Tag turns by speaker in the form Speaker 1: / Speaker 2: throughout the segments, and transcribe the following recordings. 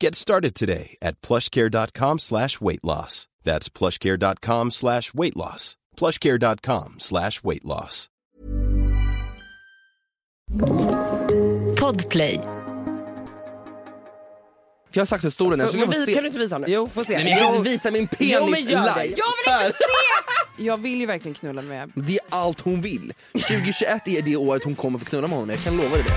Speaker 1: Get started today at plushcare.com slash weight loss. That's plushcare.com slash weight loss. plushcare.com slash weight loss.
Speaker 2: Podplay.
Speaker 3: Jag har sagt historien, jag skulle
Speaker 4: Men
Speaker 3: få
Speaker 4: vi-
Speaker 3: se.
Speaker 4: Kan du inte visa nu?
Speaker 3: Jo, få se.
Speaker 4: Nej, men
Speaker 3: jag
Speaker 4: jo.
Speaker 3: vill visa min penis
Speaker 4: Jo, men gör det.
Speaker 3: live.
Speaker 4: Jag vill inte
Speaker 5: Jag vill ju verkligen knulla med.
Speaker 3: Det är allt hon vill. 2021 är det året hon kommer få knulla med honom, jag kan lova dig det.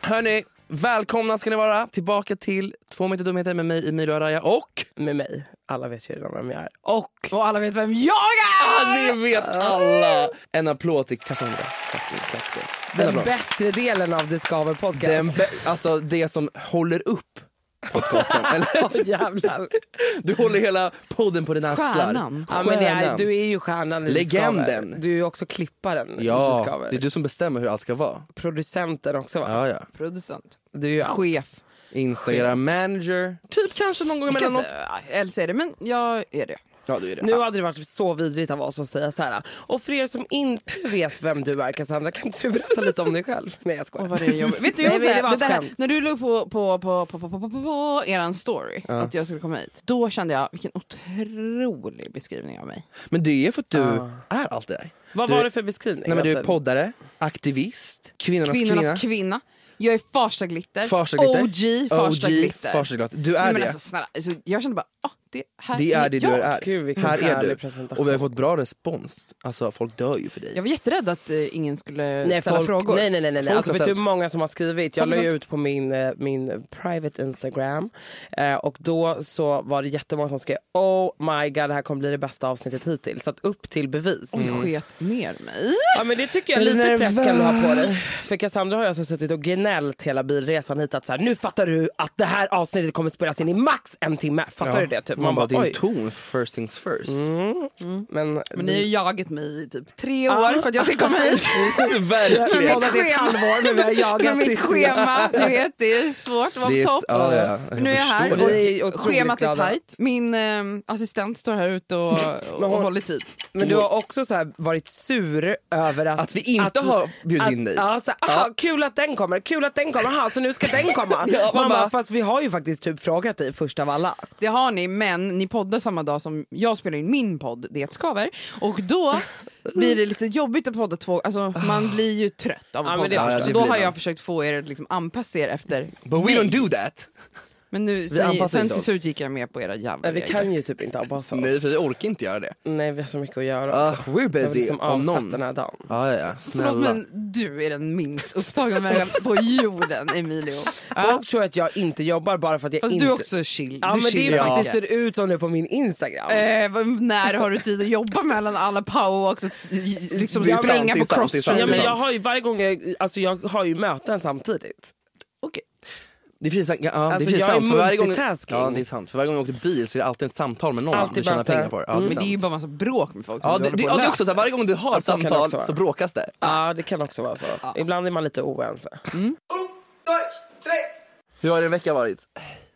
Speaker 3: Hörni, välkomna ska ni vara tillbaka till Två meter dumheter med mig Emilia Araya och...
Speaker 4: se med mig. Alla vet ju redan vem jag är. Och
Speaker 5: Och alla vet vem jag är!
Speaker 3: Ah, det vet alla! En applåd till Cassandra. Tack, tack ska du ha. En
Speaker 4: den
Speaker 3: applåd.
Speaker 4: bättre delen av Discover Podcast.
Speaker 3: Den bä- alltså det som håller upp podcasten. Eller?
Speaker 4: Åh, jävlar.
Speaker 3: Du håller hela podden på dina axlar.
Speaker 5: Stjärnan.
Speaker 4: Ja, men det är,
Speaker 3: Stjärnan.
Speaker 4: du är ju stjärnan i
Speaker 3: Legenden.
Speaker 4: Discover. Du är ju också klipparen i
Speaker 3: Ja,
Speaker 4: Discover.
Speaker 3: det är du som bestämmer hur allt ska vara.
Speaker 4: Producenten också va?
Speaker 3: Ja, ja.
Speaker 5: Producent.
Speaker 4: Du är ju
Speaker 5: Chef.
Speaker 3: Instagram manager, typ kanske någon gång emellanåt.
Speaker 5: Elsa är det, men jag är det.
Speaker 3: Ja, du är det.
Speaker 4: Nu hade det varit så vidrigt av oss att säga så här. Och för er som inte vet vem du är Cassandra, kan inte du berätta lite om dig själv? Nej jag skojar.
Speaker 5: Och vad det är jobbigt. Vet du, jag
Speaker 4: Nej,
Speaker 5: måste
Speaker 4: men det
Speaker 5: säga,
Speaker 4: var
Speaker 5: det
Speaker 4: ett
Speaker 5: där,
Speaker 4: skämt.
Speaker 5: när du la upp på, på, på, på, på, på, på, på, på eran story att jag skulle komma hit, då kände jag vilken otrolig beskrivning av mig.
Speaker 3: Men det är för att du är allt det där.
Speaker 4: Vad
Speaker 3: Du-
Speaker 4: var det för beskrivning?
Speaker 3: Nej, men du är
Speaker 4: Att-
Speaker 3: poddare, aktivist, kvinnornas,
Speaker 5: Kvinnornas
Speaker 3: kvinna.
Speaker 5: kvinna. Jag är Farsta Glitter.
Speaker 3: Farstaglitter.
Speaker 5: OG Farsta
Speaker 3: OG
Speaker 5: Glitter.
Speaker 3: Farstaglitter. Du är
Speaker 5: Nej, men
Speaker 3: det.
Speaker 5: Alltså, snälla, alltså, jag kände bara, ah, det här
Speaker 3: Det är det du
Speaker 5: jag.
Speaker 3: är.
Speaker 4: Gud, vilken
Speaker 3: här är
Speaker 4: härlig
Speaker 3: du.
Speaker 4: presentation.
Speaker 3: Och vi har fått bra respons. Alltså folk dör ju för dig.
Speaker 5: Jag var jätterädd att eh, ingen skulle ställa
Speaker 4: folk,
Speaker 5: frågor.
Speaker 4: Nej, nej, nej. nej.
Speaker 3: Folk
Speaker 4: Alltså,
Speaker 3: har
Speaker 4: vet du hur
Speaker 3: ställt.
Speaker 4: många som har skrivit? Jag la ju
Speaker 3: 100%.
Speaker 4: ut på min, eh, min private Instagram eh, och då så var det jättemånga som skrev oh my god det här kommer bli det bästa avsnittet hittills. Så att upp till bevis.
Speaker 5: Hon sket ner mig.
Speaker 4: Ja, men det tycker jag
Speaker 3: Jag är
Speaker 4: lite press kan du ha på dig.
Speaker 3: nervös.
Speaker 4: För Cassandra har ju alltså suttit och gnällt hela bilresan hit att så här, nu fattar du att det här avsnittet kommer spelas in i max en timme. Fattar du det? Typ.
Speaker 3: Man, bara, din
Speaker 4: oj.
Speaker 3: ton first things first.
Speaker 4: Men,
Speaker 5: Men ni har ju jagat mig i typ tre
Speaker 4: Ah.
Speaker 5: år för att jag ska komma hit.
Speaker 3: Verkligen.
Speaker 5: Mitt
Speaker 4: Poddat i ett
Speaker 5: schema.
Speaker 4: halvår, nu har jag jagat
Speaker 5: Med
Speaker 4: i
Speaker 5: mitt
Speaker 4: tre.
Speaker 5: schema, ni vet det är svårt att vara
Speaker 3: Det är
Speaker 5: på
Speaker 3: s-
Speaker 5: topp.
Speaker 3: ja, ja, jag
Speaker 5: Men nu är jag här
Speaker 3: förstår
Speaker 4: det.
Speaker 5: och
Speaker 4: Vi är
Speaker 5: schemat är
Speaker 4: otroligt glada.
Speaker 5: tajt. Min eh, assistent står här ute och, och
Speaker 4: hon-
Speaker 5: håller tid.
Speaker 4: Men du har också så här varit sur över att,
Speaker 3: Att vi inte har bjudit in dig.
Speaker 4: Ja, så här, aha, Kul att den kommer, kul att den kommer, aha, så nu ska den komma.
Speaker 3: Ja,
Speaker 4: man
Speaker 3: man
Speaker 4: bara,
Speaker 3: bara-
Speaker 4: fast vi har ju faktiskt typ frågat dig först av alla.
Speaker 5: Det har ni, men ni poddar samma dag som jag spelar in min podd Det skaver. Och då blir det lite jobbigt att podda två Alltså Man blir ju trött av att
Speaker 4: Ja, men det
Speaker 5: podda.
Speaker 3: förstår
Speaker 5: så
Speaker 3: jag.
Speaker 5: då
Speaker 3: Ah. Det
Speaker 5: har
Speaker 3: blir
Speaker 5: jag
Speaker 3: man.
Speaker 5: försökt få er att liksom anpassa er efter
Speaker 3: But we
Speaker 5: mig.
Speaker 3: don't do that.
Speaker 5: Men nu, sen,
Speaker 3: anpassar
Speaker 5: sen
Speaker 3: inte
Speaker 5: till
Speaker 3: oss.
Speaker 5: slut gick jag med på era jävla
Speaker 4: Men vi
Speaker 5: regler.
Speaker 4: kan ju typ inte anpassa oss.
Speaker 3: Nej, för vi orkar inte göra det.
Speaker 4: Nej, vi har så mycket att göra.
Speaker 3: Ah,
Speaker 4: alltså.
Speaker 3: we're
Speaker 4: Vi har
Speaker 3: busy,
Speaker 4: liksom
Speaker 3: om
Speaker 4: avsatt
Speaker 3: någon.
Speaker 4: den här dagen.
Speaker 3: Ja, ja, ja.
Speaker 5: Förlåt
Speaker 3: Snälla.
Speaker 5: men du är den minst upptagna människan på jorden Emilio. Ja.
Speaker 4: Folk tror att jag inte jobbar bara för att jag
Speaker 5: Fast
Speaker 4: inte...
Speaker 5: du är också chill.
Speaker 4: Ja,
Speaker 5: du
Speaker 4: men det
Speaker 5: chillar
Speaker 4: är faktiskt ser
Speaker 5: mycket.
Speaker 4: det ut som nu på min Instagram.
Speaker 5: Eh, vad- när har du tid att jobba mellan alla powerwalks och s- liksom
Speaker 3: Det är sant,
Speaker 5: springa
Speaker 3: det är
Speaker 5: på
Speaker 3: sant, det är sant.
Speaker 5: crossfit?
Speaker 4: Ja, men
Speaker 3: sant.
Speaker 4: jag har ju varje gång jag, alltså jag har ju möten samtidigt.
Speaker 5: Okej.
Speaker 3: Det är precis, ja, det är
Speaker 4: Alltså,
Speaker 3: precis
Speaker 4: jag är
Speaker 3: sant. För varje gång,
Speaker 4: multitasking.
Speaker 3: ja, det är sant. För varje gång jag åker bil så är det alltid ett samtal med någon
Speaker 4: Alltid mm,
Speaker 3: du tjänar
Speaker 4: möte.
Speaker 3: pengar på. det. Ja, det är
Speaker 5: Men det är ju
Speaker 3: sant.
Speaker 5: bara massa bråk med folk. som
Speaker 3: Ja,
Speaker 5: du
Speaker 3: det,
Speaker 5: håller
Speaker 3: det,
Speaker 5: på
Speaker 3: ja,
Speaker 5: att
Speaker 3: det är också så
Speaker 5: lösa.
Speaker 3: här, varje gång du har ett
Speaker 4: så kan det
Speaker 3: samtal
Speaker 4: också vara.
Speaker 3: så bråkas det.
Speaker 4: Ja, det kan också vara så. Ibland är man lite oense.
Speaker 3: Hur har din vecka varit?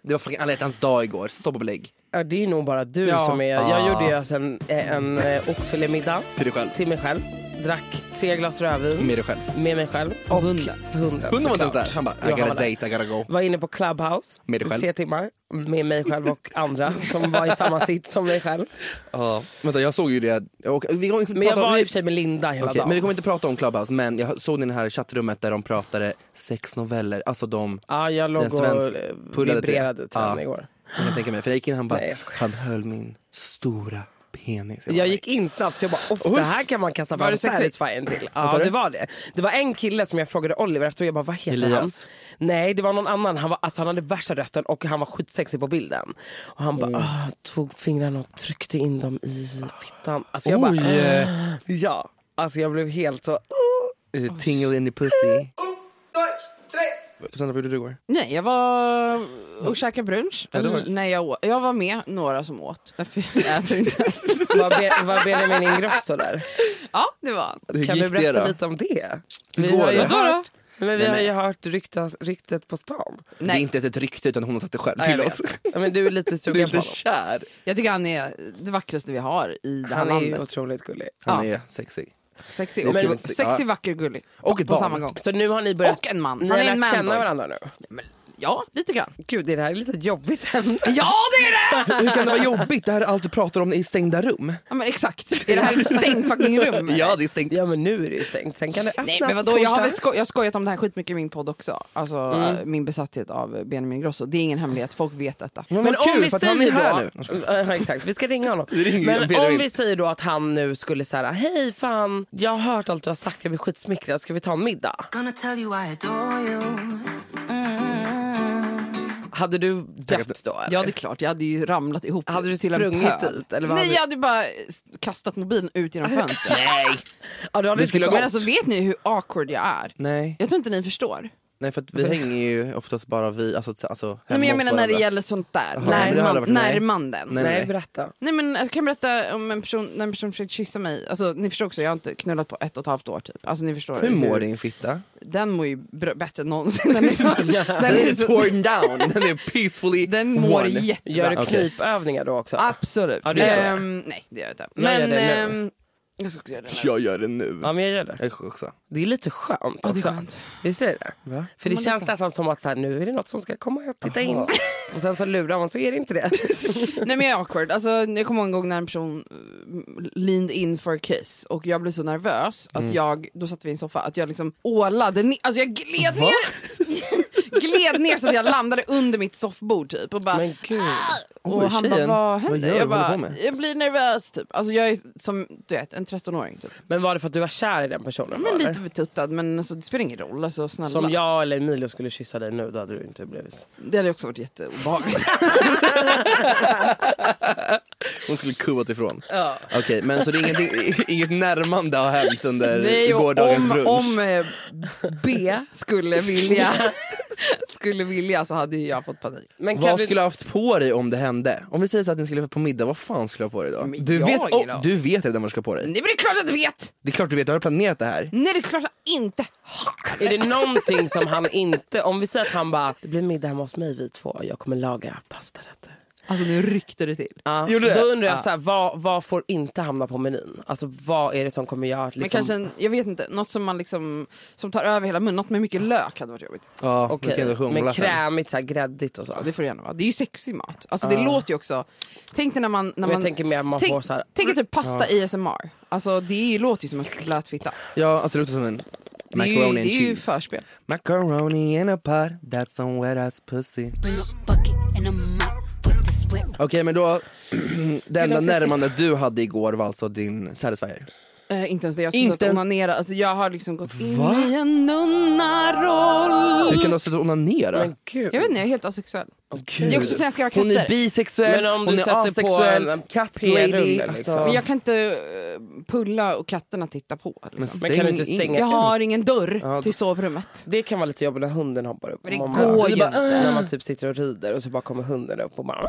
Speaker 3: Det var fucking alla hjärtans dag igår, stopp och belägg.
Speaker 4: Ja, det är nog bara du
Speaker 5: Ja.
Speaker 4: som är... Jag gjorde ju alltså en, en eh, oxfilémiddag
Speaker 3: Ah. Till dig själv.
Speaker 4: till mig själv. Drack tre glas rödvin
Speaker 3: Med dig själv.
Speaker 4: med mig själv.
Speaker 5: Och hunden.
Speaker 4: Hunden,
Speaker 3: Hunden var inte ens
Speaker 4: såklart.
Speaker 3: där. Han bara, I
Speaker 4: Ja, han
Speaker 3: gotta
Speaker 4: var där.
Speaker 3: date, I gotta go.
Speaker 4: Var inne på Clubhouse
Speaker 3: Med dig
Speaker 4: i
Speaker 3: själv.
Speaker 4: tre timmar med mig själv och andra som var i samma sitt som mig själv.
Speaker 3: Ja. Vänta, jag såg ju det. Och vi kommer inte
Speaker 4: Men jag
Speaker 3: prata om-
Speaker 4: var i
Speaker 3: vi-
Speaker 4: och för sig med Linda hela
Speaker 3: Okej,
Speaker 4: dagen.
Speaker 3: men vi kommer inte prata om Clubhouse, men jag såg den här chattrummet där de pratade sexnoveller. Alltså de...
Speaker 4: Ja, jag låg
Speaker 3: Den svensk-
Speaker 4: och eh,
Speaker 3: pullade till.
Speaker 4: vibrerade till
Speaker 3: Ja.
Speaker 4: henne igår.
Speaker 3: Jag kan tänka mig, för jag gick in han bara,
Speaker 4: Nej, jag skojar.
Speaker 3: han höll min stora penis. bara,
Speaker 4: Jag gick in snabbt så jag bara, Off, det här kan man kasta
Speaker 5: Var
Speaker 4: fram
Speaker 5: det sexigt?
Speaker 4: satisfyern till. Ja, det var det. Det var en kille som jag frågade Oliver efter och jag bara, vad heter
Speaker 3: Elias.
Speaker 4: han? Nej, det var någon annan. Han, var, alltså, han hade värsta rösten och han var skitsexig på bilden. Och han bara, "Ah", tog fingrarna och tryckte in dem i fittan. Alltså jag bara,
Speaker 3: Oj.
Speaker 4: "Ah", ja. Alltså jag blev helt så,
Speaker 3: nej. Eh, Tingle in the pussy. Sandra, vad gjorde du igår?
Speaker 5: Nej, jag var och käkade brunch.
Speaker 3: det var det.
Speaker 5: Nej, jag, åt. jag var med några som åt. Jag äter inte.
Speaker 4: var, Be- var Benjamin Ingrosso där?
Speaker 5: Ja, det var han.
Speaker 3: Hur
Speaker 4: Kan du
Speaker 3: gick det
Speaker 4: berätta
Speaker 3: då?
Speaker 4: lite om det?
Speaker 3: Hur
Speaker 4: Vi
Speaker 3: går
Speaker 4: har ju
Speaker 3: det?
Speaker 5: Vadå då?
Speaker 4: hört, Nej, men vi har ju hört ryktas, ryktet på stan.
Speaker 3: Det är
Speaker 5: Nej,
Speaker 3: inte ens ett rykte utan hon har sagt det själv
Speaker 4: Ja,
Speaker 3: till
Speaker 4: jag
Speaker 3: oss.
Speaker 4: vet. Ja, men du är lite
Speaker 3: Du är
Speaker 4: sugen
Speaker 3: inte
Speaker 4: på honom.
Speaker 3: kär.
Speaker 5: jag tycker han är det vackraste vi har i det här
Speaker 4: Han är ju
Speaker 5: landet.
Speaker 4: otroligt gullig.
Speaker 3: Han
Speaker 5: Ja.
Speaker 3: är sexig.
Speaker 5: Sexig,
Speaker 3: Det ska
Speaker 5: och,
Speaker 3: vi-
Speaker 5: sexig
Speaker 3: ja.
Speaker 5: vacker, gullig.
Speaker 3: Och ett
Speaker 5: På
Speaker 3: barn.
Speaker 5: samma gång.
Speaker 4: Så nu har ni börjat...
Speaker 5: Och en man.
Speaker 4: Ni
Speaker 5: Han
Speaker 4: har
Speaker 5: är en
Speaker 4: lärt känna
Speaker 5: manboy.
Speaker 4: varandra nu.
Speaker 5: Ja, lite grann.
Speaker 4: Gud, är det här är lite jobbigt ändå.
Speaker 5: Ja, det är det!
Speaker 3: Hur kan det vara jobbigt? Det här är allt du pratar om i stängda rum.
Speaker 5: Ja, men exakt. Är det här ett stängt fucking rum? eller?
Speaker 3: Ja, det är stängt.
Speaker 4: Ja, men nu är det ju stängt. Sen kan det öppnas
Speaker 5: Nej, men vadå, jag har
Speaker 4: torsdag.
Speaker 5: väl sko- jag har skojat om det här skitmycket i min podd också. Alltså
Speaker 3: Mm.
Speaker 5: äh, min besatthet av Benjamin Ingrosso. Det är ingen hemlighet, folk vet detta.
Speaker 3: Men,
Speaker 4: Men
Speaker 3: vad
Speaker 4: om
Speaker 3: kul
Speaker 4: vi
Speaker 3: för att han är
Speaker 4: säger
Speaker 3: här
Speaker 4: då,
Speaker 3: nu.
Speaker 4: Ja, exakt, vi ska ringa honom.
Speaker 3: Vi ringer
Speaker 4: Men
Speaker 3: Benjamin.
Speaker 4: om vi säger då att han nu skulle säga hej fan, jag har hört allt du har sagt, jag blir skitsmickrad, ska vi ta en middag? Hade du dött då? Eller?
Speaker 5: Ja det är klart, jag hade ju ramlat ihop
Speaker 4: Hade du
Speaker 5: till en
Speaker 4: sprungit
Speaker 5: pöl.
Speaker 4: dit, eller vad
Speaker 5: Nej
Speaker 4: hade du-
Speaker 5: jag hade bara s- kastat mobilen ut genom fönstret.
Speaker 3: Nej.
Speaker 4: ja, du hade
Speaker 3: Vi
Speaker 4: inte
Speaker 3: skulle ha
Speaker 4: gått.
Speaker 5: Men alltså vet ni hur awkward jag är?
Speaker 3: Nej.
Speaker 5: Jag tror inte ni förstår.
Speaker 3: Nej, för att vi hänger ju oftast bara vi, alltså, t- alltså
Speaker 5: Nej, men
Speaker 3: hemma
Speaker 5: jag
Speaker 3: hos
Speaker 5: menar när det
Speaker 3: varandra.
Speaker 5: gäller sånt där,
Speaker 3: men det har aldrig
Speaker 5: närman,
Speaker 3: varit- nej.
Speaker 5: närmanden.
Speaker 3: Nej,
Speaker 4: Nej, berätta.
Speaker 5: Nej men jag kan berätta om en person, när en person försökte kyssa mig, alltså ni förstår också jag har inte knullat på ett och ett halvt år typ. Alltså ni förstår
Speaker 3: Hur mår din fitta?
Speaker 5: Den mår ju br- bättre än någonsin. Den är, så, den
Speaker 3: Den
Speaker 5: är
Speaker 3: är
Speaker 5: så,
Speaker 3: torn down, den är peacefully
Speaker 5: den mår
Speaker 3: won.
Speaker 5: jättebra.
Speaker 4: Gör du knipövningar då också?
Speaker 5: Absolut.
Speaker 4: Ja, det gör jag.
Speaker 5: Ehm, nej det gör jag inte.
Speaker 4: Jag gör
Speaker 5: Men,
Speaker 4: det nu.
Speaker 5: ehm, jag ska också göra det nu.
Speaker 3: Jag gör det nu.
Speaker 4: Ja, men jag gör det.
Speaker 3: Jag är också.
Speaker 4: Det är lite skönt
Speaker 5: Ja, det är
Speaker 4: också.
Speaker 5: skönt.
Speaker 4: Visst är det? För det känns nästan som att så här, nu är det något som ska komma och titta in. Och sen så lurar man så är det inte det.
Speaker 5: Nej men jag är awkward. Alltså, jag kommer ihåg en gång när en person eh, leaned in for a kiss och jag blev så nervös att jag, då satt vi i en soffa, att jag liksom ålade ner, alltså jag gled ner gled ner så att jag landade under mitt soffbord typ och bara
Speaker 4: Men gud.
Speaker 5: och
Speaker 3: Oj,
Speaker 5: han
Speaker 3: tjejen.
Speaker 5: bara
Speaker 3: Vad
Speaker 5: vad händer?
Speaker 3: gör du?
Speaker 5: jag
Speaker 3: Vad
Speaker 5: bara
Speaker 3: håller du på med?
Speaker 5: jag blir nervös typ. Alltså jag är som du vet en 13-åring typ.
Speaker 4: Men var det för att du var kär i den personen?
Speaker 5: Men
Speaker 4: då,
Speaker 5: lite
Speaker 4: eller?
Speaker 5: betuttad men alltså, det spelar ingen roll alltså snälla.
Speaker 4: Som jag eller Emilio skulle kyssa dig nu, då hade du inte blivit...
Speaker 5: Det hade också varit jätteobehagligt.
Speaker 3: Hon skulle kuvat ifrån. Ja. Okej, men så det är ingenting, inget närmande har hänt under
Speaker 5: Nej, och
Speaker 3: gårdagens
Speaker 5: om,
Speaker 3: brunch?
Speaker 5: om eh, B skulle vilja, skulle vilja så hade ju jag fått panik.
Speaker 4: Men kan
Speaker 3: Vad
Speaker 4: du...
Speaker 3: skulle jag haft på dig om det hände? Om vi säger så att ni skulle på middag, vad fan skulle jag ha på dig då?
Speaker 5: Men
Speaker 3: Du
Speaker 5: jag
Speaker 3: vet,
Speaker 5: är då.
Speaker 3: oh, du vet redan vad du ska ha på dig.
Speaker 5: Nej men det är klart att jag vet!
Speaker 3: Det är klart du vet, du har planerat det här.
Speaker 5: Nej det är klart att jag inte
Speaker 4: Är det någonting som han inte... Om vi säger att han bara, det blir middag hemma hos mig vi två, jag kommer laga pastarätter.
Speaker 5: Alltså nu ryckte det till.
Speaker 4: Ja,
Speaker 3: Gjorde det?
Speaker 4: då undrar jag, så här, vad, vad får inte hamna på menyn? Alltså vad är det som kommer göra att
Speaker 5: Men
Speaker 4: liksom...
Speaker 5: kanske, en, jag vet inte, något som man liksom, som tar över hela munnen, något med mycket lök hade varit jobbigt.
Speaker 3: Ja, vi ska
Speaker 4: Okej,
Speaker 3: ändå sjungla
Speaker 4: men
Speaker 3: sen.
Speaker 4: krämigt, så här, gräddigt och så.
Speaker 5: Ja, det får det gärna vara. Det är ju sexig mat. Alltså det låter ju också, tänk dig när man... När
Speaker 4: Men jag
Speaker 5: man
Speaker 4: tänker mer att man får så här-
Speaker 5: Tänk er typ pasta i ASMR. Alltså det är ju, låter ju som en blöt fitta.
Speaker 3: Ja, alltså det låter som en
Speaker 5: Det är ju,
Speaker 3: macaroni
Speaker 5: det
Speaker 3: and
Speaker 5: är ju
Speaker 3: cheese.
Speaker 5: förspel.
Speaker 3: Macaroni in a pot, that's some wet ass pussy. Okej men då, det enda närmandet du hade igår var alltså din satisfier.
Speaker 5: Eh, inte ens det. Jag har
Speaker 3: Inte
Speaker 5: slutat
Speaker 3: ens-
Speaker 5: onanera. Alltså, jag har liksom gått in
Speaker 3: Va?
Speaker 5: i en nunnaroll.
Speaker 3: Hur kan du ha slutat onanera?
Speaker 4: Men gud.
Speaker 5: Jag vet inte, jag är helt asexuell.
Speaker 3: Gud.
Speaker 5: Det är också så jag ska vara
Speaker 3: hon är
Speaker 5: katter.
Speaker 3: bisexuell,
Speaker 4: Men om
Speaker 3: hon
Speaker 4: du
Speaker 3: är
Speaker 4: sätter på
Speaker 3: asexuell,
Speaker 4: en
Speaker 3: cat
Speaker 4: p-rulle,
Speaker 3: lady.
Speaker 4: liksom.
Speaker 3: Alltså.
Speaker 5: Men jag kan inte eh, pulla och katterna titta på. Liksom.
Speaker 4: Men kan du inte
Speaker 3: Stäng in.
Speaker 4: stänga
Speaker 5: Jag
Speaker 4: ut?
Speaker 5: har ingen dörr
Speaker 3: Ja.
Speaker 5: till sovrummet.
Speaker 4: Det kan vara lite jobbigt när hunden hoppar upp.
Speaker 5: Men det
Speaker 4: Man
Speaker 5: går
Speaker 4: bara-
Speaker 5: ju
Speaker 4: bara,
Speaker 5: inte.
Speaker 4: "Åh!" När man typ sitter och rider och så bara kommer hunden upp och bara...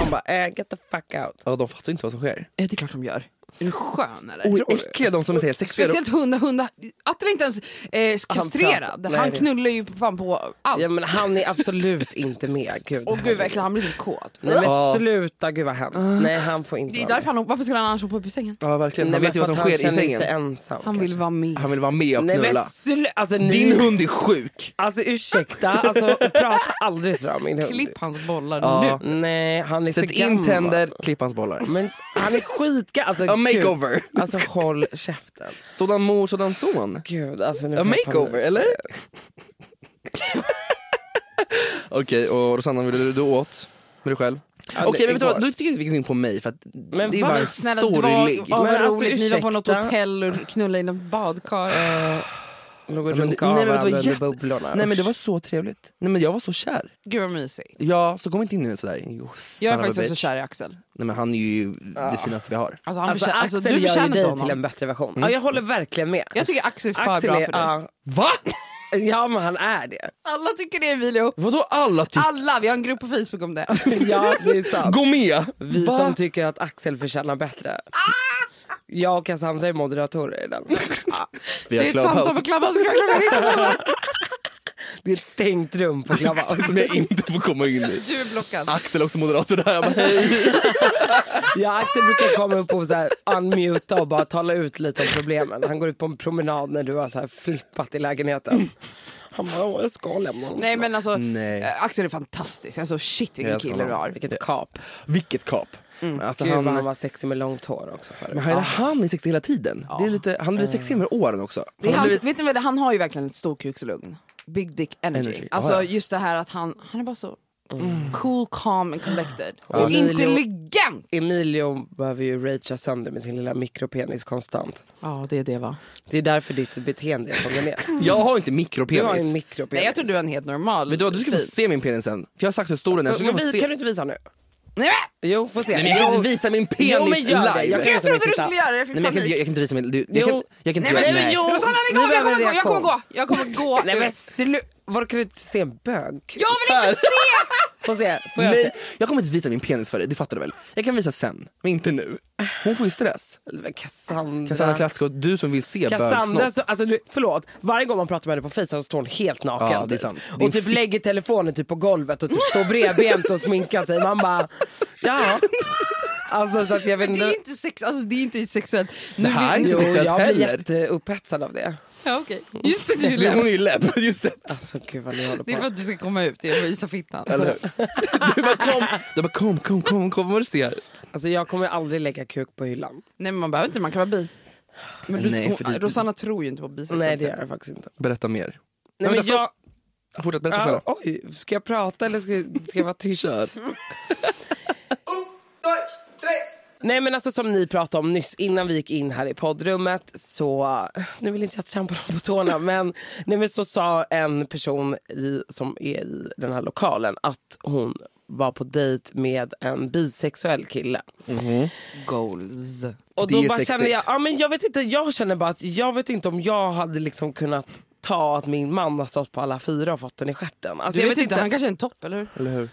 Speaker 4: Man bara, eh, get the fuck out.
Speaker 3: Ja, de fattar inte vad som sker.
Speaker 5: Eh, Det är klart de gör. Är du skön eller?
Speaker 3: Så äckliga de som är så helt sexuella.
Speaker 5: Speciellt hundar, hundar. Atle är inte ens eh,
Speaker 4: Han
Speaker 5: kastrerad.
Speaker 4: pratar-
Speaker 5: Han,
Speaker 4: nej, det-
Speaker 5: knullar ju fan på allt.
Speaker 4: Ja, men han är absolut inte med. Gud,
Speaker 5: Åh gud verkligen, han blir lite kåt.
Speaker 4: Nej, men
Speaker 3: Ja.
Speaker 4: sluta, gud vad hemskt. Nej, han får inte
Speaker 5: Det är
Speaker 4: vara med.
Speaker 5: därför han, varför skulle han annars hoppa upp i sängen?
Speaker 3: Ja, verkligen.
Speaker 4: Nej,
Speaker 3: Han
Speaker 4: men
Speaker 3: vet ju vad
Speaker 4: för
Speaker 3: som
Speaker 4: att han
Speaker 3: sker i
Speaker 4: känner sig
Speaker 3: sängen.
Speaker 4: ensam,
Speaker 5: Han vill
Speaker 4: kanske.
Speaker 5: vara med.
Speaker 3: Han vill vara med och
Speaker 4: Nej, men
Speaker 3: knulla.
Speaker 4: slu- alltså, nu...
Speaker 3: Din hund är sjuk.
Speaker 4: Alltså ursäkta, alltså, prata aldrig sådär om min hund.
Speaker 5: Klipp hans bollar
Speaker 3: Ja.
Speaker 5: nu.
Speaker 4: Nej, han är
Speaker 3: Sätt
Speaker 4: för gammal.
Speaker 3: in tänder, klipp hans bollar.
Speaker 4: Men han är skitga. Alltså,
Speaker 3: A
Speaker 4: gud.
Speaker 3: makeover.
Speaker 4: Alltså håll käften.
Speaker 3: Sådan mor, sådan son.
Speaker 4: Gud, alltså, nu
Speaker 3: A
Speaker 4: får jag
Speaker 3: makeover,
Speaker 4: panik.
Speaker 3: eller? Okej, och Rosanna, vad du, du åt med dig själv? Okej, men vet du vad?
Speaker 4: igår.
Speaker 3: Du tycker inte vi kan gå in på mig för att
Speaker 4: Men
Speaker 3: det är
Speaker 4: vad-
Speaker 3: bara
Speaker 4: men
Speaker 5: Snälla,
Speaker 3: sorglig.
Speaker 5: det var, ja,
Speaker 4: Men
Speaker 5: vad
Speaker 4: alltså,
Speaker 5: roligt, ni var på något
Speaker 4: ursäkta.
Speaker 5: hotell och knullade i något badkar.
Speaker 4: Låg och
Speaker 3: Nej, men, det-
Speaker 4: runkade
Speaker 3: nej,
Speaker 4: av
Speaker 3: men, det
Speaker 4: varandra
Speaker 3: var
Speaker 4: under
Speaker 3: jätte...
Speaker 4: bubblorna.
Speaker 3: nej men det var så trevligt. Nej men jag var så kär.
Speaker 5: Gud vad mysigt.
Speaker 3: Ja, så kom inte in nu sådär. You
Speaker 5: Jag
Speaker 3: son of
Speaker 5: är
Speaker 3: a
Speaker 5: faktiskt också
Speaker 3: bitch.
Speaker 5: kär i Axel.
Speaker 3: Nej men han är ju det finaste vi har.
Speaker 5: Alltså, han
Speaker 4: Alltså,
Speaker 5: förtjä-
Speaker 4: Axel
Speaker 5: alltså, du
Speaker 4: gör ju
Speaker 5: förtjänar
Speaker 4: dig
Speaker 5: inte honom.
Speaker 4: till en bättre version.
Speaker 3: Mm.
Speaker 4: Ja, jag håller verkligen med.
Speaker 5: Jag tycker Axel är för
Speaker 4: Axel
Speaker 5: bra
Speaker 4: är-
Speaker 5: för dig.
Speaker 4: ja.
Speaker 3: Va?
Speaker 4: Ja, men han är det.
Speaker 5: Alla tycker det Emilio.
Speaker 3: Vadå alla tycker?
Speaker 5: Alla, vi har en grupp på Facebook om det.
Speaker 4: Ja, det är sant.
Speaker 3: Gå med!
Speaker 4: Vi som tycker att Axel förtjänar bättre.
Speaker 3: Ah!
Speaker 4: Jag och Cassandra är moderatorer i den.
Speaker 3: Vi
Speaker 5: Det är
Speaker 3: har
Speaker 5: ett samtal
Speaker 3: Clubhouse
Speaker 5: på Clubhouse. Clubhouse.
Speaker 4: Det är ett stängt rum på Clubhouse.
Speaker 3: som jag inte får komma in i.
Speaker 5: Du är blockad.
Speaker 3: Axel är också moderator där. Jag bara, hej.
Speaker 4: Ja, Axel brukar komma upp och så här unmuta och bara tala ut lite om problemen. Han går ut på en promenad när du har så här flippat i lägenheten. Han bara, "Åh, jag ska lämna honom.
Speaker 5: Nej men alltså,
Speaker 3: Nej.
Speaker 5: eh, Axel är fantastisk. Alltså shit vilken
Speaker 3: Jag älskar
Speaker 5: kille du
Speaker 3: honom.
Speaker 5: har.
Speaker 4: Vilket kap.
Speaker 3: Vilket kap. Alltså,
Speaker 4: Gud
Speaker 3: han,
Speaker 4: vad han var sexig med långt hår också förut.
Speaker 3: men han, han är sexig hela tiden. Det är lite, han blir sexig med åren också.
Speaker 5: Det är
Speaker 3: Han har
Speaker 5: hans-
Speaker 3: blivit-
Speaker 5: vet ni vad, det- han har ju verkligen ett storkukslugn. Big dick energy.
Speaker 3: Energy,
Speaker 5: Alltså
Speaker 3: ja, Mm. ja.
Speaker 5: just det här att han, han är bara så Mm. cool, calm and collected. Och
Speaker 4: Emilio-
Speaker 5: intelligent!
Speaker 4: Emilio behöver ju ragea sönder med sin lilla mikropenis konstant.
Speaker 5: Ja det är det va.
Speaker 4: Det är därför ditt beteende är som det är.
Speaker 3: Jag har inte
Speaker 4: Du har en
Speaker 3: mikropenis.
Speaker 4: mikropenis.
Speaker 5: Nej jag tror du är en helt normal.
Speaker 3: Vet du vad, du ska få
Speaker 5: fin.
Speaker 3: se min penis sen. För jag har sagt hur stor den är. Så du
Speaker 4: Men
Speaker 3: kan få
Speaker 4: vi,
Speaker 3: se.
Speaker 4: kan du inte visa nu?
Speaker 5: Nej, men!
Speaker 4: Jo, får se.
Speaker 3: Nej, men jag kan
Speaker 4: Jo.
Speaker 3: inte visa min penis
Speaker 4: Jo, men gör det.
Speaker 3: live.
Speaker 4: Jag kan
Speaker 5: Jag trodde du
Speaker 4: Titta.
Speaker 5: skulle göra det, jag fick
Speaker 3: Nej, men jag, kan, inte-
Speaker 5: panik.
Speaker 3: jag kan inte visa min... Du, jag, kan,
Speaker 4: Jo.
Speaker 3: jag kan inte
Speaker 5: Nej, men-
Speaker 3: göra
Speaker 5: nej, men
Speaker 4: jo.
Speaker 5: Rosanna, lägg av,
Speaker 4: Nu
Speaker 5: jag
Speaker 4: behöver
Speaker 5: kommer gå, jag kommer
Speaker 4: reaktion.
Speaker 5: gå! Jag kommer gå!
Speaker 4: Nej men
Speaker 5: ut.
Speaker 4: slu... Var kan du inte se en bög?
Speaker 5: Jag vill inte se!
Speaker 4: Får se. Får jag
Speaker 3: Nej,
Speaker 4: se?
Speaker 3: jag kommer inte visa min penis för dig, det fattar du väl? Jag kan visa sen, men inte nu. Hon får ju stress.
Speaker 4: Men Cassandra.
Speaker 3: Cassandra Klatsko, du som vill se
Speaker 4: Cassandra,
Speaker 3: bögsnopp.
Speaker 4: så, alltså, du, förlåt, varje gång man pratar med henne på Facebook så står hon helt naken.
Speaker 3: Ja, det är
Speaker 4: typ.
Speaker 3: sant.
Speaker 4: Och
Speaker 3: Din
Speaker 4: typ
Speaker 3: fitt-
Speaker 4: lägger telefonen typ på golvet och typ står bredbent och sminkar sig. Man bara, ja. Alltså så att jag vet
Speaker 5: Det
Speaker 4: inte.
Speaker 5: är inte sex, alltså det är inte sexuellt. Nu
Speaker 3: Det här är
Speaker 5: vill-
Speaker 3: inte
Speaker 4: Jo,
Speaker 3: sexuellt
Speaker 4: jag blir
Speaker 3: heller.
Speaker 4: jätteupphetsad av det.
Speaker 5: Ja, okej. Just det, du är ju
Speaker 3: Hon är
Speaker 5: lätt.
Speaker 3: ju läpp, just det.
Speaker 4: Alltså gud vad ni håller
Speaker 5: Det är för
Speaker 4: på.
Speaker 5: att du ska komma ut, det är för att visa fittan.
Speaker 3: Du bara kom, du bara, kom, kom, kom, kom vad du ser.
Speaker 4: Alltså jag kommer aldrig lägga kuk på hyllan.
Speaker 5: Nej men man behöver inte, man kan vara bi. Men du,
Speaker 3: Nej,
Speaker 5: hon,
Speaker 3: för det-
Speaker 5: Rosanna tror ju inte på bisexualitet.
Speaker 4: Nej det gör jag faktiskt inte.
Speaker 3: Berätta mer.
Speaker 4: Nej, men
Speaker 3: vänta,
Speaker 4: jag,
Speaker 3: stopp. Fortsätt berätta
Speaker 4: ja,
Speaker 3: snälla.
Speaker 4: oj, ska jag prata eller ska, ska jag vara tyst?
Speaker 3: Kör.
Speaker 4: Nej men alltså som ni pratade om nyss innan vi gick in här i poddrummet så, nu vill inte jag trampa någon på tårna men, nej, men så sa en person i, som är i den här lokalen att hon var på dejt med en bisexuell kille.
Speaker 5: Goals.
Speaker 4: Och
Speaker 3: Det
Speaker 4: då
Speaker 3: är
Speaker 4: bara
Speaker 3: sexigt.
Speaker 4: känner jag, ja, men jag vet inte, jag känner bara att jag vet inte om jag hade liksom kunnat ta att min man har stått på alla fyra och fått den i stjärten. Alltså,
Speaker 5: Du
Speaker 4: jag
Speaker 5: vet, inte, han kanske är en topp eller hur?
Speaker 3: Eller hur?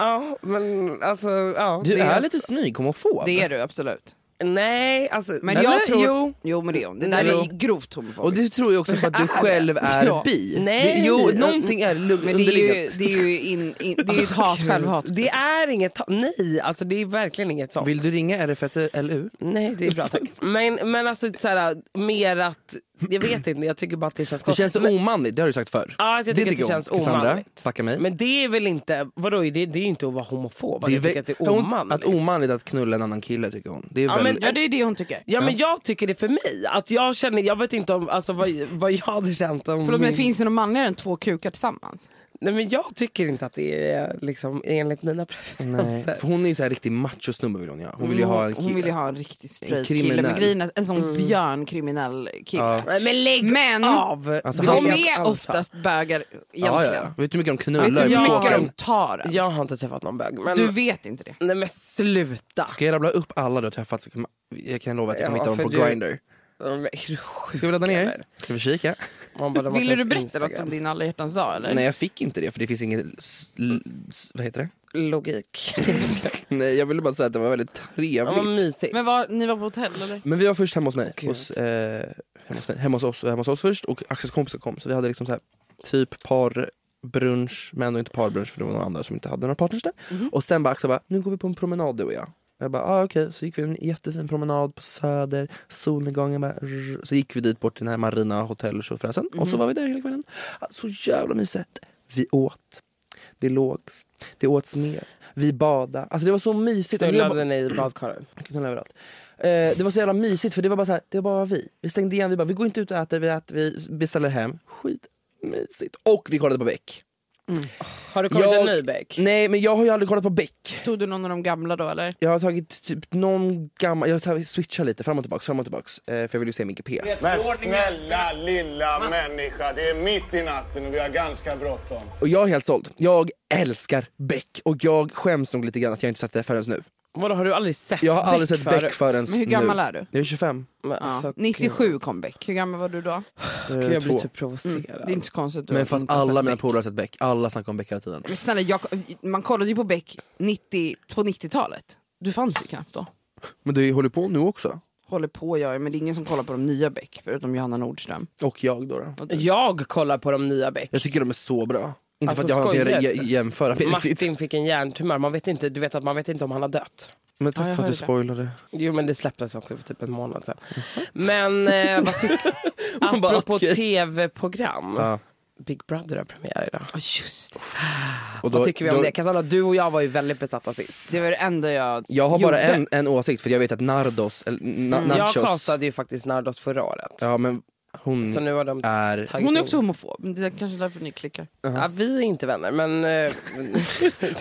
Speaker 4: Ja, men alltså... Ja,
Speaker 3: Du
Speaker 4: det-
Speaker 3: är lite smyghomofob.
Speaker 5: Det är du absolut.
Speaker 4: Nej, alltså...
Speaker 5: Men
Speaker 4: nej,
Speaker 5: jag
Speaker 4: men-
Speaker 5: tror...
Speaker 4: Jo.
Speaker 5: jo men det är hon. Det där
Speaker 4: Jo.
Speaker 5: är grovt homofobiskt.
Speaker 3: Och det tror jag också för att du själv är
Speaker 5: Ja.
Speaker 3: bi.
Speaker 4: Nej.
Speaker 3: Det, jo, någonting är lugg-
Speaker 5: Men det är ju,
Speaker 3: underliggande.
Speaker 5: det är ju, in, in, det är ju ett hat, självhat.
Speaker 4: Det är inget... ta- Nej, alltså det är verkligen inget sånt.
Speaker 3: Vill du ringa RFSLU?
Speaker 4: Nej, det är bra tack. Men, men alltså så här, mer att... Jag vet inte, jag tycker bara att det känns
Speaker 3: Det
Speaker 4: konstigt.
Speaker 3: känns
Speaker 4: men,
Speaker 3: omanligt, det har du sagt förr.
Speaker 4: Ja, jag tycker att det
Speaker 3: hon.
Speaker 4: känns
Speaker 3: Cassandra,
Speaker 4: omanligt.
Speaker 3: Tacka mig.
Speaker 4: men det är väl inte... Vadå, det, det är ju inte att vara homofob. Det jag
Speaker 3: vä-
Speaker 4: tycker att det är
Speaker 3: hon-
Speaker 4: omanligt.
Speaker 3: Att omanligt att knulla en annan kille tycker hon. Det är
Speaker 4: men-
Speaker 3: väl...
Speaker 5: Ja det är det hon tycker.
Speaker 4: Ja, men jag tycker det för mig. Att jag känner, jag vet inte om, alltså, vad, vad jag hade känt om
Speaker 5: Förlåt men
Speaker 4: min...
Speaker 5: finns det någon manligare än två kukar tillsammans?
Speaker 4: Nej, men jag tycker inte att det är liksom, enligt mina preferenser.
Speaker 3: Nej. För hon är ju så här riktig machosnubbe vill hon ju ha. Hon vill ju
Speaker 4: Mm,
Speaker 5: Hon,
Speaker 3: ha en
Speaker 5: hon vill ju
Speaker 3: kille.
Speaker 5: ha en riktig straight kille.
Speaker 3: kriminell.
Speaker 5: Men grejen är en sån björnkriminell kille.
Speaker 4: Nej, Men lägg
Speaker 5: Men
Speaker 4: av!
Speaker 3: Alltså,
Speaker 5: de
Speaker 3: han-
Speaker 5: är oftast bögar
Speaker 3: Ja, ja,
Speaker 5: egentligen.
Speaker 3: ja. Vet du hur mycket de
Speaker 5: Vet du
Speaker 3: knullar?
Speaker 5: hur
Speaker 3: på
Speaker 4: jag-
Speaker 5: mycket
Speaker 3: kåken?
Speaker 5: de tar den?
Speaker 4: Jag har inte träffat någon bög. Men...
Speaker 5: Du vet inte det.
Speaker 4: Nej men sluta!
Speaker 3: Ska jag rabbla upp alla du har träffat så kan man, jag kan lova att jag kommer
Speaker 4: Ja,
Speaker 3: hitta dem
Speaker 4: för
Speaker 3: på
Speaker 4: du-
Speaker 3: Grindr.
Speaker 4: Men är du sjuk
Speaker 3: Ska vi ladda ner?
Speaker 4: eller?
Speaker 3: Ska vi kika?
Speaker 4: Man bara, de har
Speaker 5: Ville du
Speaker 4: inte ens
Speaker 5: berätta något om
Speaker 4: Instagram.
Speaker 5: din alla hjärtans dag eller?
Speaker 3: Nej jag fick inte det för det finns inget, s- l- s- vad heter det?
Speaker 4: logik.
Speaker 3: Nej, jag ville bara säga att det var väldigt
Speaker 4: Ja, vad
Speaker 3: trevligt.
Speaker 4: mysigt.
Speaker 5: Men var, ni var på hotell eller?
Speaker 3: Men vi var först hemma hos mig. Hos, eh, hemma, hos mig. hemma hos oss och hemma hos oss först och Axels kompisar kom. Så vi hade liksom så här, typ par brunch, men ändå inte parbrunch för det var några andra som inte hade några partners där. Och sen bara Axel bara, nu går vi på en promenad du och jag. Jag bara, ah, okej. Så gick vi en jättefin promenad på Söder, solnedgången bara, rrr. Så gick vi dit bort till den här Marina hotell och tjofräsen. Och så var vi där hela kvällen. Ah, Så jävla mysigt. Vi åt, det låg, det åts mer, vi badade. Alltså det var så mysigt. Och jag bara-
Speaker 4: Knullade ni i badkaret?
Speaker 3: Knullar överallt. Eh, det var så jävla mysigt för det var bara så här, det var bara vi. Vi stängde igen, vi bara vi går inte ut och äter, vi, äter, vi beställer hem. Skitmysigt. Och vi kollade på Beck.
Speaker 4: Har du kommit
Speaker 3: Jag-
Speaker 4: en ny bäck?
Speaker 3: Nej men jag har ju aldrig kollat på Beck.
Speaker 5: Tog du någon av de gamla då eller?
Speaker 3: Jag har tagit typ någon gammal, jag så här switchar lite fram och tillbaks, fram och tillbaks. Eh, för jag vill ju se Micke P.
Speaker 2: Men snälla lilla människa, det är mitt i natten och vi har ganska bråttom.
Speaker 3: Och jag är helt såld. Jag älskar Beck och jag skäms nog lite grann att jag inte sett det förrän nu.
Speaker 4: Vadå, har du aldrig sett
Speaker 3: Jag har aldrig
Speaker 4: Beck
Speaker 3: sett
Speaker 4: förut?
Speaker 3: Beck förrän
Speaker 5: Men hur gammal
Speaker 3: nu.
Speaker 5: är du?
Speaker 3: Jag är 25.
Speaker 4: Men, alltså,
Speaker 5: Ja.
Speaker 4: gud,
Speaker 5: 97 kom Beck. Hur gammal var du då?
Speaker 4: gud, jag blir
Speaker 3: Eh, två.
Speaker 4: typ provocerad.
Speaker 5: Det är inte så konstigt. att du
Speaker 3: Men
Speaker 5: har
Speaker 3: fast
Speaker 5: inte har
Speaker 3: alla
Speaker 5: sett
Speaker 3: mina
Speaker 5: Beck.
Speaker 3: polare har sett Beck. Alla snackar om Beck hela tiden.
Speaker 5: Men snälla, jag, man kollade ju på Beck 90, på 90-talet. Du fanns ju knappt då.
Speaker 3: Men det håller på nu också.
Speaker 5: Håller på jag men det är ingen som kollar på de nya Beck förutom Johanna Nordström.
Speaker 3: Och jag då. då.
Speaker 4: Jag kollar på de nya Beck.
Speaker 3: Jag tycker de är så bra. Inte
Speaker 4: Alltså,
Speaker 3: för att jag har någonting
Speaker 4: skojar
Speaker 3: att
Speaker 4: du?
Speaker 3: jä- jämföra med riktigt.
Speaker 4: Martin fick en hjärntumör. Man vet inte, du vet att man vet inte om han har dött.
Speaker 3: Men tack
Speaker 5: Ja, jag
Speaker 3: för att du
Speaker 5: hörde.
Speaker 3: spoilade.
Speaker 4: Jo men det släpptes också för typ en månad sedan. Men eh, vad tycker
Speaker 3: Man Mhm. bara,
Speaker 4: Apropå
Speaker 3: okej.
Speaker 4: tv-program.
Speaker 3: Ja.
Speaker 4: Big Brother har premiär idag.
Speaker 5: Ja just det.
Speaker 3: Och
Speaker 4: Vad tycker vi om
Speaker 3: då,
Speaker 4: det? Cassandra, du och jag var ju väldigt besatta sist.
Speaker 5: Det var det enda jag
Speaker 3: Jag har bara
Speaker 5: gjorde.
Speaker 3: en, en åsikt för jag vet att Nardos, eller na,
Speaker 4: Mm, Jag
Speaker 3: Mm. Nachos.
Speaker 4: castade ju faktiskt Nardos förra året.
Speaker 3: Ja Äh. men hon
Speaker 4: Så nu har de
Speaker 3: är...
Speaker 4: tagit
Speaker 5: Hon är
Speaker 4: in-
Speaker 5: också homofob, men det är kanske därför ni klickar.
Speaker 4: ja, Vi är inte vänner men eh,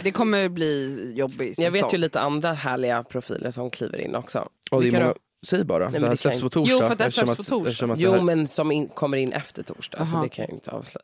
Speaker 5: Det kommer bli jobbigt.
Speaker 4: jag vet ju lite andra härliga profiler som kliver in också.
Speaker 3: Och det är
Speaker 5: Vilka
Speaker 3: många,
Speaker 5: då?
Speaker 3: säg bara,
Speaker 4: men
Speaker 3: det här
Speaker 4: det kan
Speaker 3: släpps
Speaker 4: ju-
Speaker 3: på torsdag.
Speaker 5: Jo, för att det här
Speaker 3: eftersom
Speaker 5: släpps på torsdag.
Speaker 3: eftersom att det här-
Speaker 4: Jo men som in, kommer in efter torsdag så
Speaker 5: Aha.
Speaker 4: det kan jag ju inte avslöja.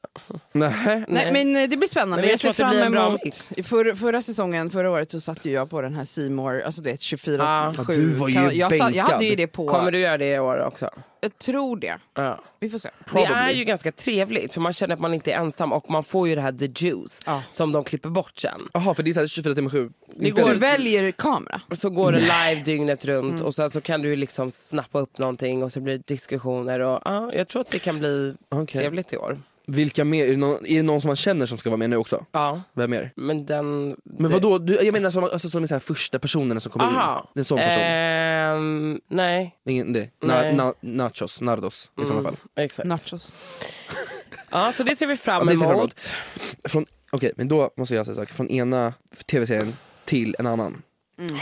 Speaker 3: Nähä.
Speaker 5: Nej, men eh, det blir spännande.
Speaker 4: Nej, men jag
Speaker 5: jag ser
Speaker 4: tror att
Speaker 5: fram
Speaker 4: det blir en bra
Speaker 5: emot...
Speaker 4: mix.
Speaker 5: I förra, förra säsongen, förra året, så satt ju jag på den här Simor, alltså det är 24
Speaker 4: Ah.
Speaker 5: 7.
Speaker 3: Du var ju
Speaker 5: jag, satt- jag
Speaker 3: bänkad.
Speaker 5: hade ju det på,
Speaker 4: Kommer du göra det i år också?
Speaker 5: jag tror det.
Speaker 4: Ja.
Speaker 5: Vi får se.
Speaker 4: Det är ju ganska trevligt för man känner att man inte är ensam och man får ju det här the juice som de klipper bort sen.
Speaker 3: Jaha, för det är så här 24 timmar 7
Speaker 4: Det
Speaker 5: Du
Speaker 4: går,
Speaker 5: väljer kamera.
Speaker 4: så går det
Speaker 3: Mm.
Speaker 4: live dygnet runt och sen så kan du ju liksom snappa upp någonting och så blir det diskussioner och ja, jag tror att det kan bli
Speaker 3: Okej.
Speaker 4: trevligt i år.
Speaker 3: Vilka mer, är det, någon, är det någon som man känner som ska vara med nu också?
Speaker 4: Ja, Mm.
Speaker 3: Vem mer?
Speaker 4: men den...
Speaker 3: Men vadå, du, jag menar som, alltså, som är så här första personerna som kommer in.
Speaker 4: Aha.
Speaker 3: Det är En sån person.
Speaker 4: Ehm, nej,
Speaker 3: Ingen, det. Na,
Speaker 4: nej. Mm.
Speaker 3: na, nachos, Nardos i sådana fall.
Speaker 4: exakt.
Speaker 5: Nachos.
Speaker 4: Ja, så det ser vi fram
Speaker 3: Ja, det ser jag fram
Speaker 4: emot.
Speaker 3: emot. Från, okej, men då måste jag säga en sak. Från ena tv-serien till en annan.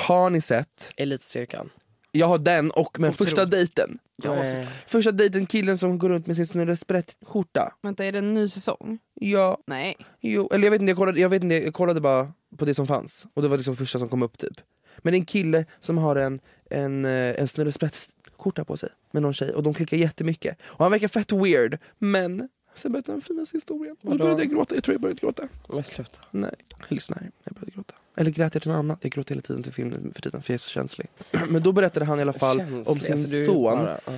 Speaker 3: Har ni sett,
Speaker 4: Elitstyrkan. Eh,
Speaker 3: jag har den och men första dejten.
Speaker 4: Nej.
Speaker 3: Första dejten killen som går runt med sin snurre skjorta.
Speaker 5: Vänta, är det en ny säsong?
Speaker 3: Ja,
Speaker 5: Nej.
Speaker 3: jo, eller jag vet inte, jag kollade, jag vet inte, jag kollade bara på det som fanns och det var liksom första som kom upp typ. Men det är en kille som har en, en, eh, en snurre skjorta på sig med någon tjej och de klickar jättemycket. Och han verkar fett weird, men sen berättar han den finaste historien. Och då
Speaker 4: Vadå?
Speaker 3: började jag gråta, jag tror jag började gråta.
Speaker 4: Men sluta.
Speaker 3: Nej, jag lyssnar. Jag började gråta. Eller grät jag till något annat? Jag gråter hela tiden till filmen för tiden för jag är så känslig. Men då berättade han i alla fall om
Speaker 4: Känslig,
Speaker 3: sin
Speaker 4: alltså, du är
Speaker 3: son
Speaker 4: bara- ja.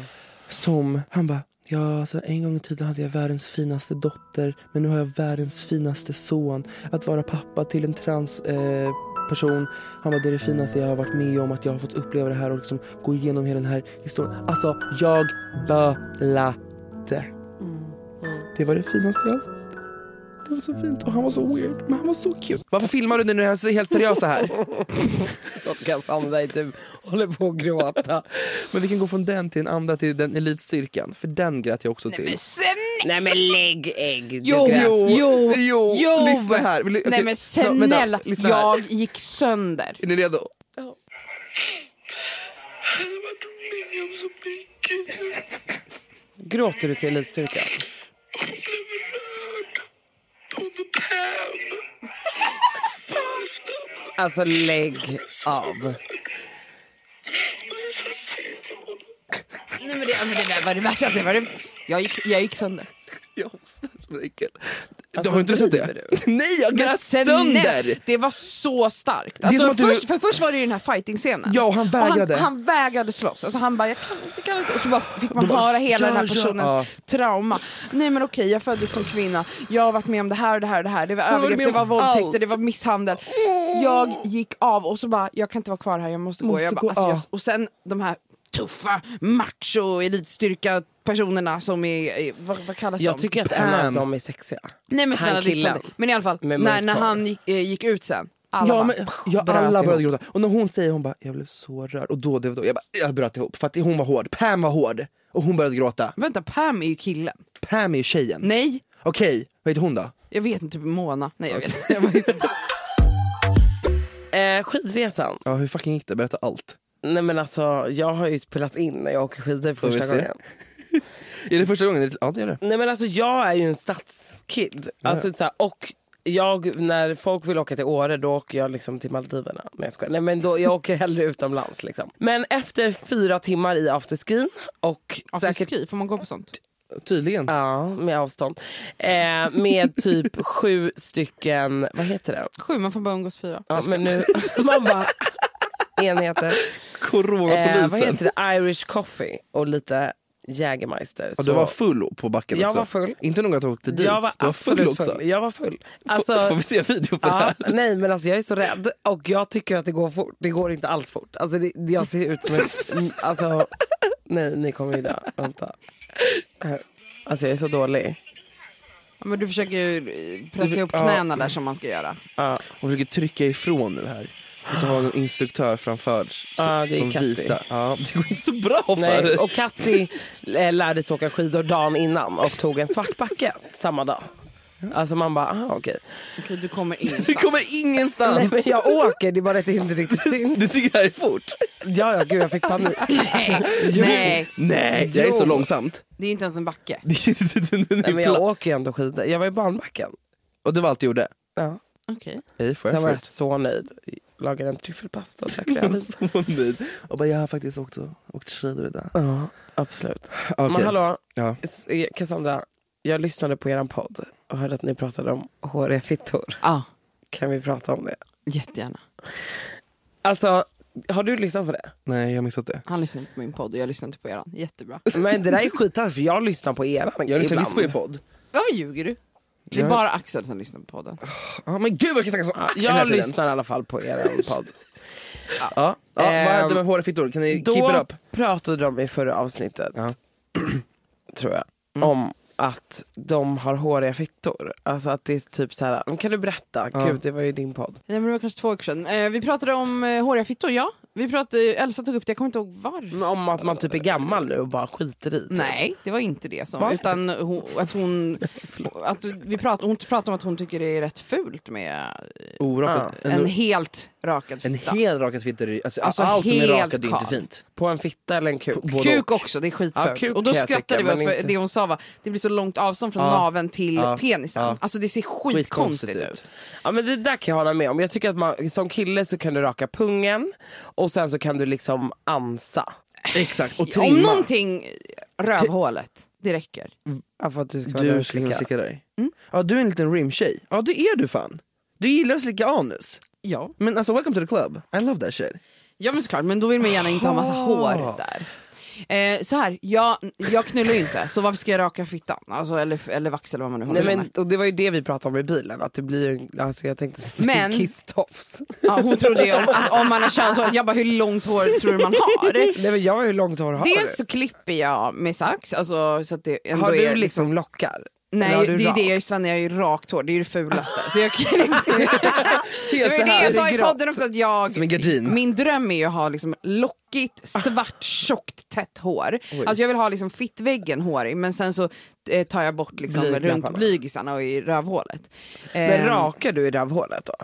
Speaker 3: som, han bara, ja så en gång i tiden hade jag världens finaste dotter men nu har jag världens finaste son. Att vara pappa till en trans eh, person, han bara det är det finaste jag har varit med om att jag har fått uppleva det här och liksom gå igenom hela den här historien. Alltså jag bölade.
Speaker 4: Mm.
Speaker 3: Det var det finaste jag det var så fint och han var så weird, men han var så cute. Varför filmar du när du är helt seriös så här?
Speaker 4: Och Cassandra är typ, håller på att gråta.
Speaker 3: Men vi kan gå från den till den andra, till den elitstyrkan. För den grät jag också till.
Speaker 4: Nej men lägg ägg.
Speaker 5: Jo,
Speaker 4: Du grät.
Speaker 5: jo, jo,
Speaker 3: jo, lyssna här. Vill du-
Speaker 5: Nej
Speaker 3: okej,
Speaker 5: men
Speaker 3: snälla, vänta,
Speaker 5: snälla,
Speaker 3: lyssna här.
Speaker 5: jag gick sönder.
Speaker 3: Är ni redo?
Speaker 4: Gråter du till Elitstyrkan? Alltså lägg av.
Speaker 5: Nej men det, men det där var det värsta. Det var det, jag, gick, jag gick sönder.
Speaker 3: Jag hostar så mycket. du
Speaker 4: Alltså,
Speaker 3: har inte sett
Speaker 5: driver
Speaker 3: det? Nej, jag
Speaker 5: Men
Speaker 3: grät
Speaker 5: sen-
Speaker 3: sönder!
Speaker 5: nej, Det var så starkt.
Speaker 3: som
Speaker 5: Alltså
Speaker 3: att du-
Speaker 5: först, för först var det ju den här fighting-scenen.
Speaker 3: Ja, och han vägrade.
Speaker 5: Han, han vägrade slåss. Alltså han bara, jag kan inte, kan inte. Och så bara fick man
Speaker 3: De bara,
Speaker 5: höra hela den här
Speaker 3: "Kör, kör."
Speaker 5: personens
Speaker 3: Ja.
Speaker 5: trauma. Nej men okej, jag föddes som kvinna. Jag har varit med om det här och det här och det här. Det var
Speaker 3: har varit
Speaker 5: övergrepp,
Speaker 3: med
Speaker 5: det var
Speaker 3: om
Speaker 5: våldtäkter,
Speaker 3: allt.
Speaker 5: det var misshandel. Jag gick av och så bara, jag kan inte vara kvar här, jag måste, gå.
Speaker 3: Måste
Speaker 5: Jag bara,
Speaker 3: gå,
Speaker 5: alltså, jag,
Speaker 3: ja.
Speaker 5: och sen de här tuffa macho elitstyrka personerna som är, är- vad, vad kallas
Speaker 4: Jag
Speaker 5: de?
Speaker 4: tycker att en av
Speaker 3: Bam.
Speaker 4: dem är sexiga.
Speaker 5: Nej
Speaker 4: Han
Speaker 5: men snälla
Speaker 4: killen.
Speaker 5: listan. Men i alla fall,
Speaker 4: Med
Speaker 5: när,
Speaker 4: mörkt
Speaker 5: när
Speaker 4: hår.
Speaker 5: han gick, eh, gick ut sen. Alla
Speaker 3: ja,
Speaker 5: bara,
Speaker 3: men,
Speaker 5: pff,
Speaker 3: ja,
Speaker 5: bröt
Speaker 3: alla
Speaker 5: ihop.
Speaker 3: började gråta. Och när hon säger hon bara, jag blev så rörd. Och då, det var då jag, bara, jag bröt ihop. För att hon var hård. Pam var hård. Och hon började gråta.
Speaker 5: Vänta, Pam är ju killen.
Speaker 3: Pam är ju tjejen.
Speaker 5: Nej,
Speaker 3: Okej, vad heter hon då?
Speaker 5: jag vet inte, typ Mona. Nej jag vet inte. Jag vet inte.
Speaker 4: Eh, skidresan.
Speaker 3: Ja, hur fucking gick det? Berätta allt.
Speaker 4: Nej, men alltså, jag har ju spelat in när jag åker skidor för
Speaker 3: Får vi
Speaker 4: första
Speaker 3: se?
Speaker 4: gången.
Speaker 3: Är det första gången? Ja, det är det.
Speaker 4: Nej, men alltså, jag är ju en stadskid. Alltså, så här, och jag, när folk vill åka till Åre då åker jag liksom till Maldiverna. Nej, jag skojar. Nej, men då, jag åker hellre utomlands. Liksom. Men efter fyra timmar i afterskin och säkert
Speaker 5: Afterski, får man gå på sånt?
Speaker 3: Tydligen.
Speaker 4: Ja, med avstånd. Eh, med typ sju stycken, vad heter det?
Speaker 5: Sju, man får bara umgås fyra.
Speaker 4: Ja, men nu, man bara, enheter. Eh, vad
Speaker 3: Coronapolisen.
Speaker 4: heter det? Irish coffee och lite Jägermeister.
Speaker 3: Ja, du var full på backen
Speaker 4: Jag
Speaker 3: också.
Speaker 4: var full.
Speaker 3: Inte nog att du åkte dit.
Speaker 4: jag var
Speaker 3: du var full
Speaker 4: absolut
Speaker 3: också.
Speaker 4: full. Jag var full. Alltså,
Speaker 3: Får, får vi se en video på det
Speaker 4: ja,
Speaker 3: här?
Speaker 4: nej men alltså jag är så rädd och jag tycker att det går fort. Det går inte alls fort. Alltså det, det- jag ser ut som en... Alltså, nej ni kommer ju dö. Vänta. Här. Alltså jag är så dålig.
Speaker 5: Ja, men du försöker ju eh, pressa ihop
Speaker 3: Ja.
Speaker 5: knäna där som man ska göra.
Speaker 3: Hon försöker trycka ifrån nu här. Och så har hon en instruktör framför s-
Speaker 4: Ja, det är
Speaker 3: som
Speaker 4: Katty.
Speaker 3: visar. Ja, det går inte så bra för
Speaker 4: Nej,
Speaker 3: dig.
Speaker 4: och Katti eh, lärde sig åka skidor dagen innan och tog en svartbacke samma dag. Alltså man bara, aha okej.
Speaker 5: Okej, du kommer
Speaker 3: Du
Speaker 5: ingenstans.
Speaker 3: kommer ingenstans.
Speaker 4: Nej men jag åker, det är bara att det inte riktigt
Speaker 3: Du
Speaker 4: syns.
Speaker 3: tycker det här är fort?
Speaker 4: Ja, ja gud jag fick panik.
Speaker 5: Nej,
Speaker 3: Nej, jag är så
Speaker 4: Jo.
Speaker 3: långsamt.
Speaker 5: det är inte ens en backe.
Speaker 3: Det är inte- det är
Speaker 4: Nej, men jag
Speaker 3: pla-
Speaker 4: åker ju ändå skidor. Jag var i barnbacken.
Speaker 3: Och det var allt du gjorde?
Speaker 4: Ja.
Speaker 5: Okej.
Speaker 3: Hej,
Speaker 4: Sen var jag
Speaker 3: Frankfurt.
Speaker 4: så nöjd. Lagade en tryffelpasta och drack rödvin.
Speaker 3: Så nöjd. Och bara, jag har faktiskt åkt, åkt skidor idag.
Speaker 4: Ja, absolut.
Speaker 3: Okej.
Speaker 4: Men hallå,
Speaker 3: Ja.
Speaker 4: S- eh, Cassandra. Jag lyssnade på er podd och hörde att ni pratade om håriga fittor.
Speaker 5: Ja,
Speaker 4: Kan vi prata om det?
Speaker 5: jättegärna.
Speaker 4: Alltså, har du lyssnat på det?
Speaker 3: Nej, jag har missat det.
Speaker 5: Han lyssnar inte på min podd och jag lyssnar inte på eran. Jättebra.
Speaker 4: Men det där är skittaskigt för jag lyssnar på er
Speaker 3: Jag lyssnar visst på er podd.
Speaker 5: Varför ljuger du? Det är
Speaker 3: Jag-
Speaker 5: bara Axel som lyssnar på podden.
Speaker 3: Ja, men gud vad jag kan snacka så
Speaker 4: Ja,
Speaker 3: axeln hela
Speaker 4: jag
Speaker 3: tiden.
Speaker 4: lyssnar i alla fall på er podd.
Speaker 3: Ja, ja, vad
Speaker 4: Ehm,
Speaker 3: hände med håriga fittor? Kan ni keep it
Speaker 4: Då
Speaker 3: up?
Speaker 4: pratade de i förra avsnittet,
Speaker 3: Ja. Mm.
Speaker 4: tror jag, om att de har håriga fittor. Alltså att det är typ så här, "Men kan du berätta?
Speaker 3: Ja.
Speaker 4: Gud, det var ju din podd.
Speaker 5: Nej, men det var kanske två veckor sedan. Eh, vi pratade om eh, håriga fittor, ja. Vi pratade, Elsa tog upp det, jag kommer inte ihåg var.
Speaker 4: Men Om att man typ är gammal nu och bara skiter i typ. det.
Speaker 5: Nej, det var inte det som...
Speaker 4: Var det
Speaker 5: utan hon, att hon... att vi pratade, hon pratade om att hon tycker det är rätt fult med
Speaker 3: Orakat.
Speaker 5: en,
Speaker 3: En,
Speaker 5: helt rakad
Speaker 3: en
Speaker 5: fitta.
Speaker 3: hel rakad fitta. är ju- Alltså,
Speaker 5: Alltså,
Speaker 3: allt som är
Speaker 5: helt
Speaker 3: rakat är ju inte
Speaker 5: kav.
Speaker 3: fint.
Speaker 4: På en fitta eller en kuk? Både
Speaker 5: Kuk
Speaker 4: och.
Speaker 5: också, det är
Speaker 4: Ja,
Speaker 5: skitfult.
Speaker 4: kuk
Speaker 5: och då
Speaker 4: kan jag
Speaker 5: skrattade
Speaker 4: tycka,
Speaker 5: vi
Speaker 4: men
Speaker 5: åt för
Speaker 4: inte-
Speaker 5: det hon sa var det blir så långt avstånd från
Speaker 3: Ja.
Speaker 5: naveln till
Speaker 3: Ja.
Speaker 5: penisen.
Speaker 3: Ja.
Speaker 5: Alltså det ser
Speaker 3: Skitkonstigt
Speaker 5: skitkonstigt ut.
Speaker 3: ut.
Speaker 4: Ja, men det där kan jag hålla med om. Jag tycker att man, som kille så kan du raka pungen och sen så kan du liksom ansa.
Speaker 3: Exakt, och
Speaker 5: Om
Speaker 3: trimma.
Speaker 5: någonting, rövhålet, det räcker.
Speaker 4: Ja, För att du ska vara där
Speaker 3: Du Mm.
Speaker 4: och
Speaker 3: skulle kunna
Speaker 4: slicka.
Speaker 3: slicka dig. Ja, du är en liten rimtjej. Ja, det är du fan. Du gillar att slicka anus.
Speaker 5: Ja.
Speaker 3: Men alltså, welcome to the club. I love that shit.
Speaker 5: Ja men såklart, men då vill man gärna inte ha massa hår där. Eh, så här, jag, jag knullar ju inte, så varför ska jag raka fittan? Alltså, eller, eller vax eller vad man nu håller
Speaker 4: Nej,
Speaker 5: på
Speaker 4: men,
Speaker 5: med.
Speaker 4: och det var ju det vi pratade om i bilen, att det blir ju- alltså jag tänkte
Speaker 5: Men-
Speaker 4: men... kisstofs.
Speaker 5: Ja, hon trodde ju om, att om man har könshår, jag bara hur långt hår tror du man har?
Speaker 4: Nej, men jag har ju långt hår har
Speaker 5: Dels
Speaker 4: du?
Speaker 5: så klipper jag med sax, alltså, så att det ändå
Speaker 4: Har
Speaker 5: är...
Speaker 4: du liksom lockar? Eller har
Speaker 5: Nej,
Speaker 4: du
Speaker 5: det är ju det jag
Speaker 4: rakt?
Speaker 5: är Sven, jag är ju rakt hår, det är ju det fulaste. Så jag klipper... Det var ju det jag sa i podden också, att jag,
Speaker 3: Som en gardin.
Speaker 5: min dröm är ju att ha liksom lockigt, svart, tjockt, tätt hår. Alltså jag vill ha liksom fittväggen hårig men sen så eh, tar jag bort liksom
Speaker 4: Blyglapparna.
Speaker 5: runt blygisarna och i rövhålet.
Speaker 4: Men
Speaker 5: Ehm,
Speaker 4: rakar du i rövhålet då?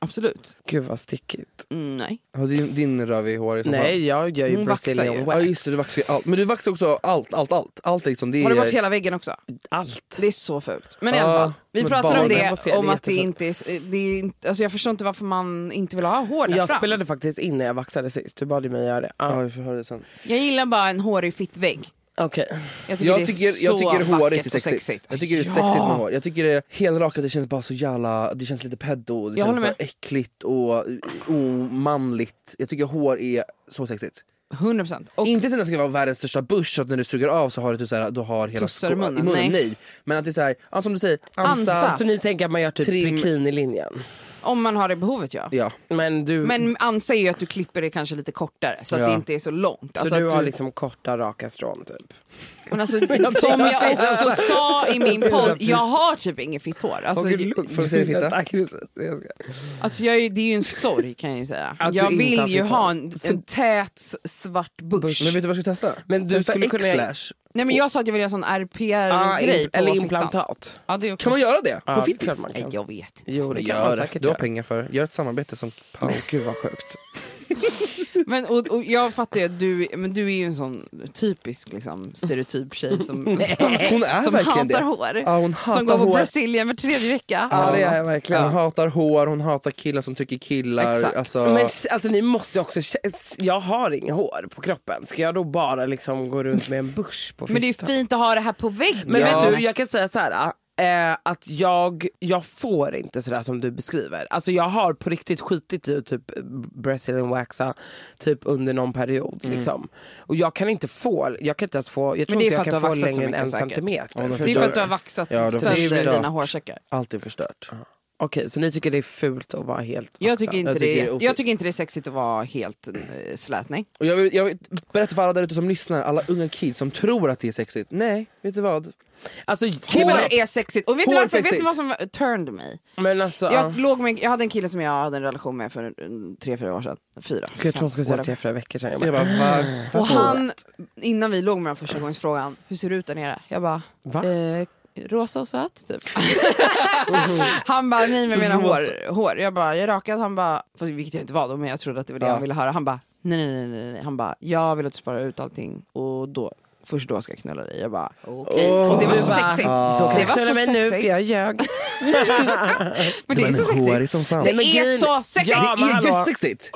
Speaker 5: Absolut.
Speaker 4: Gud vad stickigt.
Speaker 5: Mm, nej.
Speaker 3: Har din, din röv i hår i så fall?
Speaker 4: Nej jag gör Mm, ju
Speaker 5: Hon vaxar ju.
Speaker 4: brazilian
Speaker 3: Ja
Speaker 4: wax.
Speaker 3: just det, du vaxar ju allt. Men du vaxar också allt, allt, allt. Allt liksom. Det är...
Speaker 5: Har du bort hela väggen också?
Speaker 4: Allt.
Speaker 5: Det är så fult. Men i
Speaker 3: Ja,
Speaker 5: alla fall, vi
Speaker 3: men
Speaker 5: pratade om
Speaker 3: barnen
Speaker 4: får se,
Speaker 5: det,
Speaker 4: det är
Speaker 5: om att det
Speaker 4: jättefult.
Speaker 5: inte är, det är inte, alltså jag förstår inte varför man inte vill ha hår där
Speaker 4: Jag
Speaker 5: fram.
Speaker 4: spelade faktiskt in när jag vaxade sist, du bad ju mig göra det. Ja.
Speaker 3: Ja, vi får höra det sen.
Speaker 5: Jag gillar bara en hårig fittvägg.
Speaker 4: Okej.
Speaker 5: Jag tycker,
Speaker 3: Jag tycker,
Speaker 5: det är
Speaker 3: jag
Speaker 5: så
Speaker 3: tycker
Speaker 5: vackert
Speaker 3: håret är
Speaker 5: och
Speaker 3: sexigt. Jag tycker det är sexigt med hår. Jag tycker det är helrakat, det känns bara så jävla, det känns lite pedo, det
Speaker 5: Jag
Speaker 3: känns
Speaker 5: håller
Speaker 3: bara
Speaker 5: med.
Speaker 3: äckligt och omanligt. Jag tycker hår är så sexigt.
Speaker 5: 100 procent. Och
Speaker 3: Inte så att det ska vara världens största bush, så att när du suger av så har du typ såhär, du har hela
Speaker 5: Tussar i
Speaker 3: sko-
Speaker 5: munnen?
Speaker 3: i munnen. Nej.
Speaker 5: Nej.
Speaker 3: Men att det är såhär, ja, som du säger, ansats.
Speaker 5: Ansats.
Speaker 4: Så ni tänker att man gör typ
Speaker 3: Trim.
Speaker 4: bikinilinjen?
Speaker 5: om man har det behovet ja.
Speaker 3: Ja.
Speaker 4: Men du,
Speaker 5: Men anser ju att du klipper det kanske lite kortare så att
Speaker 3: Ja.
Speaker 5: det inte är så långt.
Speaker 4: så
Speaker 5: Alltså
Speaker 4: du
Speaker 5: att
Speaker 4: har liksom korta raka strån typ?
Speaker 5: men alltså, som jag också sa i min podd, jag har typ inget fitt hår. Alltså,
Speaker 3: får vi se din fitta?
Speaker 4: Tack, det ska- jag ska-
Speaker 5: alltså, jag är, ju- det är ju en sorg kan jag ju säga.
Speaker 4: Att du
Speaker 5: Jag
Speaker 4: inte
Speaker 5: vill
Speaker 4: har
Speaker 5: ju
Speaker 4: fitt
Speaker 5: ha
Speaker 4: hår.
Speaker 5: en, en tät svart bush.
Speaker 3: Men vet du vad jag ska testa?
Speaker 4: Men du
Speaker 3: testa
Speaker 4: skulle kunna-
Speaker 3: X-lash.
Speaker 5: Nej men jag sa att jag ville göra sån
Speaker 4: Ah, in-
Speaker 5: RPR-grej på
Speaker 4: eller
Speaker 5: fittan.
Speaker 4: implantat.
Speaker 5: Ja, det är okay.
Speaker 3: Kan man göra det?
Speaker 4: Ja,
Speaker 3: på
Speaker 4: det är klart
Speaker 3: fittis?
Speaker 4: man
Speaker 5: Nej
Speaker 4: kan.
Speaker 5: jag vet inte.
Speaker 4: Jo, det kan
Speaker 3: Gör
Speaker 4: man
Speaker 3: det,
Speaker 4: säkert
Speaker 3: du har
Speaker 4: göra.
Speaker 3: pengar för det. Gör ett samarbete som Pau.
Speaker 4: Gud vad sjukt.
Speaker 5: Men, och, och jag fattar ju att du, men du är ju en sån typisk liksom, stereotyp tjej som, som,
Speaker 3: Hon är
Speaker 5: som
Speaker 3: verkligen
Speaker 5: hatar
Speaker 3: det.
Speaker 5: hår.
Speaker 3: Ja, hon hatar
Speaker 5: som går på
Speaker 3: hår.
Speaker 5: Brasilien var tredje vecka.
Speaker 4: Ja, det är jag verkligen.
Speaker 3: Hon hatar hår, hon hatar killar som tycker killar.
Speaker 5: Exakt.
Speaker 3: Alltså,
Speaker 4: Men sh- alltså ni måste ju också, sh- jag har inget hår på kroppen, ska jag då bara liksom gå runt med en busch på fittan?
Speaker 5: Men det är fint att ha det här på väggen.
Speaker 4: Men
Speaker 3: Ja.
Speaker 4: vet du, jag kan säga så här. Eh, att jag, jag får inte sådär som du beskriver. Alltså jag har på riktigt skitit i att typ Brazilian waxa typ under någon period. Liksom. Och jag kan inte få, jag kan inte ens få, jag tror
Speaker 5: det är
Speaker 4: inte
Speaker 5: för
Speaker 4: jag kan
Speaker 5: att du har
Speaker 4: få
Speaker 5: vaxat så
Speaker 4: längre än
Speaker 5: mycket
Speaker 4: en
Speaker 5: säkert.
Speaker 4: centimeter.
Speaker 3: Ja, men
Speaker 5: det är
Speaker 4: Förstår
Speaker 5: för
Speaker 4: du?
Speaker 5: att du har vaxat
Speaker 3: Ja, då-
Speaker 5: sönder
Speaker 3: Förstört.
Speaker 5: dina hårsäckar.
Speaker 3: allt är förstört.
Speaker 4: Okej, så ni tycker det är fult att vara helt
Speaker 5: Jag
Speaker 4: vaxad?
Speaker 5: tycker, inte
Speaker 3: Jag tycker det är
Speaker 5: det,
Speaker 3: ofint.
Speaker 5: jag tycker inte det är sexigt att vara helt eh, slät. Nej.
Speaker 3: Och jag, vill, jag vill berätta för alla där ute som lyssnar, alla unga kids som tror att det är sexigt. Nej, vet du vad?
Speaker 4: Alltså,
Speaker 5: Hår är sexigt. Och vet,
Speaker 3: Hår
Speaker 5: du
Speaker 3: är
Speaker 5: varför, vet
Speaker 3: sexigt.
Speaker 5: ni vad som turned mig?
Speaker 4: men alltså, ja.
Speaker 5: Jag, låg med, jag hade en kille som jag hade en relation med för mm, tre, fyra år sedan. Fyra.
Speaker 4: Gud, jag tror hon skulle säga
Speaker 5: Whatever.
Speaker 4: tre, fyra veckor sedan. Jag
Speaker 3: Jag
Speaker 4: bara,
Speaker 3: bara, vad
Speaker 5: Och han, innan vi låg med den första gången frågade han, hur ser det ut där nere? Jag bara,
Speaker 4: Va?
Speaker 5: eh, rosa och söt typ. han bara, nej men jag menar hår, hår. Jag bara, jag är rakad. Han bara, fast vilket jag inte var då men jag trodde att det var det
Speaker 3: Ja.
Speaker 5: han ville höra. Han bara, nej nej nej, nej nej. Han bara, jag vill att du sparar ut allting och då, först då ska jag knulla dig. Jag bara, okej. och det var
Speaker 4: Du
Speaker 5: så
Speaker 4: bara,
Speaker 5: sexigt.
Speaker 3: "Ah."
Speaker 5: Det var
Speaker 4: Knulla
Speaker 5: så
Speaker 4: mig
Speaker 5: sexigt.
Speaker 4: nu för jag ljög.
Speaker 5: Men det är så
Speaker 3: Hårig
Speaker 5: sexigt.
Speaker 3: som fan.
Speaker 5: Det
Speaker 4: men
Speaker 5: är
Speaker 4: grejen-
Speaker 5: så sexigt.
Speaker 4: Ja,
Speaker 3: det
Speaker 4: men
Speaker 3: är
Speaker 4: hallå.
Speaker 3: jättesexigt!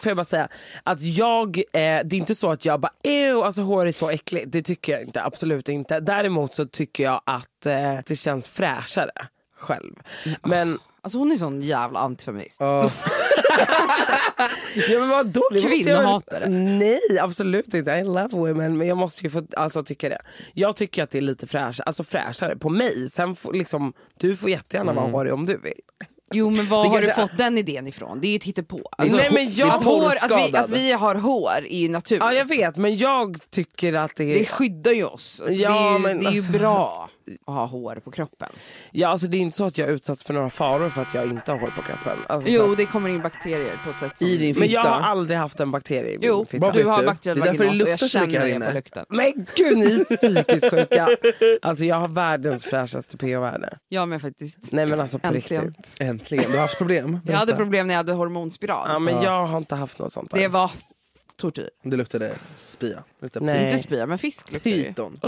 Speaker 4: får jag bara säga att jag, eh, det är inte så att jag bara ew, alltså hår är så äckligt. Det tycker jag inte, absolut inte. Däremot så tycker jag att eh, det känns fräschare själv. Men,
Speaker 5: Alltså hon är sån jävla antifeminist.
Speaker 4: ja, men vadå? Det måste jag väl-
Speaker 5: Kvinnohatare.
Speaker 4: Nej, absolut inte. I love women. Men jag måste ju få alltså, tycka det. Jag tycker att det är lite fräsch, alltså, fräschare på mig. Sen får, liksom, du får jättegärna
Speaker 5: Mm.
Speaker 4: vara hårig om du vill.
Speaker 5: Jo men var
Speaker 3: Det
Speaker 5: har du
Speaker 3: kanske-
Speaker 5: fått den idén ifrån? Det är ju ett hittepå. Alltså,
Speaker 4: Nej, men jag-
Speaker 5: att, hår, att, vi,
Speaker 3: Porrskadad.
Speaker 5: att vi har hår är ju naturligt.
Speaker 4: Ja, jag vet. Men jag tycker att det är...
Speaker 5: Det skyddar ju oss. Alltså, det
Speaker 4: Ja,
Speaker 5: är, ju,
Speaker 4: men
Speaker 5: det är ju
Speaker 4: alltså-
Speaker 5: bra att ha hår på kroppen.
Speaker 4: ja, alltså, det är inte så att jag utsatts för några faror för att jag inte har hår på kroppen. Alltså, så-
Speaker 5: Jo det kommer in bakterier på ett sätt som...
Speaker 3: I din
Speaker 4: Men jag
Speaker 3: fitta.
Speaker 4: har aldrig haft en bakterie i min
Speaker 5: Jo,
Speaker 4: fitta.
Speaker 5: du
Speaker 3: vet
Speaker 5: har
Speaker 3: du?
Speaker 5: bakteriell
Speaker 3: Det är därför det
Speaker 5: vaginas och
Speaker 3: luktar
Speaker 5: jag
Speaker 3: så mycket här
Speaker 5: känner
Speaker 3: inne.
Speaker 5: det på lukten.
Speaker 4: Men gud ni är psykiskt sjuka. Alltså jag har världens fräschaste PH-värde.
Speaker 5: Jag med faktiskt.
Speaker 4: Nej men alltså på
Speaker 5: Äntligen.
Speaker 4: riktigt.
Speaker 3: Äntligen, du har haft problem.
Speaker 5: Jag hade
Speaker 3: Berätta.
Speaker 5: problem när jag hade hormonspiral.
Speaker 4: Ja men jag har inte haft något sånt där.
Speaker 5: Det var tortyr.
Speaker 3: Det luktade spia. Det luktade
Speaker 4: Nej.
Speaker 5: Inte spya men fisk luktar ju.
Speaker 3: Pyton.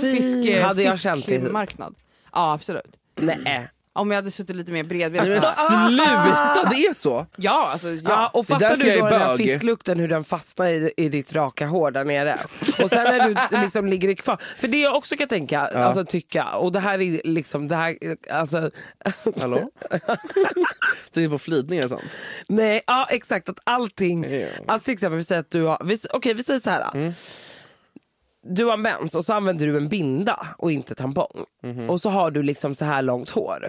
Speaker 5: Fisk, eh,
Speaker 4: Hade jag känt det hit?
Speaker 5: fiskmarknad. Ja absolut.
Speaker 4: Nej.
Speaker 5: Om jag hade suttit lite mer
Speaker 3: Nej, men
Speaker 5: bredvid. Alltså,
Speaker 3: sluta, det är så!
Speaker 5: Ja alltså ja.
Speaker 4: Ja, och
Speaker 3: Det är
Speaker 4: fattar
Speaker 3: därför
Speaker 4: du
Speaker 3: jag
Speaker 4: då
Speaker 3: är
Speaker 4: den här
Speaker 3: bög.
Speaker 4: fisklukten hur den fastnar i, i ditt raka hår där nere. Och sen när du liksom ligger kvar. För det jag också kan tänka, alltså tycka, och det här är liksom, det här, alltså
Speaker 3: Hallå? Tänker på flydningar och sånt.
Speaker 4: Nej, ja exakt. Att allting...
Speaker 3: Ja. Mm.
Speaker 4: Alltså till exempel, vi säger att du har... Vi, okej, vi säger så här. Du har mens och så använder du en binda och inte tampong.
Speaker 3: Mhm.
Speaker 4: Och så har du liksom så här långt hår.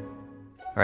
Speaker 6: All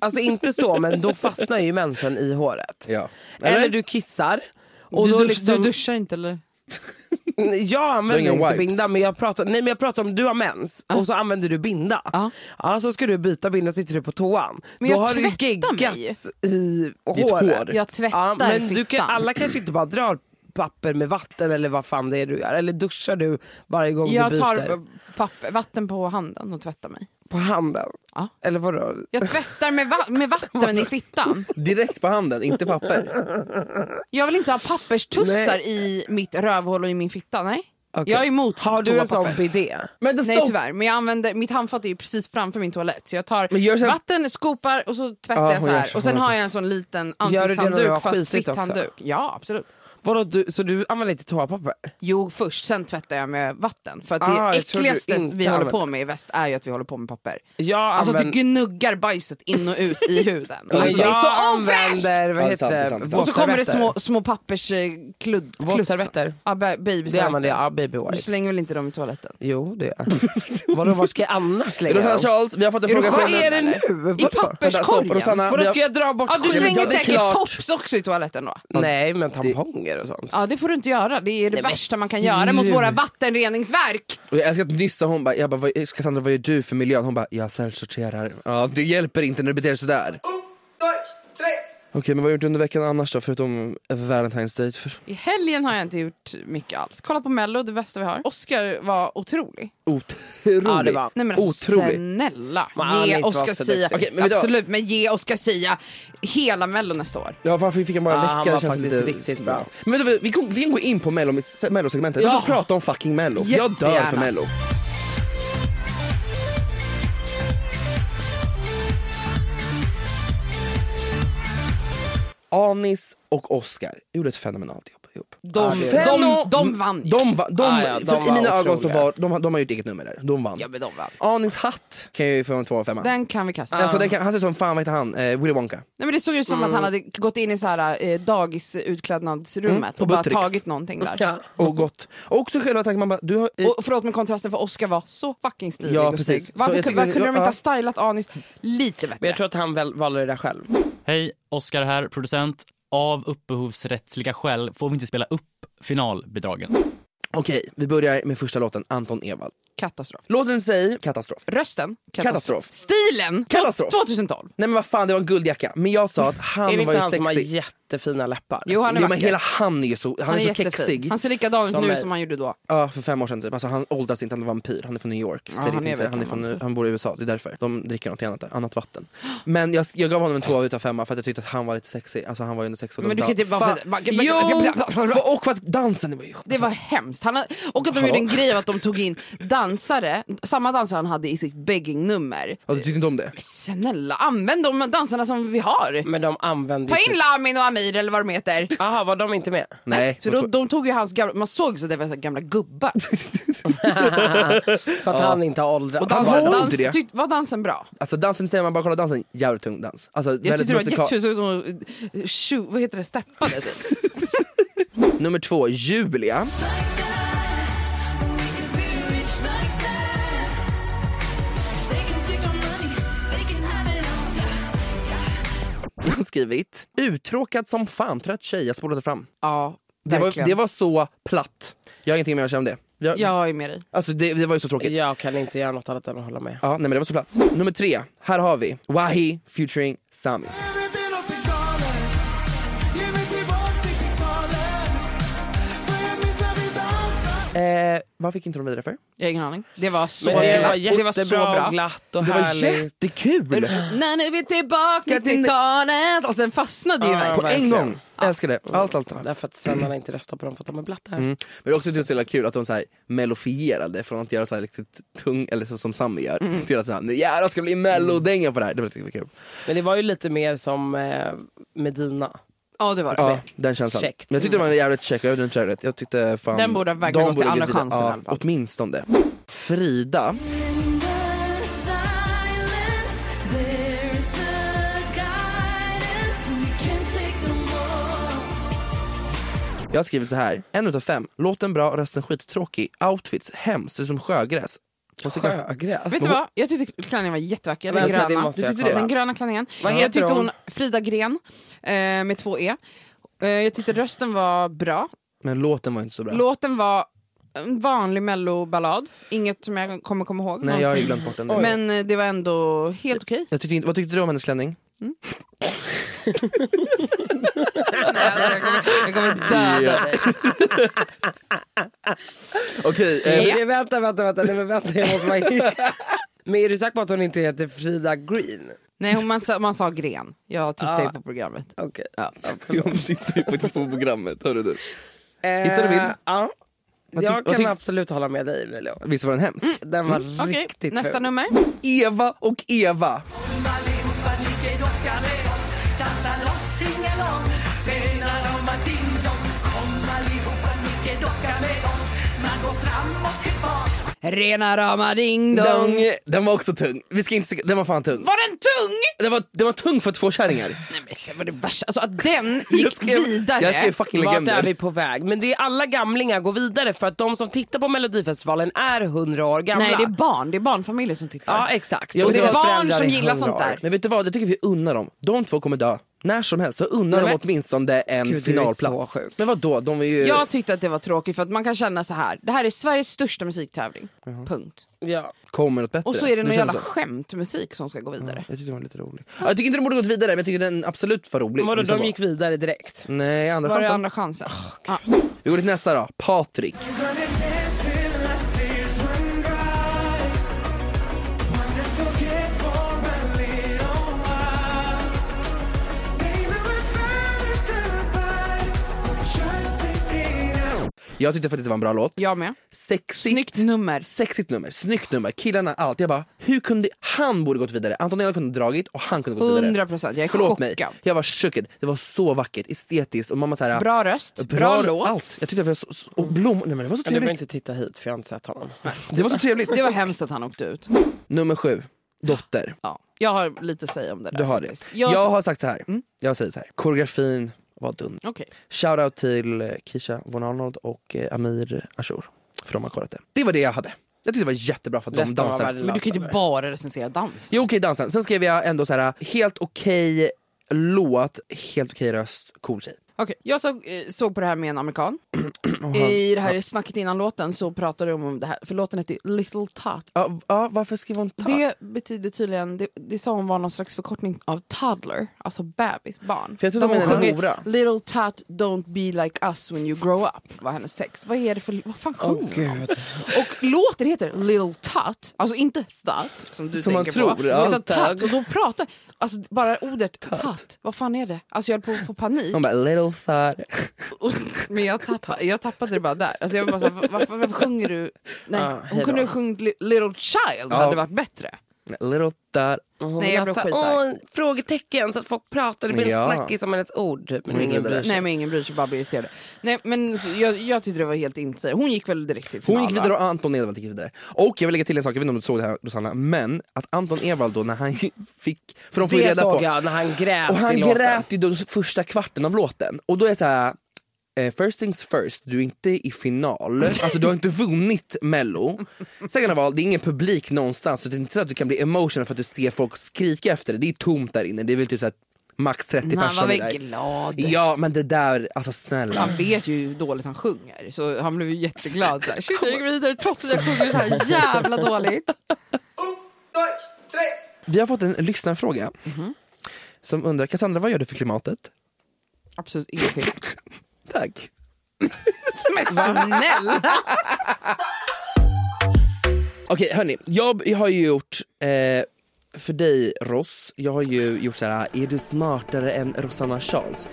Speaker 4: Alltså inte så, men då fastnar ju mensen i håret.
Speaker 3: Ja.
Speaker 4: Eller, du kissar. Och
Speaker 5: Du,
Speaker 4: då
Speaker 5: dusch,
Speaker 4: liksom,
Speaker 5: du duschar inte eller?
Speaker 4: Jag
Speaker 3: Du har
Speaker 4: använder
Speaker 3: ingen
Speaker 4: inte
Speaker 3: wipes.
Speaker 4: binda, men jag pratar, nej, men jag pratar om du har mens
Speaker 5: Ah.
Speaker 4: och så använder du binda.
Speaker 5: Ja.
Speaker 4: Ja, så ska du byta binda sitter du på toan.
Speaker 5: Ah. Men
Speaker 4: Då
Speaker 5: jag
Speaker 4: har du ju
Speaker 5: tvättar mig.
Speaker 4: geggats i
Speaker 3: Ditt hår.
Speaker 4: håret.
Speaker 5: Jag tvättar
Speaker 4: ja, men du kan,
Speaker 5: fittan.
Speaker 4: Alla kanske inte bara drar papper med vatten eller vad fan det är du gör. Eller duschar du varje gång du
Speaker 5: Jag
Speaker 4: byter?
Speaker 5: tar papper, vatten på handen och tvättar mig.
Speaker 4: På handen?
Speaker 5: Ja.
Speaker 4: Eller vadå?
Speaker 5: Jag tvättar med, va- med vatten i fittan.
Speaker 3: Direkt på handen, inte papper.
Speaker 5: Jag vill inte ha papperstussar i mitt rövhål och i min fitta. Nej.
Speaker 4: Okej.
Speaker 5: Jag är emot
Speaker 4: Har du en sån
Speaker 5: toapapper.
Speaker 4: bidé?
Speaker 3: Men det
Speaker 5: Nej
Speaker 3: stopp!
Speaker 5: tyvärr, men jag använder, mitt handfat är ju precis framför min toalett så jag tar
Speaker 3: Men gör så här-
Speaker 5: vatten, skopar och så tvättar
Speaker 3: Ja,
Speaker 5: jag så
Speaker 3: hon gör
Speaker 5: här.
Speaker 3: så,
Speaker 5: Och sen
Speaker 3: hon gör
Speaker 5: har jag
Speaker 3: precis.
Speaker 5: en sån liten
Speaker 4: Gör du det när det var
Speaker 5: ansiktshandduk fast
Speaker 4: skitigt också?
Speaker 5: fitthandduk. Ja absolut.
Speaker 4: Vadå, du, så du använder inte toapapper?
Speaker 5: Jo först, sen tvättar jag med vatten. För att det
Speaker 4: Ah, jag tror du
Speaker 5: äckligaste
Speaker 4: inte
Speaker 5: vi håller på
Speaker 4: använder.
Speaker 5: med i väst är ju att vi håller på med papper.
Speaker 4: Jag
Speaker 5: Alltså att
Speaker 4: använder...
Speaker 5: du gnuggar bajset in och ut i huden.
Speaker 3: men
Speaker 5: Alltså, det är
Speaker 4: jag
Speaker 5: så ofräscht!
Speaker 4: använder, vad
Speaker 3: Ja, det är
Speaker 4: heter
Speaker 3: sant, det är
Speaker 4: det?
Speaker 3: sant, det är sant.
Speaker 5: Och så kommer det små,
Speaker 4: Våtservetter.
Speaker 5: små papperskludd.
Speaker 4: Våtservetter.
Speaker 5: Ja, ba- babyservetter.
Speaker 4: Det använder jag, ja, baby
Speaker 5: Du
Speaker 4: wipes.
Speaker 5: slänger väl inte dem i toaletten?
Speaker 4: Jo, det gör jag. Vadå, vad ska jag annars slänga
Speaker 3: Rosanna
Speaker 4: dem?
Speaker 3: Charles, vi har fått en
Speaker 5: Är du
Speaker 3: fråga
Speaker 5: sjuk?
Speaker 4: Vad
Speaker 3: från
Speaker 4: är det
Speaker 3: en...
Speaker 4: nu?
Speaker 5: I
Speaker 4: Vadå?
Speaker 3: Vänta, stopp.
Speaker 5: papperskorgen?
Speaker 3: Rosanna,
Speaker 4: Vadå,
Speaker 3: vi har-
Speaker 4: ska jag dra bort
Speaker 5: Ja, du
Speaker 4: skiten?
Speaker 3: men
Speaker 5: slänger
Speaker 3: ja, det är
Speaker 5: säkert
Speaker 3: klart.
Speaker 5: tops också i toaletten då?
Speaker 4: Nej, men tamponger och sånt.
Speaker 5: Ja det får du inte göra, det är det
Speaker 4: men
Speaker 5: värsta man kan
Speaker 4: sluta.
Speaker 5: göra mot våra vattenreningsverk.
Speaker 3: Och jag älskar att nyss sa hon bara, jag bara vad, Cassandra vad gör du för miljön? Hon bara, jag källsorterar. Ja, det hjälper inte när du beter dig sådär. Okej, men vad har du gjort under veckan annars då? Förutom Valentine's Day? För...
Speaker 5: I helgen har jag inte gjort mycket alls. Kolla på mello, det bästa vi har. Oscar var otrolig.
Speaker 3: Otrolig.
Speaker 4: Ja, det var-
Speaker 5: Nej men alltså,
Speaker 3: Otrolig.
Speaker 5: snälla,
Speaker 4: Men han är
Speaker 5: ge
Speaker 4: inte så
Speaker 5: Oscar
Speaker 4: också
Speaker 5: Sia,
Speaker 4: duktig.
Speaker 3: Okej, men vi drar-
Speaker 5: absolut, men ge Oscar Sia hela mello nästa år.
Speaker 3: Ja, varför fick han
Speaker 5: Ah,
Speaker 3: bara en
Speaker 4: Ja,
Speaker 3: vecka?
Speaker 4: han
Speaker 3: Det
Speaker 4: var
Speaker 3: känns
Speaker 4: faktiskt
Speaker 3: lite...
Speaker 4: riktigt bra.
Speaker 3: Men vet du, vi, kan, vi kan gå in på Mello- se- Mello-segmentet.
Speaker 5: Ja.
Speaker 3: Låt oss prata om fucking Mello. Jag dör
Speaker 5: Jättegärna.
Speaker 3: för Mello. Anis och Oscar gjorde ett fenomenalt jobb ihop. Ah,
Speaker 5: De, de, de vann ju.
Speaker 3: De, va, de,
Speaker 4: Ah, ja, de
Speaker 3: för I
Speaker 4: var
Speaker 3: mina ögon så
Speaker 4: otroliga.
Speaker 3: var de, de har gjort eget nummer där. De vann.
Speaker 5: Ja men de vann.
Speaker 3: Anis hatt kan jag ju få en tvåa och femma.
Speaker 5: Den ah. kan vi kasta.
Speaker 3: Alltså, den kan, han ser ut som, fan vad heter han, eh, Willy Wonka.
Speaker 5: Nej, men det såg ut som att han hade gått in i så här, eh, dagisutklädnadsrummet
Speaker 3: Mm, på
Speaker 5: och bara
Speaker 3: Buttericks.
Speaker 5: tagit någonting där.
Speaker 4: Ja.
Speaker 3: Och gott. Och också själva tanken, man bara, du har... eh,
Speaker 5: Och förlåt men kontrasten för Oscar var så fucking stilig
Speaker 3: Ja,
Speaker 5: och
Speaker 3: precis.
Speaker 5: snygg. Varför
Speaker 3: Så jag
Speaker 5: kunde,
Speaker 3: tycker-
Speaker 5: varför kunde de
Speaker 3: ja.
Speaker 5: inte ha stylat Anis lite bättre?
Speaker 4: Men jag tror att han väl valde det där själv.
Speaker 7: Hej, Oskar här, producent. Av upphovsrättsliga skäl får vi inte spela upp finalbidragen.
Speaker 3: Okej, vi börjar med första låten, Anton Ewald.
Speaker 5: Katastrof.
Speaker 3: Låten i sig, katastrof.
Speaker 5: Rösten?
Speaker 3: Katastrof.
Speaker 5: Stilen?
Speaker 3: Katastrof.
Speaker 5: 2012.
Speaker 3: Nej men vad fan, det var en guldjacka. Men jag sa att han
Speaker 4: är det
Speaker 3: var
Speaker 4: inte
Speaker 3: ju
Speaker 4: han som har
Speaker 3: sexig.
Speaker 4: jättefina läppar?
Speaker 5: Jo han är
Speaker 3: Jo,
Speaker 5: vacker.
Speaker 3: men hela han är ju så, han är så
Speaker 5: jättefin.
Speaker 3: kexig.
Speaker 5: Han ser likadan ut
Speaker 4: Som
Speaker 5: nu
Speaker 4: mig.
Speaker 5: som han gjorde då.
Speaker 3: Ja, för fem år sedan typ. Alltså, han åldras inte, han är vampyr. Han är från New York.
Speaker 5: han
Speaker 3: han,
Speaker 5: är
Speaker 3: är inte, han, är
Speaker 5: verkligen
Speaker 3: från,
Speaker 5: vampyr.
Speaker 3: han bor i USA, det är därför. De dricker något annat, där, annat vatten. Men jag, jag gav honom en tvåa utav femma för att jag tyckte att han var lite sexig. Alltså han var ju under sex och
Speaker 5: Men
Speaker 3: de
Speaker 5: du kan
Speaker 3: dan-
Speaker 5: inte bara-
Speaker 3: Fan.
Speaker 5: bara-
Speaker 3: Jo! För- Och för att dansen var ju...
Speaker 5: Det var hemskt. Han hade, och att de gjorde en grej av att de tog in dansare, samma dansare han hade i sitt begging-nummer.
Speaker 3: Ja, du tyckte inte om det?
Speaker 5: Snälla, använd de dansarna som vi har.
Speaker 4: Men de använde
Speaker 5: Ta
Speaker 4: ju
Speaker 5: in
Speaker 4: typ-
Speaker 5: Lamin och Amir eller vad de heter.
Speaker 4: Jaha, var de inte med?
Speaker 3: Nej.
Speaker 5: Så
Speaker 3: de
Speaker 5: då,
Speaker 3: två-
Speaker 5: de tog ju hans gamla, man såg så det var så här gamla gubbar.
Speaker 4: För att han inte har åldrats.
Speaker 5: Och dansen,
Speaker 3: var god i
Speaker 5: dans,
Speaker 3: det.
Speaker 5: tyck, var dansen bra?
Speaker 3: Alltså dansen i sig, om man bara kollar dansen, jävligt tung dans. Alltså,
Speaker 5: Jag
Speaker 3: väldigt
Speaker 5: tyckte det var
Speaker 3: musikal-
Speaker 5: jättekul, såg ut som hon, eh, tjo, vad heter det, steppade typ.
Speaker 3: Nummer två, Julia. Jag har skrivit uttråkad som fan, trött tjej. Jag spolade fram.
Speaker 5: Ja,
Speaker 3: Det var,
Speaker 5: verkligen.
Speaker 3: det var så platt. Jag har ingenting mer att säga om det. Jag,
Speaker 5: Jag är med dig.
Speaker 3: Alltså, det, det var ju så tråkigt. Ja.
Speaker 4: Jag kan inte göra något annat än att hålla med.
Speaker 3: nej, men det var så platt. Nummer tre, här har vi Wahi featuring Sami. Eh, vad fick inte de vidare för?
Speaker 5: Jag har ingen aning. Det var så
Speaker 3: Men
Speaker 5: bra.
Speaker 3: det
Speaker 5: Det
Speaker 3: var
Speaker 5: var så
Speaker 3: jättebra och
Speaker 5: bra.
Speaker 4: glatt och
Speaker 3: det var
Speaker 4: härligt.
Speaker 3: jättekul!
Speaker 5: När nu är vi tillbaka
Speaker 3: Ska till-
Speaker 5: 90-talet! Och sen fastnade ju
Speaker 3: På
Speaker 5: verkligen.
Speaker 3: en gång. Älskar det. Allt, allt, allt.
Speaker 4: Därför att svennarna inte röstar på dem för att de är blattar.
Speaker 3: Mm. Men det är också typ så jävla kul att de så här mellofierade från att göra så här riktigt tung, eller så som Sami gör,
Speaker 5: Mm.
Speaker 3: till att så här, nu jävlar ska det bli mellodänga på det här. Det var riktigt kul.
Speaker 4: Men det var ju lite mer som eh, Medina.
Speaker 5: Ja det var det.
Speaker 3: Ja, den känslan.
Speaker 4: Käckt.
Speaker 3: Men jag tyckte det var en jävligt check, jag gjorde en trevligt. Jag tyckte fan...
Speaker 5: Den borde verkligen
Speaker 3: de
Speaker 5: gått
Speaker 3: borde
Speaker 5: till Andra
Speaker 3: gå vidare.
Speaker 5: chansen i alla
Speaker 3: ja,
Speaker 5: fall.
Speaker 3: Åtminstone. Frida, jag har skrivit så här. En utav fem. Låten bra, rösten skittråkig. Outfits hemskt, ser ut som sjögräs. Hon ser ganska-
Speaker 4: Sjögräs.
Speaker 5: Vet du vad? Jag tyckte klänningen var jättevacker. Den
Speaker 4: Vänta, det
Speaker 5: gröna.
Speaker 4: måste jag
Speaker 5: Du tyckte
Speaker 4: kolla.
Speaker 5: den gröna klänningen.
Speaker 4: Vad heter
Speaker 5: jag tyckte
Speaker 4: hon?
Speaker 5: hon, Frida Gren eh, med två E. Eh, jag tyckte rösten var bra.
Speaker 3: Men låten var inte så bra.
Speaker 5: Låten var en vanlig melloballad. Inget som jag kommer komma ihåg.
Speaker 3: Nej, jag har ju
Speaker 5: någonsin.
Speaker 3: glömt bort den.
Speaker 5: Men eh, det var ändå helt okej.
Speaker 3: Jag tyckte inte, vad tyckte du om hennes klänning?
Speaker 5: Nej, alltså, jag, kommer- jag kommer döda dig.
Speaker 3: Okej, eh,
Speaker 4: Nej, vänta, vänta, vänta, nej, men vänta, jag måste bara hitta. Men är du säker på att hon inte heter Frida Green?
Speaker 5: Nej, hon, man, sa, man sa gren. Jag tittar ju på programmet.
Speaker 4: Okej.
Speaker 5: Ja.
Speaker 3: jag tittar ju faktiskt på programmet. Hörru du.
Speaker 4: Eh,
Speaker 3: Hittar du bild?
Speaker 4: Ja.
Speaker 3: Vad tyck-
Speaker 4: Jag
Speaker 3: vad
Speaker 4: kan
Speaker 3: tyck- Mm.
Speaker 4: absolut hålla med dig Emilio.
Speaker 3: Visst var den hemsk?
Speaker 5: Mm.
Speaker 4: Den var
Speaker 5: Okej,
Speaker 4: riktigt
Speaker 5: nästa
Speaker 4: ful.
Speaker 5: nummer.
Speaker 3: Eva och Eva.
Speaker 5: Rena rama ding dong.
Speaker 3: Den, den var också tung. Vi ska inte, den var fan tung.
Speaker 5: Var den tung?
Speaker 3: Den var, den var tung för två kärringar.
Speaker 5: Nej men sen var det värsta, alltså att den gick
Speaker 3: Jag skrev-
Speaker 5: vidare.
Speaker 3: jag skrev fucking
Speaker 4: Vart
Speaker 3: legender.
Speaker 4: är vi på väg? Men det är alla gamlingar går vidare för att de som tittar på Melodifestivalen är 100 år gamla.
Speaker 5: Nej det är barn, det är barnfamiljer som tittar.
Speaker 4: Ja exakt.
Speaker 3: Ja,
Speaker 5: och det är
Speaker 3: deras
Speaker 5: barn
Speaker 4: föräldrar
Speaker 5: som
Speaker 4: är
Speaker 5: gillar
Speaker 4: 100
Speaker 5: sånt
Speaker 4: år.
Speaker 5: där.
Speaker 3: Men vet du vad, det tycker vi unnar dem. De två kommer dö. När som helst. Så unnar
Speaker 4: Nej,
Speaker 3: de
Speaker 4: men-
Speaker 3: åtminstone en
Speaker 4: Gud, du är
Speaker 3: finalplats.
Speaker 4: så sjuk.
Speaker 3: Men vad då? de är ju...
Speaker 5: Jag tyckte att det var tråkigt för att man kan känna så här. det här är Sveriges största musiktävling. Punkt.
Speaker 4: Ja.
Speaker 3: kommer något bättre.
Speaker 5: Och så är
Speaker 3: Nu
Speaker 5: det någon
Speaker 3: känns
Speaker 5: jävla
Speaker 3: så.
Speaker 5: skämtmusik som ska gå vidare.
Speaker 3: Jag tyckte den var lite rolig. Ja, Jag tycker inte den borde gått vidare, men jag tycker den absolut var rolig.
Speaker 4: Vadå,
Speaker 3: Den som
Speaker 4: de gick vidare direkt?
Speaker 3: var- Nej, andra
Speaker 5: Var det
Speaker 3: chansen.
Speaker 5: andra chansen? Ja.
Speaker 3: Vi går till nästa då. Patrik. Jag tyckte faktiskt det var en bra låt.
Speaker 5: Jag med.
Speaker 3: Sexigt.
Speaker 5: Snyggt nummer.
Speaker 3: Sexigt nummer, snyggt nummer, killarna allt. Jag bara, hur kunde han borde gått vidare? Antonella kunde dragit och han kunde gått vidare.
Speaker 5: 100%, jag är
Speaker 3: Förlåt
Speaker 5: chockad.
Speaker 3: mig, jag var chockad. Det var så vackert, estetiskt och mamma så här,
Speaker 5: Bra röst, bra låt.
Speaker 3: Allt. Jag tyckte det var så, så- och blom, nej men det var så
Speaker 4: Men du behöver
Speaker 3: trevligt.
Speaker 4: inte titta hit för jag har inte sett honom.
Speaker 3: Det var så trevligt.
Speaker 5: Det var hemskt att han åkte ut.
Speaker 3: Nummer sju, Dotter.
Speaker 5: Ja. Jag har lite att säga om det där.
Speaker 3: Du har det.
Speaker 5: faktiskt.
Speaker 3: Jag,
Speaker 5: Jag, Mm.
Speaker 3: har sagt så här. jag säger så här. koreografin var dunder.
Speaker 5: Okej.
Speaker 3: Shoutout till eh, Kisha von Arnold och eh, Amir Ashour för de har kollat det. Det var det jag hade. Jag tyckte det var jättebra för att de
Speaker 4: Resten var
Speaker 3: dansar.
Speaker 4: värdelöst,
Speaker 5: Men du kan ju
Speaker 4: eller?
Speaker 5: inte bara recensera dans.
Speaker 3: Jo, okej dansen. Sen skrev jag ändå så här helt okej låt, helt okej röst, cool tjej.
Speaker 5: Okej, Jag såg, eh, såg på det här med en amerikan. I det här snacket innan låten så pratade de om det här, för låten hette ju Little Tot.
Speaker 3: Ja, v- ja, varför skrev hon tack?
Speaker 5: Det betyder tydligen, det, det sa hon var någon slags förkortning av toddler, alltså bebis, barn.
Speaker 3: För jag trodde hon
Speaker 5: De
Speaker 3: menade
Speaker 5: sjunger,
Speaker 3: hora.
Speaker 5: Little Tot don't be like us when you grow up var hennes text. Vad är det för, vad fan sjunger hon om? Och låten heter Little Tot, alltså inte Thut som du
Speaker 3: Som man
Speaker 5: tänker på.
Speaker 3: tror, ja.
Speaker 5: Utan Tot. Och då pratar, alltså bara ordet Tot, vad fan är det? Alltså jag höll på att få panik.
Speaker 3: Hon bara little thought.
Speaker 5: Och, men jag, tappa, jag tappade det bara där. Alltså jag var bara så, här, varför, varför sjunger du? Nej,
Speaker 4: Ah, hej
Speaker 5: hon kunde
Speaker 4: då.
Speaker 5: ha sjungit Li- Little Child, hade varit bättre.
Speaker 3: little thought.
Speaker 5: Nej, jag blev
Speaker 4: Alltså,
Speaker 5: skitarg.
Speaker 4: åh, Frågetecken så att folk pratar, det blir
Speaker 3: Ja.
Speaker 4: en snackis om hennes ord. typ, Men
Speaker 3: Mm,
Speaker 4: ingen
Speaker 3: det där.
Speaker 4: bryr sig.
Speaker 5: Nej men ingen bryr sig, bara blir irriterad. Nej men så, jag, jag tyckte det var helt inte Hon gick väl direkt till final
Speaker 3: Hon gick vidare
Speaker 5: va?
Speaker 3: och Anton Edvald gick vidare. Och jag vill lägga till en sak, jag vet inte om du såg det här Rosanna, men att Anton Edvald då när han fick, för de får ju
Speaker 4: Det
Speaker 3: reda
Speaker 4: såg
Speaker 3: på.
Speaker 4: jag när han grät
Speaker 3: Och han
Speaker 4: i låten.
Speaker 3: grät ju då första kvarten av låten. Och då är det så här. eh, First things first, du är inte i final, alltså du har inte vunnit mello. Second of all, det är ingen publik någonstans, så det är inte så att du kan bli emotional för att du ser folk skrika efter dig. Det är tomt där inne, det är väl typ så här, max 30
Speaker 5: Men Mm, han var
Speaker 3: personer
Speaker 5: väl
Speaker 3: där.
Speaker 5: glad?
Speaker 3: Ja men det där, alltså snälla.
Speaker 5: Han vet ju hur dåligt han sjunger, så han blev ju jätteglad. Så här, Shit, jag gick vidare trots att jag sjunger så här jävla dåligt.
Speaker 3: Vi har fått en lyssnarfråga
Speaker 5: Mhm.
Speaker 3: som undrar, Cassandra vad gör du för klimatet?
Speaker 5: Absolut ingenting.
Speaker 3: Tack.
Speaker 5: Men snälla!
Speaker 3: Okej hörni, jag, jag har ju gjort eh, för dig Ross, jag har ju gjort så här: är du smartare än Rosanna Charles?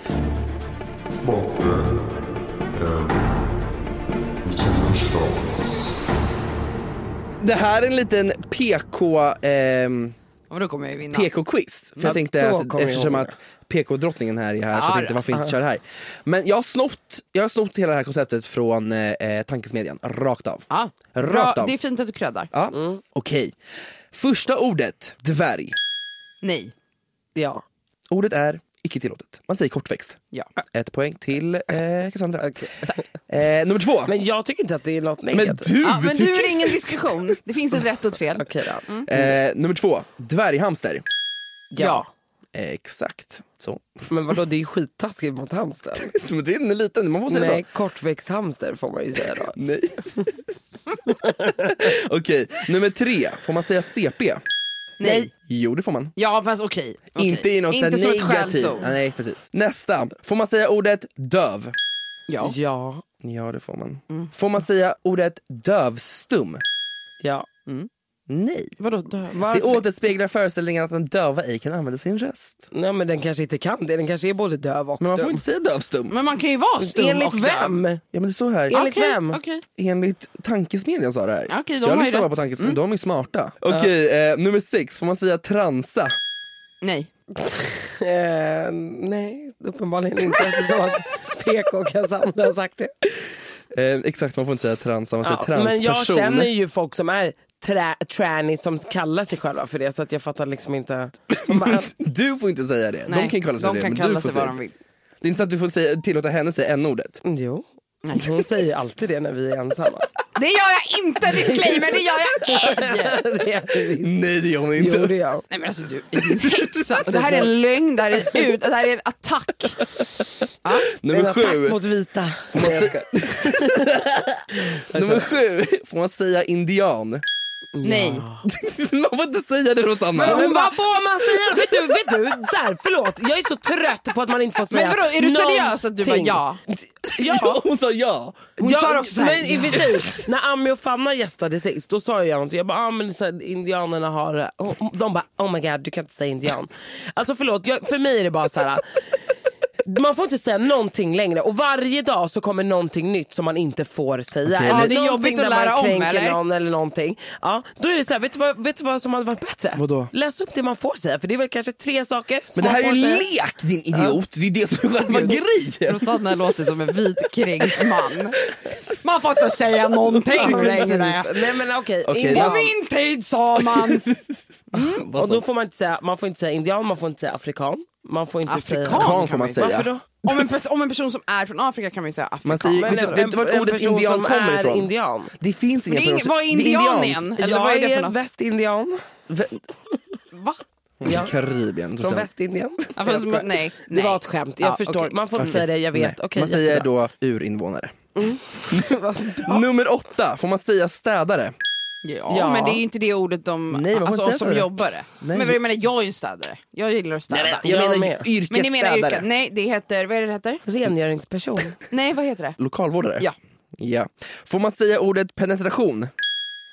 Speaker 3: Det här är en liten PK ehm,
Speaker 5: men då kommer jag ju vinna.
Speaker 3: PK-quiz. För
Speaker 5: Ja,
Speaker 3: jag tänkte
Speaker 5: då
Speaker 3: att
Speaker 5: kommer jag
Speaker 3: eftersom
Speaker 5: ihåg
Speaker 3: att PK-drottningen här är här så
Speaker 5: Ja,
Speaker 3: jag tänkte
Speaker 5: det.
Speaker 3: varför inte
Speaker 5: Ja.
Speaker 3: köra det här. Men jag har snott, jag har snott hela det här konceptet från eh, eh, tankesmedjan, rakt av.
Speaker 5: Ja. Bra,
Speaker 3: Rakt av.
Speaker 5: det är fint att du creddar.
Speaker 3: Ja. Okej. Första ordet, dvärg.
Speaker 5: Nej.
Speaker 4: Ja.
Speaker 3: Ordet är icke tillåtet. Man säger kortväxt.
Speaker 5: Ja.
Speaker 3: Ett poäng till eh, Cassandra. Eh, nummer två.
Speaker 4: Men jag tycker inte att det är något
Speaker 3: Men
Speaker 4: negativt.
Speaker 3: du
Speaker 5: Ja, men nu
Speaker 3: tycker-
Speaker 5: är det ingen diskussion. Det finns ett rätt och ett fel. Mm.
Speaker 4: Okej då.
Speaker 3: eh, nummer två, dvärghamster.
Speaker 4: Ja.
Speaker 3: Eh, exakt. Så.
Speaker 4: Men vadå, det är ju skittaskigt mot hamstern.
Speaker 3: Men det är en liten, man får säga
Speaker 4: Nej,
Speaker 3: så.
Speaker 4: kortväxt hamster får man ju säga då.
Speaker 3: Nej. Okej, nummer tre. Får man säga CP?
Speaker 5: Nej.
Speaker 3: Jo, det får man.
Speaker 5: Ja fast okej. Okej.
Speaker 3: Inte i något så här
Speaker 5: Inte som ett
Speaker 3: negativt.
Speaker 5: skällsord.
Speaker 3: Ja, Nej, precis. Nästa. Får man säga ordet döv?
Speaker 5: Ja.
Speaker 4: Ja,
Speaker 3: Ja, det får man.
Speaker 5: Mm.
Speaker 3: Får man säga ordet dövstum?
Speaker 4: ja.
Speaker 3: Nej.
Speaker 5: Vadå döv?
Speaker 3: Det återspeglar föreställningen att den döva ej kan använda sin röst.
Speaker 4: Nej men den kanske inte kan det, den kanske är både döv och
Speaker 3: Men man får
Speaker 4: stum.
Speaker 3: inte säga dövstum.
Speaker 5: Men man kan ju vara stum
Speaker 4: Enligt
Speaker 5: och
Speaker 4: vem?
Speaker 5: döv.
Speaker 3: Ja, men det står här.
Speaker 4: Enligt
Speaker 5: Okej,
Speaker 4: vem?
Speaker 5: Okej.
Speaker 3: Enligt tankesmedjan sa det här.
Speaker 5: Ja, okej,
Speaker 3: Så
Speaker 5: de
Speaker 3: jag
Speaker 5: har ju
Speaker 3: lyssnar bara
Speaker 5: rätt. Mm.
Speaker 3: på tankesmedjan, de är smarta. Okej, eh, nummer sex. Får man säga transa?
Speaker 5: Nej.
Speaker 4: Eh, nej, uppenbarligen inte eftersom att PK och Cassandra har sagt det.
Speaker 3: Eh, exakt, man får inte säga transa, man säger
Speaker 4: Ja, men jag
Speaker 3: transperson.
Speaker 4: känner ju folk som är trä, tranny som kallar sig själva för det så att jag fattar liksom inte. Man bara,
Speaker 3: Du får inte säga det.
Speaker 5: Nej.
Speaker 3: de kan kalla sig
Speaker 5: de
Speaker 3: det.
Speaker 5: kan
Speaker 3: men
Speaker 5: kalla
Speaker 3: du får
Speaker 5: sig vad
Speaker 3: säga
Speaker 5: de
Speaker 3: det.
Speaker 5: vill.
Speaker 3: Det är inte så att du får säga, tillåta henne säga n-ordet.
Speaker 4: jo, hon säger ju alltid det när vi är ensamma.
Speaker 5: Det gör jag inte! Disclaimer, det gör jag ej!
Speaker 4: det är det visst.
Speaker 5: Mm.
Speaker 3: Nej det gör hon inte.
Speaker 4: Jo, det gör hon.
Speaker 5: Nej men alltså du, är din häxa. Det här är en lögn, det här är, ut, det här är en attack.
Speaker 4: En
Speaker 3: Nummer sju.
Speaker 4: attack mot vita.
Speaker 3: Nummer
Speaker 5: Alltså-
Speaker 3: sju. Får man säga indian?
Speaker 5: Nej.
Speaker 3: man får inte säga det Rosanna.
Speaker 4: Men vad får man säga? Vet du, vet du så här, förlåt, jag är så trött på att man inte får säga
Speaker 5: Men vadå, är du seriös att du bara
Speaker 4: någonting.
Speaker 5: ja?
Speaker 3: ja. Hon sa ja.
Speaker 5: Hon
Speaker 4: Ja,
Speaker 5: sa också så här,
Speaker 4: men i och för sig, när Ami och Fanna gästade sist, då sa jag någonting. Jag bara, ah, men så här, indianerna har... och De bara, oh my god, du kan inte säga indian. Alltså förlåt, jag, för mig är det bara så här. Man får inte säga någonting längre och varje dag så kommer någonting nytt som man inte får säga.
Speaker 3: Okej,
Speaker 4: Eller
Speaker 5: Ja, det är
Speaker 4: någonting
Speaker 5: jobbigt att
Speaker 4: där man
Speaker 5: lära om,
Speaker 4: kränker
Speaker 5: eller?
Speaker 4: Någon eller någonting. Ja, då är det så här, vet du, vad, vet du vad som hade varit bättre?
Speaker 3: Vadå?
Speaker 4: Läs upp det man får säga för det är väl kanske tre saker som
Speaker 3: Men det här
Speaker 4: man
Speaker 3: är
Speaker 4: får
Speaker 3: ju
Speaker 4: säga.
Speaker 3: lek din idiot. Det är det som är själva grejen.
Speaker 5: Rosanna låter som en vit kränkt man. Man får inte säga någonting längre.
Speaker 3: typ.
Speaker 4: Nej men okej,
Speaker 3: Okej,
Speaker 4: indian.
Speaker 5: På min tid sa man.
Speaker 4: Och
Speaker 3: Alltså-
Speaker 4: då får man inte säga, man får inte säga indian, man får inte säga afrikan. Man får inte
Speaker 5: Afrikan?
Speaker 4: säga...
Speaker 3: Kan får man säga.
Speaker 4: Varför då?
Speaker 5: Om en, pers- om en person som är från Afrika kan man ju säga afrikan.
Speaker 3: Man säger,
Speaker 4: Men
Speaker 3: vet, du- vet du vart
Speaker 4: en
Speaker 3: ordet
Speaker 4: person
Speaker 3: indian
Speaker 4: som
Speaker 3: kommer
Speaker 4: är
Speaker 3: ifrån?
Speaker 4: indian.
Speaker 3: Det finns
Speaker 5: det
Speaker 3: inga
Speaker 5: är ing- vad är indian igen? Eller
Speaker 4: jag
Speaker 5: vad är det för
Speaker 4: är
Speaker 5: något?
Speaker 4: västindian.
Speaker 5: Va?
Speaker 3: Ja. Karibien.
Speaker 4: Från västindien.
Speaker 5: Ja, fast, nej, nej.
Speaker 4: Det var ett skämt, jag
Speaker 5: Ja,
Speaker 4: förstår.
Speaker 5: okej.
Speaker 4: Man får inte säga det, jag vet. Okej,
Speaker 3: man säger
Speaker 4: jättebra.
Speaker 3: då urinvånare.
Speaker 4: Vad bra.
Speaker 3: Nummer åtta, får man säga städare?
Speaker 5: Ja,
Speaker 4: Ja.
Speaker 5: men det är ju inte det ordet de,
Speaker 3: Nej, man får
Speaker 5: alltså
Speaker 3: inte säga
Speaker 5: oss som
Speaker 3: städare.
Speaker 5: jobbare.
Speaker 3: Nej.
Speaker 5: Men vad jag menar, jag är ju en städare. Jag gillar att städa.
Speaker 3: jag
Speaker 4: jag
Speaker 3: menar
Speaker 4: med.
Speaker 3: ju yrket
Speaker 5: men ni menar
Speaker 3: städare.
Speaker 5: yrket? Nej, det heter, vad är det det heter?
Speaker 4: Rengöringsperson.
Speaker 5: Nej, vad heter det?
Speaker 3: Lokalvårdare?
Speaker 5: Ja.
Speaker 3: ja. Får man säga ordet penetration?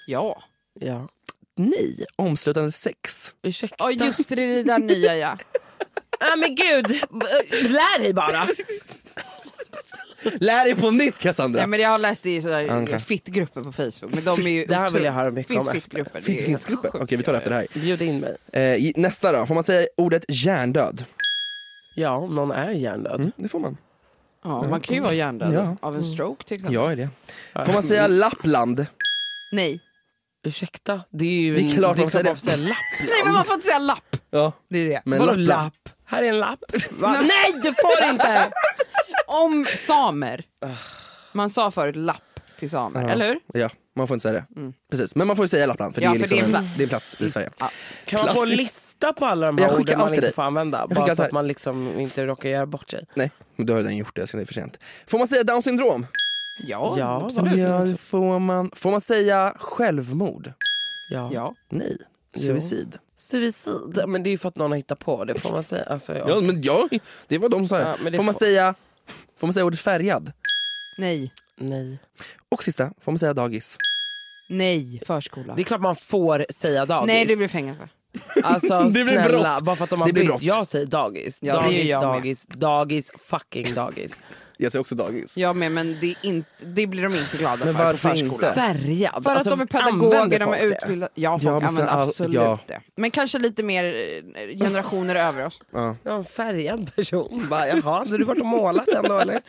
Speaker 5: Ja.
Speaker 4: ja.
Speaker 3: Nej, omslutande sex.
Speaker 4: Ursäkta.
Speaker 5: Ja, just det, det är det där nya ja.
Speaker 4: Nej men gud, lär dig bara.
Speaker 3: Lär dig på nytt Cassandra!
Speaker 5: Nej, men jag har läst det i sådär
Speaker 3: Okej.
Speaker 5: fittgrupper på Facebook. Men de är ju
Speaker 4: Det här vill jag höra
Speaker 5: otro-
Speaker 4: mycket
Speaker 5: finns
Speaker 4: om efter.
Speaker 5: fittgrupper. det är
Speaker 3: Fin- Finns
Speaker 5: helt
Speaker 3: gruppen?
Speaker 5: sjukt.
Speaker 3: Okej vi tar det efter det här.
Speaker 4: Bjud in mig.
Speaker 3: Eh, i- nästa då, får man säga ordet hjärndöd?
Speaker 4: Ja, om någon är hjärndöd.
Speaker 3: Mm, Det får man.
Speaker 5: Ja, man kan ju vara hjärndöd
Speaker 3: Ja.
Speaker 5: av en stroke till exempel.
Speaker 3: Jag är det. Får man säga Lappland?
Speaker 5: Nej.
Speaker 4: Ursäkta, det är ju...
Speaker 3: Det är klart man
Speaker 4: det
Speaker 3: får säga
Speaker 4: kan man
Speaker 3: det.
Speaker 4: får säga lapp.
Speaker 5: Nej, men man får inte säga lapp.
Speaker 3: Ja.
Speaker 5: Det är det.
Speaker 3: Men
Speaker 4: Vadå
Speaker 3: Lappland-
Speaker 4: lapp? Här är en lapp. Va? Nej, du får inte!
Speaker 5: Om samer. Man sa förut lapp till samer, eller hur?
Speaker 3: Ja, man får inte säga det. Precis. Men man får ju säga Lappland för,
Speaker 5: Mm. Ja,
Speaker 3: det, är
Speaker 5: för det är
Speaker 3: liksom
Speaker 5: en
Speaker 3: en,
Speaker 5: plats. Mm.
Speaker 3: det är en plats i Sverige.
Speaker 4: Kan man få en
Speaker 3: Klassiskt.
Speaker 4: lista på alla de
Speaker 3: Jag
Speaker 4: här
Speaker 3: skickar
Speaker 4: orden man
Speaker 3: allt till
Speaker 4: inte
Speaker 3: dig.
Speaker 4: får använda?
Speaker 3: skickar
Speaker 4: Bara
Speaker 3: allt
Speaker 4: så att
Speaker 3: här.
Speaker 4: man liksom inte råkar göra bort sig.
Speaker 3: Nej, men då har jag redan gjort det så det är för sent. Får man säga down syndrom?
Speaker 5: Ja,
Speaker 4: Ja,
Speaker 5: absolut.
Speaker 3: Ja, det får man. Får man säga självmord?
Speaker 4: Ja.
Speaker 5: Ja.
Speaker 3: Nej. Suicid.
Speaker 4: Suicid, men det är ju för att någon har hittat på det får man säga. Alltså, ja.
Speaker 3: Ja, men ja, det var de som sa det.
Speaker 4: Ja, men det
Speaker 3: får man
Speaker 4: får-
Speaker 3: säga Får man säga ordet färgad?
Speaker 5: Nej.
Speaker 4: Nej.
Speaker 3: Och sista, får man säga dagis?
Speaker 5: Nej, förskola.
Speaker 4: Det är klart man får säga dagis.
Speaker 5: Nej, det blir fängelse.
Speaker 4: Alltså
Speaker 5: Det blir
Speaker 4: snälla,
Speaker 5: brott.
Speaker 4: bara för att de har
Speaker 5: Det blir
Speaker 4: bytt.
Speaker 5: brott.
Speaker 4: Jag säger dagis.
Speaker 5: Ja, det
Speaker 4: dagis,
Speaker 5: gör jag med.
Speaker 4: dagis, dagis, fucking dagis.
Speaker 3: Jag säger också dagis.
Speaker 5: Jag med, men det, är inte, det blir de inte glada
Speaker 3: Men
Speaker 5: för på
Speaker 3: varför
Speaker 5: förskolan.
Speaker 3: inte? Färgad.
Speaker 5: För att
Speaker 3: Alltså,
Speaker 5: de är
Speaker 3: använder
Speaker 5: pedagoger, de
Speaker 3: folk
Speaker 5: är
Speaker 3: det?
Speaker 5: utbildade. Ja, folk
Speaker 3: Ja, men sen
Speaker 5: använder
Speaker 3: all-
Speaker 5: absolut
Speaker 3: ja.
Speaker 5: det. Men kanske lite mer eh, generationer över oss.
Speaker 3: Ja.
Speaker 4: Jag var en färgad person. Bara, Jaha, hade du varit och målat ändå eller?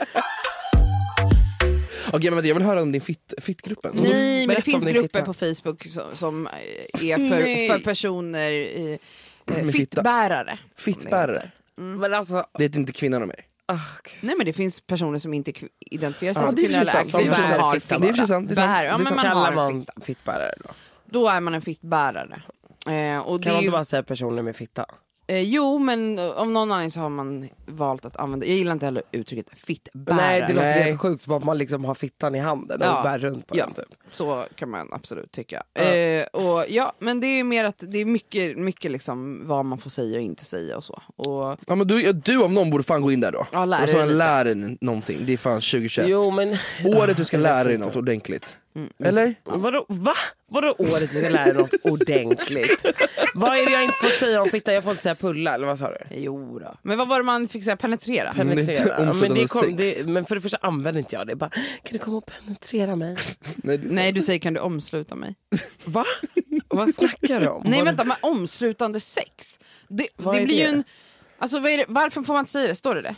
Speaker 3: Okej, men jag vill höra om din fit- fittgruppen.
Speaker 5: Nej, men det
Speaker 3: Berätta om
Speaker 5: finns
Speaker 3: din
Speaker 5: grupper
Speaker 3: fitta.
Speaker 5: på Facebook som, som eh, är för,
Speaker 3: Nej.
Speaker 5: för personer, eh, eh,
Speaker 3: Med fitta.
Speaker 5: fittbärare.
Speaker 3: Fittbärare.
Speaker 5: Mm.
Speaker 4: Men alltså,
Speaker 3: Det heter inte kvinnan och mig.
Speaker 4: Ah.
Speaker 5: Nej men det finns personer som inte kv- identifierar sig
Speaker 3: Ja,
Speaker 5: som
Speaker 3: det är
Speaker 5: kvinnor eller
Speaker 3: precis sant.
Speaker 5: aktiva
Speaker 3: Det är precis
Speaker 5: har
Speaker 3: sant. Det är precis sant. Det är sant.
Speaker 5: Bär, ja,
Speaker 3: Det är
Speaker 5: men
Speaker 3: sant.
Speaker 5: man
Speaker 4: kallar
Speaker 5: har
Speaker 4: man
Speaker 5: fitta.
Speaker 4: fittbärare då?
Speaker 5: Då är man en fittbärare. Eh, och det
Speaker 4: Kan man
Speaker 5: är ju,
Speaker 4: inte bara säga personer med fitta?
Speaker 5: eh, jo men eh, av någon anledning så har man valt att använda, jag gillar inte heller uttrycket fittbärare.
Speaker 4: Nej, det låter helt sjukt som att man liksom har fittan i handen och bär runt på
Speaker 5: ja,
Speaker 4: den. Typ.
Speaker 5: Så kan man absolut tycka. Eh, och ja, men det är ju mer att det är mycket, mycket liksom vad man får säga och inte säga och så. Och,
Speaker 3: Ja, men du, du av någon borde fan gå in där då.
Speaker 5: Ja, lära
Speaker 3: och så
Speaker 5: dig lite.
Speaker 3: lär dig någonting. Det är fan 2021.
Speaker 4: Jo, men...
Speaker 3: Året du ska lära dig
Speaker 4: inte.
Speaker 3: något ordentligt. Eller?
Speaker 4: Vadå, va? Vadå året vi ska lära dig något ordentligt? vad är det jag inte får säga om fitta? Jag får inte säga pulla eller vad sa du?
Speaker 5: Jo då. Men vad var det man fick säga? Penetrera?
Speaker 4: Penetrera. Ja, men, det kom,
Speaker 3: 2006.
Speaker 4: det, men för det första använder inte jag det. Bara, kan du komma och penetrera mig?
Speaker 3: Nej, det är sant.
Speaker 5: Nej, du säger kan du omsluta mig?
Speaker 4: Va? Vad snackar du om?
Speaker 5: Nej
Speaker 4: Vad-
Speaker 5: vänta, men omslutande sex. Det, det
Speaker 4: Vad är
Speaker 5: blir ju
Speaker 4: det?
Speaker 5: en... Alltså, vad är det, varför får man inte säga det? Står det det?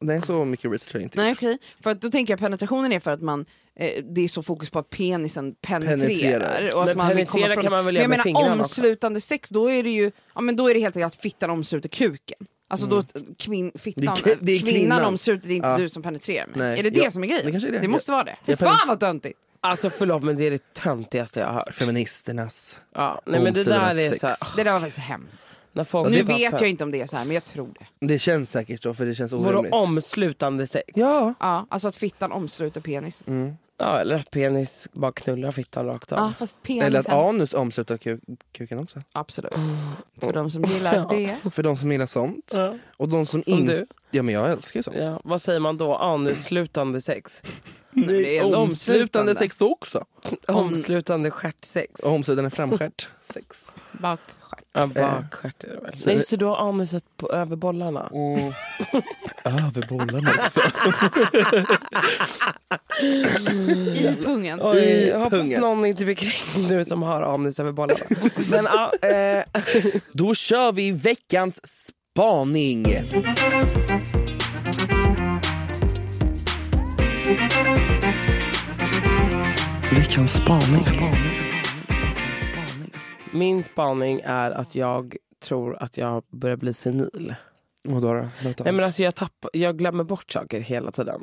Speaker 3: Nej, så mycket research har jag inte
Speaker 5: Nej
Speaker 3: gjort.
Speaker 5: okej. För att då tänker jag penetrationen är för att man eh, det är så fokus på att penisen penetrerar.
Speaker 3: Penetrerar.
Speaker 5: Och att
Speaker 4: Men
Speaker 5: man vill komma
Speaker 4: penetrera
Speaker 5: från-
Speaker 4: kan man väl
Speaker 5: Men
Speaker 4: göra med
Speaker 5: jag menar
Speaker 4: fingrarna också?
Speaker 5: omslutande sex, då är det ju ja, men då är det helt enkelt att fittan omsluter kuken. Alltså då t- kvin, fittan,
Speaker 3: Mm. Det är ki- det är
Speaker 5: kvinnan,
Speaker 3: kvinnan.
Speaker 5: omsluter, det är inte
Speaker 3: Ja.
Speaker 5: du som penetrerar mig.
Speaker 3: Nej,
Speaker 5: Är det det
Speaker 3: ja,
Speaker 5: som är grejen?
Speaker 3: det kanske är det.
Speaker 5: måste
Speaker 3: Jag-
Speaker 5: vara det. Fy
Speaker 3: jag penet-
Speaker 5: fan vad töntigt!
Speaker 4: Alltså förlåt men det är det töntigaste jag har hört.
Speaker 3: Feministernas.
Speaker 4: Ja, nej men det där är
Speaker 3: Omsidas
Speaker 4: så här,
Speaker 3: sex.
Speaker 5: Det där var faktiskt hemskt.
Speaker 4: när folk
Speaker 5: nu
Speaker 4: utanför-
Speaker 5: vet jag inte om det är så här men jag tror det.
Speaker 3: Det känns säkert så, för det känns
Speaker 4: Vadå
Speaker 3: orimligt.
Speaker 4: omslutande sex?
Speaker 3: Ja.
Speaker 5: Ja, alltså att fittan omsluter penis.
Speaker 3: Mm.
Speaker 4: Ja, eller att penis bara knullar fittan rakt av.
Speaker 5: Ja, fast penisen.
Speaker 3: Eller att anus omsluter ku- kuken också.
Speaker 5: Absolut. För de som gillar det.
Speaker 3: För de som gillar sånt.
Speaker 4: Ja.
Speaker 3: Och de som,
Speaker 4: Som
Speaker 3: inte...
Speaker 4: du.
Speaker 3: Ja, men jag älskar ju sånt.
Speaker 4: Ja, vad säger man då? Anusslutande sex?
Speaker 5: Nej, det är ändå
Speaker 3: Omslutande sex då också.
Speaker 4: Omslutande stjärtsex?
Speaker 3: Och Omslutande framstjärt sex.
Speaker 5: Bakstjärt.
Speaker 3: eh.
Speaker 4: Ja, bakstjärt är det väl? Nej, så du har anuset på, över bollarna?
Speaker 3: Över bollarna också.
Speaker 5: I pungen.
Speaker 4: Oj,
Speaker 3: I
Speaker 4: jag hoppas
Speaker 3: pungen.
Speaker 4: någon inte blir kränkt nu som har anus över bollarna. Men, ja, eh,
Speaker 3: Då kör vi veckans spaning. Veckans spaning.
Speaker 4: min spaning är att jag tror att jag börjar bli senil.
Speaker 3: Vadå då? Berätta
Speaker 4: Nej, men
Speaker 3: allt.
Speaker 4: alltså jag, tapp, jag glömmer bort saker hela tiden.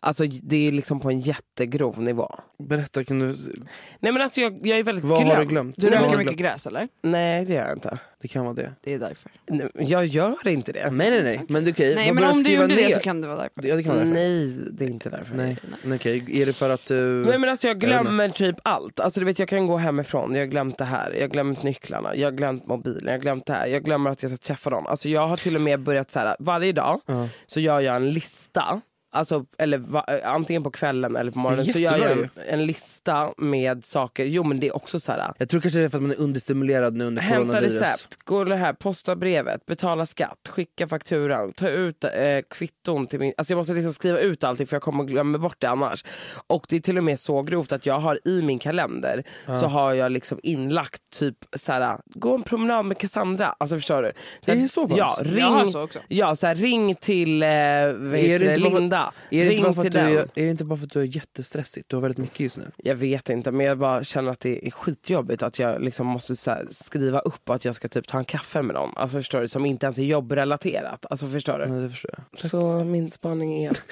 Speaker 4: Alltså, det är liksom på en jättegrov nivå.
Speaker 3: Berätta, kan du...
Speaker 4: Nej, men alltså jag, jag är väldigt
Speaker 3: vad
Speaker 4: glömd.
Speaker 3: har du glömt?
Speaker 5: Du
Speaker 3: Vad har
Speaker 5: röker
Speaker 3: du
Speaker 5: mycket
Speaker 3: glömt?
Speaker 5: gräs eller?
Speaker 4: Nej, det gör jag inte.
Speaker 3: Det kan vara det.
Speaker 5: Det är därför.
Speaker 4: Nej, Jag gör inte det.
Speaker 3: Nej, nej, nej. Men okej,
Speaker 5: Nej
Speaker 3: vad
Speaker 5: men
Speaker 3: börjar
Speaker 5: om du
Speaker 3: skriva
Speaker 5: gjorde
Speaker 3: ner?
Speaker 5: det så kan det vara därför.
Speaker 3: Ja, det kan vara därför.
Speaker 4: Nej, det är inte därför.
Speaker 3: Nej. Nej, Okej, är det för att du...
Speaker 4: Nej, men alltså jag
Speaker 3: Jag vet
Speaker 4: glömmer typ allt. Alltså du vet jag kan gå hemifrån, jag har glömt det här, jag har glömt nycklarna, jag har glömt mobilen, jag har glömt det här, jag glömmer att jag ska träffa någon. Alltså jag har till och med börjat så här, varje dag så gör jag en lista, alltså, eller va, antingen på kvällen eller på morgonen så gör
Speaker 3: Jättebra
Speaker 4: jag en, en lista med saker. Jo men det är också så här,
Speaker 3: Jag tror kanske det är för att man är understimulerad nu under
Speaker 4: Hämta
Speaker 3: coronavirus.
Speaker 4: recept, gå och det här, posta brevet, betala skatt, skicka fakturan, ta ut eh, kvitton till min... Alltså jag måste liksom skriva ut allting för jag kommer glömma bort det annars. Och det är till och med så grovt att jag har i min kalender så har jag liksom inlagt typ såhär, gå en promenad med Cassandra. Alltså förstår du? Såhär,
Speaker 3: Det är så pass?
Speaker 4: Ja,
Speaker 3: Jag
Speaker 5: har
Speaker 4: ring,
Speaker 5: så också.
Speaker 4: ja, såhär, ring till eh, vad
Speaker 3: Är
Speaker 4: heter
Speaker 3: det
Speaker 4: det
Speaker 3: inte bara för-
Speaker 4: Linda,
Speaker 3: Är det, inte
Speaker 4: ring
Speaker 3: bara för
Speaker 4: till
Speaker 3: att du
Speaker 4: den.
Speaker 3: är, är det inte bara för att du är jättestressigt? Du har väldigt mycket just nu.
Speaker 4: Jag vet inte men jag bara känner att det är skitjobbigt att jag liksom måste så här skriva upp att jag ska typ ta en kaffe med någon. Alltså förstår du? Som inte ens är jobbrelaterat. Alltså förstår du?
Speaker 3: Ja, det förstår jag.
Speaker 4: Så min spaning är att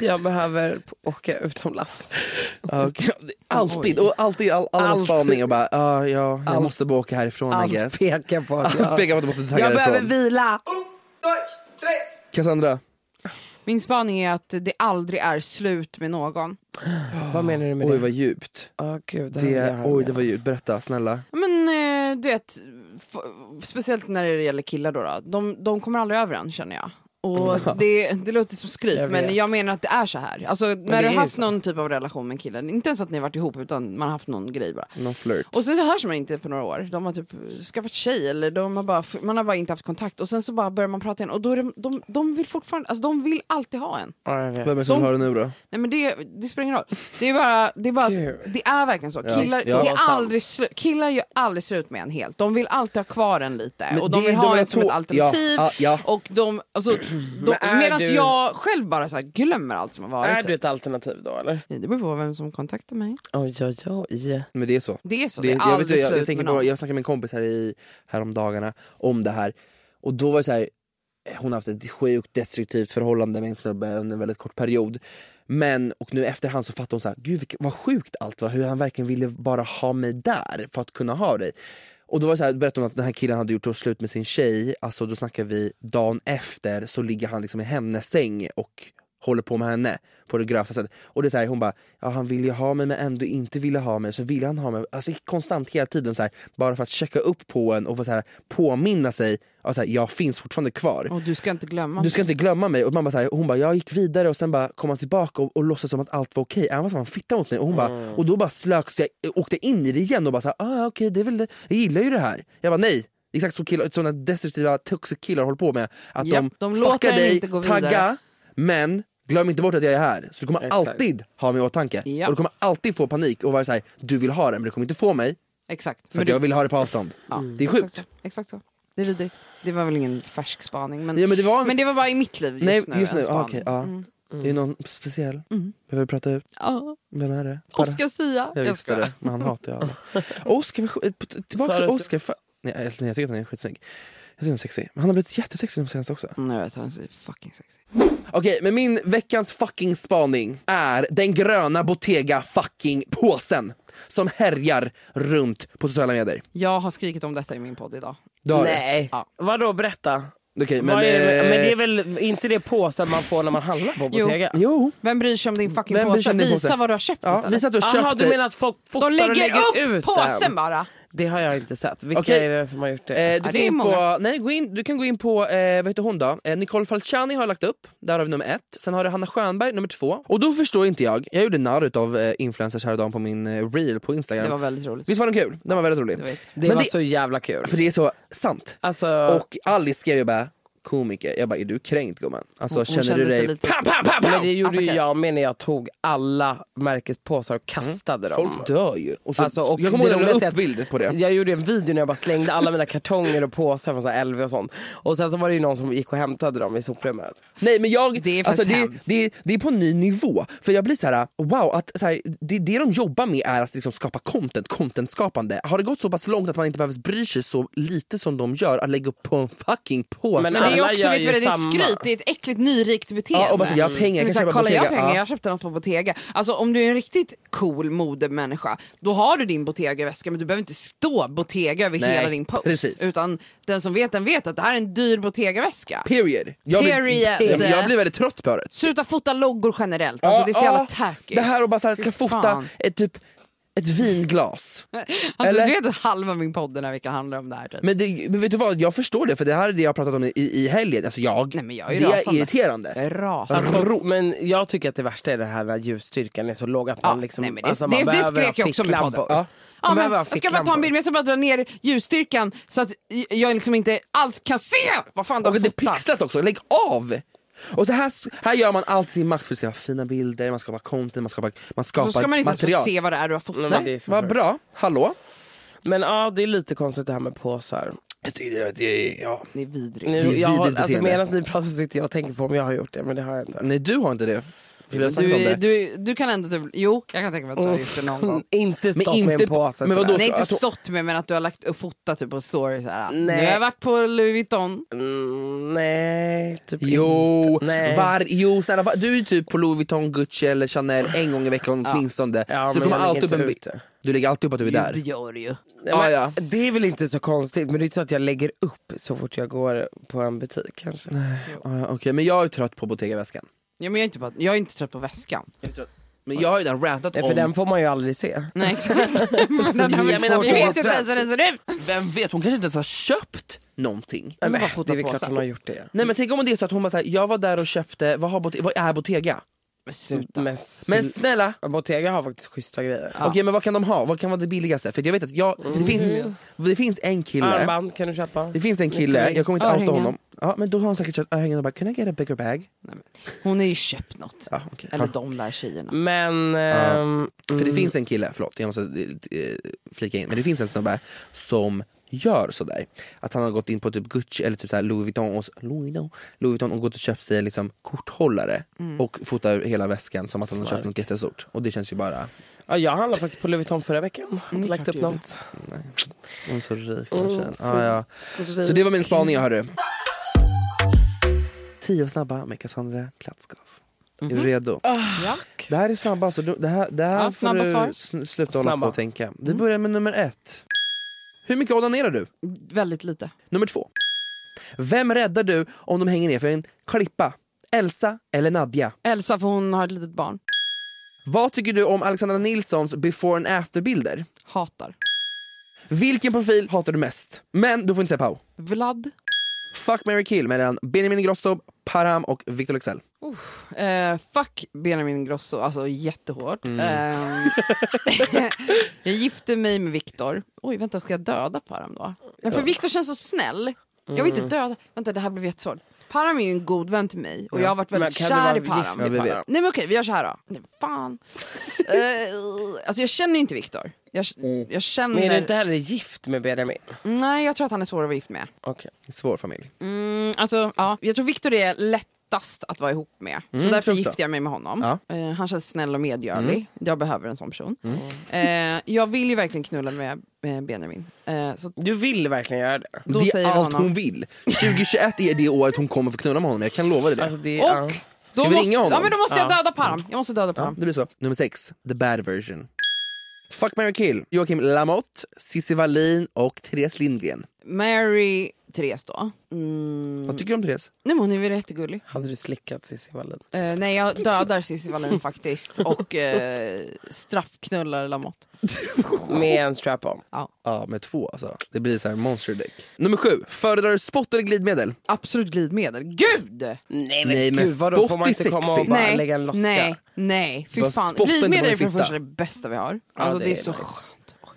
Speaker 4: jag behöver p- åka utomlands.
Speaker 3: Ja, okej. Alltid, och alltid all, alla
Speaker 4: Alltid.
Speaker 3: spaningar bara, ah, ja, jag
Speaker 4: Allt.
Speaker 3: måste bara åka härifrån I guess.
Speaker 4: Allt pekar på att
Speaker 3: Oh Allt
Speaker 4: jag,
Speaker 3: pekar på att du måste tagga
Speaker 4: jag
Speaker 3: härifrån.
Speaker 4: behöver vila.
Speaker 3: Cassandra,
Speaker 5: Min spaning är att det aldrig är slut med någon.
Speaker 4: Vad menar du med
Speaker 3: oj
Speaker 4: det?
Speaker 3: vad djupt.
Speaker 4: Ah, gud, det, här vill jag
Speaker 3: Det,
Speaker 4: höra
Speaker 3: oj
Speaker 4: mer
Speaker 3: det var djupt, berätta snälla.
Speaker 5: Ja, Men eh, du vet, f- speciellt när det gäller killar då. då de, de kommer aldrig över en känner jag. Och det, det låter som skryt
Speaker 3: Jag vet.
Speaker 5: men jag menar att det är så här. Alltså
Speaker 3: det
Speaker 5: när
Speaker 3: är
Speaker 5: du
Speaker 3: ju
Speaker 5: har haft
Speaker 3: så.
Speaker 5: någon typ av relation med killen, inte ens att ni har varit ihop utan man har haft någon grej bara.
Speaker 3: Någon flört.
Speaker 5: Och sen så hörs man inte på några år. De har typ skaffat tjej eller de har bara, man har bara inte haft kontakt och sen så bara börjar man prata igen och då är de, de, de vill fortfarande, alltså de vill alltid ha en.
Speaker 3: Vem är det som
Speaker 5: De-
Speaker 3: hör det nu då?
Speaker 5: Nej men det, det spelar ingen roll. Det är bara, det är bara att, det är verkligen så.
Speaker 3: Ja,
Speaker 5: Killar,
Speaker 3: ja, sant.
Speaker 5: det är aldrig slu, killar gör aldrig slut med en helt. De vill alltid ha kvar en lite
Speaker 3: Men
Speaker 5: och de
Speaker 3: det-
Speaker 5: vill
Speaker 3: det
Speaker 5: ha
Speaker 3: var
Speaker 5: en
Speaker 3: jag
Speaker 5: som
Speaker 3: tro-
Speaker 5: ett alternativ.
Speaker 3: Ja, ja.
Speaker 5: Och de, alltså, de,
Speaker 4: Men är
Speaker 5: medan
Speaker 4: du-
Speaker 5: jag själv bara så här glömmer allt som har varit.
Speaker 4: Är du ett alternativ då eller?
Speaker 5: Det beror på vem som kontaktar mig.
Speaker 4: Oj, oj, oj.
Speaker 3: Men det är så.
Speaker 5: Det är så, det
Speaker 3: Det,
Speaker 5: är
Speaker 3: jag,
Speaker 5: aldrig
Speaker 3: vet, jag,
Speaker 5: slut
Speaker 3: jag, tänker
Speaker 5: med
Speaker 3: på,
Speaker 5: någon.
Speaker 3: jag snackade med en kompis här i, häromdagarna om det här. Och då var det så här, hon har haft ett sjukt destruktivt förhållande med en snubbe under en väldigt kort period. Men, och nu efterhand så fattar hon så här, gud vilket, vad sjukt allt var, hur han verkligen ville bara ha mig där för att kunna ha dig. Och då var det så här, berättade hon att den här killen hade gjort då slut med sin tjej, alltså då snackar vi dagen efter så ligger han liksom i hennes säng och håller på med henne på det grövsta sättet. Och det är så här, hon bara, ja, han ville ju ha mig men ändå inte ville ha mig, så ville han ha mig. Alltså konstant hela tiden så här, bara för att checka upp på en och få så här, påminna sig, ja, så här, jag finns fortfarande kvar.
Speaker 5: Och du ska inte glömma.
Speaker 3: Du ska inte glömma mig. Och man bara så här, hon bara, jag gick vidare och sen bara kom han tillbaka och, och låtsades som att allt var okej. Även fast han fittade mot mig. Och, hon
Speaker 5: Mm.
Speaker 3: bara, och då bara slöks jag, åkte in i det igen och bara så här, ah, okej det är väl det. Jag gillar ju det här. Jag bara nej. Exakt så killar, sådana destruktiva toxic killar håller på med. Att
Speaker 5: Japp,
Speaker 3: de,
Speaker 5: de låter
Speaker 3: fuckar
Speaker 5: en
Speaker 3: dig,
Speaker 5: inte gå vidare.
Speaker 3: tagga, men glöm inte bort att jag är här. Så du kommer
Speaker 4: Exakt.
Speaker 3: alltid ha mig i åtanke.
Speaker 5: Japp.
Speaker 3: Och du kommer alltid få panik och vara så här, du vill ha det men du kommer inte få mig
Speaker 5: Exakt.
Speaker 3: för
Speaker 5: Men
Speaker 3: att
Speaker 5: du-
Speaker 3: jag vill ha det på avstånd.
Speaker 5: Ja,
Speaker 3: Det är sjukt.
Speaker 5: Mm. Exakt så. exakt så. Det är vidrigt. Det var väl ingen färsk spaning men,
Speaker 3: Ja, men det var en-
Speaker 5: men det var bara i mitt liv just
Speaker 3: Nej,
Speaker 5: nu.
Speaker 3: just
Speaker 5: en
Speaker 3: nu.
Speaker 5: spaning.
Speaker 3: Ah, okej, ja.
Speaker 5: Mm.
Speaker 3: Det är någon speciell. Behöver vi prata ut?
Speaker 5: Ja.
Speaker 3: Vem är det? Bara-
Speaker 5: Oscar Sia.
Speaker 3: Jag visste
Speaker 5: skojar.
Speaker 3: det, men han hatar ju alla. Oscar, vad sj- eh, tillbaka
Speaker 4: Sa
Speaker 3: till
Speaker 4: du
Speaker 3: Oscar. För... Nej, jag- nej, jag tycker att han är skitsnygg. Jag tycker han är sexig. Men han har blivit jättesexig de senaste också.
Speaker 5: Mm, jag vet, han är så fucking sexig.
Speaker 3: Okej, men min veckans fucking spaning är den gröna Bottega fucking påsen som härjar runt på sociala medier.
Speaker 5: Jag har skrikit om detta i min podd idag.
Speaker 3: Du har det?
Speaker 4: Nej.
Speaker 5: Ja.
Speaker 4: Vadå berätta?
Speaker 3: Okej,
Speaker 4: Men,
Speaker 3: men...
Speaker 4: Vad är det, med-
Speaker 3: eh,
Speaker 4: men det är väl inte det påsen man får när man handlar på
Speaker 5: Jo.
Speaker 4: Bottega?
Speaker 3: Jo.
Speaker 5: Vem bryr sig om din fucking
Speaker 3: Vem bryr sig
Speaker 5: påse?
Speaker 3: om din
Speaker 5: Visa
Speaker 3: påse?
Speaker 5: vad du har köpt
Speaker 3: Ja,
Speaker 5: istället.
Speaker 3: visa att du har köpt
Speaker 4: Jaha, du
Speaker 3: det.
Speaker 4: menar att folk fotar
Speaker 5: De lägger,
Speaker 4: och lägger
Speaker 5: upp
Speaker 4: ut
Speaker 5: påsen
Speaker 4: den?
Speaker 5: bara.
Speaker 4: Det har jag inte sett. Vilka
Speaker 3: Okej.
Speaker 4: är det som har gjort det?
Speaker 3: Eh, du,
Speaker 5: Ja,
Speaker 3: kan
Speaker 5: det är
Speaker 3: in på,
Speaker 5: många.
Speaker 3: nej, gå in, du kan gå in på, eh, vad heter hon då? Eh, Nicole Falciani har lagt upp, där har vi nummer ett. Sen har du Hanna Schönberg, nummer två. Och då förstår inte jag, jag gjorde narr av eh, influencers häromdagen på min eh, reel på Instagram.
Speaker 5: Det var väldigt roligt.
Speaker 3: Visst var den kul? Den var väldigt rolig.
Speaker 5: Jag vet.
Speaker 4: det
Speaker 3: men
Speaker 4: var
Speaker 3: det-
Speaker 4: så jävla kul.
Speaker 3: För det är så sant.
Speaker 4: Alltså,
Speaker 3: Och Alice skrev ju bara, komiker, jag bara är du kränkt gumman? Alltså
Speaker 5: Hon- hon
Speaker 3: känner du
Speaker 5: kände sig
Speaker 3: dig...
Speaker 5: lite-
Speaker 3: Pow, pow, pow,
Speaker 4: men
Speaker 3: pow!
Speaker 4: det gjorde ju
Speaker 5: Attacker.
Speaker 4: jag med när jag tog alla märkespåsar och kastade dem.
Speaker 3: Mm. Folk dör ju. Och så,
Speaker 4: Alltså, och
Speaker 3: jag kommer
Speaker 4: det
Speaker 3: ihåg att jag
Speaker 4: roligaste
Speaker 3: la
Speaker 4: är
Speaker 3: upp
Speaker 4: att
Speaker 3: bild på det.
Speaker 4: Jag gjorde en video när jag bara slängde alla mina kartonger och påsar från så här LV och sånt. Och sen så var det ju någon som gick och hämtade dem i soprummet.
Speaker 3: Nej men jag,
Speaker 5: Det
Speaker 3: det
Speaker 5: är
Speaker 3: är, alltså,
Speaker 5: faktiskt
Speaker 3: det,
Speaker 5: hemskt.
Speaker 3: det, det är på en ny nivå. För jag blir så här: wow, att, så här, det, det de jobbar med är att liksom skapa content, contentskapande. Har det gått så pass långt att man inte behöver bry sig så lite som de gör att lägga upp på en fucking påse?
Speaker 4: Men
Speaker 5: Men det är
Speaker 4: alla
Speaker 5: också,
Speaker 4: gör
Speaker 5: vet du vad det
Speaker 4: ju
Speaker 5: är? det är
Speaker 4: samma.
Speaker 5: skryt, det är ett äckligt nyrikt beteende.
Speaker 3: Ja, och bara så, jag har pengar,
Speaker 5: Som är
Speaker 3: jag
Speaker 5: så här,
Speaker 3: kan köpa
Speaker 5: kolla jag har
Speaker 3: Bottega,
Speaker 5: pengar,
Speaker 3: ja.
Speaker 5: jag köpte något på Bottega. Alltså om du är en riktigt cool modemänniska, då har du din Bottega-väska men du behöver inte stå Bottega över
Speaker 3: Nej,
Speaker 5: hela din post.
Speaker 3: precis.
Speaker 5: Utan den som vet den vet att det här är en dyr Bottega-väska.
Speaker 3: period. Jag blir,
Speaker 5: Period.
Speaker 3: Jag, jag blir väldigt trött på det.
Speaker 5: Sluta fota loggor generellt, alltså, det är så jävla tacky.
Speaker 3: Det här och bara så här, ska
Speaker 5: Fy
Speaker 3: fota
Speaker 5: fan.
Speaker 3: ett, typ, ett vinglas.
Speaker 5: Alltså,
Speaker 3: Eller-
Speaker 5: Du vet att halva min podd den här veckan handlar om det här. Typ.
Speaker 3: Men, det, men vet du vad, jag förstår det för det här är det jag har pratat om i, i helgen. Alltså jag,
Speaker 5: Nej, men jag är
Speaker 3: det är
Speaker 5: rasande.
Speaker 3: irriterande.
Speaker 5: Jag är rasande.
Speaker 4: Att folk, men jag tycker att det värsta är det här när ljusstyrkan är så låg att man
Speaker 5: Ja,
Speaker 4: liksom...
Speaker 5: nej, men det-
Speaker 4: alltså,
Speaker 5: det-
Speaker 4: man
Speaker 5: det
Speaker 4: behöver
Speaker 5: skrek
Speaker 4: ha
Speaker 5: jag också med
Speaker 4: ficklampor.
Speaker 5: podden.
Speaker 4: Man
Speaker 5: Ja, men
Speaker 4: behöver ha
Speaker 5: jag ska bara ta en bild, men jag ska bara dra ner ljusstyrkan så att jag liksom inte alls kan se vad fan de
Speaker 3: Och att det är
Speaker 5: fotar.
Speaker 3: pixlat också, lägg av! Och så här, här gör man allt sin makt för att skaffa fina bilder, man skapar content, man skapar, man skapar
Speaker 5: Då ska man inte ens
Speaker 3: material.
Speaker 5: få se vad det är du har fotat.
Speaker 4: Nej, men det är
Speaker 3: Nej,
Speaker 4: så
Speaker 3: vad
Speaker 4: sjukt.
Speaker 3: bra, hallå?
Speaker 4: Men ja, det är lite konstigt det här med påsar.
Speaker 3: Jag tycker det, det, ja.
Speaker 5: Det är vidrigt.
Speaker 4: Nu,
Speaker 3: Det är
Speaker 4: jag har,
Speaker 3: vidrigt
Speaker 4: alltså,
Speaker 3: beteende.
Speaker 4: medan ni pratar så sitter jag och tänker på om jag har gjort det, men det har jag inte.
Speaker 3: Nej du har inte det, för vi har snackat om
Speaker 5: Du,
Speaker 3: det.
Speaker 5: du, du kan ändå typ, jo jag kan tänka mig att du
Speaker 4: Mm.
Speaker 5: har gjort det någon gång.
Speaker 4: inte
Speaker 3: Men
Speaker 4: stått med
Speaker 3: inte-
Speaker 4: en påse
Speaker 3: men vadå,
Speaker 4: sådär.
Speaker 5: Nej inte
Speaker 3: att-
Speaker 5: stått med men att du har lagt och fotat typ på story såhär. Nu har
Speaker 4: Nej.
Speaker 5: jag varit på Louis Vuitton.
Speaker 4: Mm, nej, typ
Speaker 3: Jo,
Speaker 4: inte. Nej.
Speaker 3: var, jo snälla, var, du är typ på Louis Vuitton, Gucci eller Chanel en gång i veckan åtminstone.
Speaker 4: Ja,
Speaker 3: så
Speaker 4: men
Speaker 3: kommer
Speaker 4: jag lägger
Speaker 3: alltid upp en
Speaker 4: inte
Speaker 3: bild.
Speaker 4: ut det.
Speaker 3: Du lägger alltid upp att du är
Speaker 5: Det
Speaker 3: där.
Speaker 5: gör du ju.
Speaker 4: Nej, men
Speaker 3: Ah, ja.
Speaker 4: Det är väl inte så konstigt, men det är inte så att jag lägger upp så fort jag går på en butik kanske.
Speaker 3: Ah, Okej, men jag är trött på Bottega-väskan.
Speaker 5: Ja, men jag, är inte bara, jag är inte trött på väskan.
Speaker 3: Men jag har ju redan rantat
Speaker 4: Nej,
Speaker 3: om
Speaker 4: för den får man ju aldrig se.
Speaker 5: Nej exakt. men
Speaker 3: menar
Speaker 5: jag vet
Speaker 3: påse.
Speaker 5: inte ens hur den ser ut.
Speaker 3: Vem vet, hon kanske inte ens har köpt någonting.
Speaker 4: men vad fotar Det är väl på klart sig? hon har gjort det.
Speaker 3: Nej men tänk om det är så att hon bara såhär, jag var där och köpte, vad, har bote- vad är Bottega?
Speaker 4: Men sluta. Men,
Speaker 3: Men snälla!
Speaker 4: Bottega har faktiskt schyssta grejer.
Speaker 3: Okej men vad kan de ha? Vad kan vara det billigaste? För jag vet att jag, det,
Speaker 4: Mm.
Speaker 3: finns, det finns en kille
Speaker 4: Armband kan du köpa.
Speaker 3: Det finns en kille,
Speaker 4: Nyckelring.
Speaker 3: jag kommer inte outa honom. Ja, men då har han säkert köpt örhängen och bara, can I get a bigger bag?
Speaker 5: Hon har ju köpt något.
Speaker 3: Ja, okej.
Speaker 5: Eller
Speaker 3: Ja.
Speaker 5: de där tjejerna.
Speaker 4: Men... ehm,
Speaker 3: För det
Speaker 4: mm.
Speaker 3: finns en kille, förlåt jag måste eh, flika in, men det finns en snubbe som gör sådär. Att han har gått in på typ Gucci eller typ såhär Louis Vuitton och, Louis Vuitton, Louis Vuitton och gått och köpt sig liksom korthållare och fotar hela väskan som att han har köpt något jättestort. Och det känns ju bara,
Speaker 4: Ja, jag handlade faktiskt på Louis Vuitton förra veckan. Jag har inte lagt upp något.
Speaker 3: hon är så rik
Speaker 4: Mm,
Speaker 3: mm,
Speaker 4: så-
Speaker 3: ah, ja.
Speaker 4: så
Speaker 3: så,
Speaker 4: rik.
Speaker 3: det var min spaning hörru. Tio snabba med Cassandra Klatskov. Är du redo?
Speaker 4: Ah.
Speaker 3: Det här är snabba, så du, det här, det här
Speaker 5: Ja,
Speaker 3: får
Speaker 5: snabba
Speaker 3: du
Speaker 5: svar.
Speaker 3: sn- sluta hålla
Speaker 4: Snabba.
Speaker 3: på och tänka. Vi börjar med nummer ett. Hur mycket onanerar du?
Speaker 5: Väldigt lite.
Speaker 3: Nummer två. Vem räddar du om de hänger ner för en klippa? Elsa eller Nadja?
Speaker 5: Elsa för hon har ett litet barn.
Speaker 3: Vad tycker du om Alexandra Nilssons before and after-bilder?
Speaker 5: Hatar.
Speaker 3: Vilken profil hatar du mest? Men du får inte säga Pau.
Speaker 5: Vlad.
Speaker 3: Fuck, marry, kill mellan Benjamin Ingrosso, Param och Victor Leksell.
Speaker 5: Eh, fuck Benjamin Grosso, alltså jättehårt.
Speaker 4: Mm.
Speaker 5: Eh, jag gifte mig med Viktor. Oj, vänta, ska jag döda Param då? Nej, för Viktor känns så snäll.
Speaker 4: Mm.
Speaker 5: Jag vill inte döda... Vänta, det här blev jättesvårt. Param är ju en god vän till mig och jag har varit
Speaker 4: Men
Speaker 5: väldigt
Speaker 4: kan du
Speaker 5: kär
Speaker 4: vara
Speaker 5: i Param.
Speaker 4: gift med Ja, vi Param? vet.
Speaker 5: Nej men okej, vi gör så här då. Nej, fan. eh, alltså jag känner ju inte Viktor. Jag, jag känner...
Speaker 4: Mm. Men är du inte heller gift med Benjamin?
Speaker 5: Nej, jag tror att han är svår att vara gift med.
Speaker 4: Okej.
Speaker 3: Svår familj.
Speaker 5: Mm, alltså, ja. Jag tror Viktor är lättast att vara ihop med. Så
Speaker 3: Mm,
Speaker 5: därför
Speaker 3: tror också.
Speaker 5: gifte jag mig med honom. Eh, han känns snäll och medgörlig.
Speaker 3: Mm.
Speaker 5: Jag behöver en sån person. Eh, jag vill ju verkligen knulla med, med Benjamin. Eh, så
Speaker 4: Du vill verkligen göra det?
Speaker 5: då
Speaker 3: det
Speaker 5: säger
Speaker 3: är
Speaker 5: jag
Speaker 3: allt
Speaker 5: honom.
Speaker 3: hon vill. 2021 är det året hon kommer få knulla med honom, jag kan lova dig det.
Speaker 4: Alltså det
Speaker 5: Och
Speaker 4: ja.
Speaker 5: då
Speaker 3: Ska vi
Speaker 5: måste,
Speaker 3: ringa honom?
Speaker 5: Ja, men då måste jag
Speaker 4: Ja.
Speaker 5: döda Param. Jag måste döda
Speaker 3: Ja,
Speaker 5: Param.
Speaker 3: det blir så. Nummer sex, the bad version. Fuck, marry, kill. Joakim Lamotte, Cissi Wallin och Therese Lindgren.
Speaker 5: Mary Therese då. Mm.
Speaker 3: Vad tycker du om Therese?
Speaker 5: Nej, men hon är väl jättegullig.
Speaker 4: Hade du slickat Cissi Wallin?
Speaker 5: Eh, nej, jag dödar Cissi Wallin faktiskt. Och eh, straffknullar Lamotte.
Speaker 4: Med en strap-on?
Speaker 3: Ja, med två alltså. Det blir så här monster dick. Nummer sju, föredrar du spott eller glidmedel?
Speaker 5: Absolut glidmedel. Gud!
Speaker 4: Nej
Speaker 3: men Nej, men gud, vadå,
Speaker 4: vadå,
Speaker 3: spott får
Speaker 4: får
Speaker 3: man är inte
Speaker 4: man inte
Speaker 3: komma
Speaker 4: komma
Speaker 3: sexigt.
Speaker 4: och
Speaker 3: och
Speaker 4: bara
Speaker 3: bara
Speaker 5: nej,
Speaker 4: lägga en loska?
Speaker 5: Nej, nej. Fy
Speaker 3: Bara
Speaker 5: fan.
Speaker 3: spotta inte på
Speaker 5: Glidmedel
Speaker 3: din
Speaker 5: är för det
Speaker 3: fitta.
Speaker 5: första det bästa vi har. Alltså,
Speaker 4: det
Speaker 5: det, är
Speaker 4: är
Speaker 5: så
Speaker 4: nice.
Speaker 5: skönt.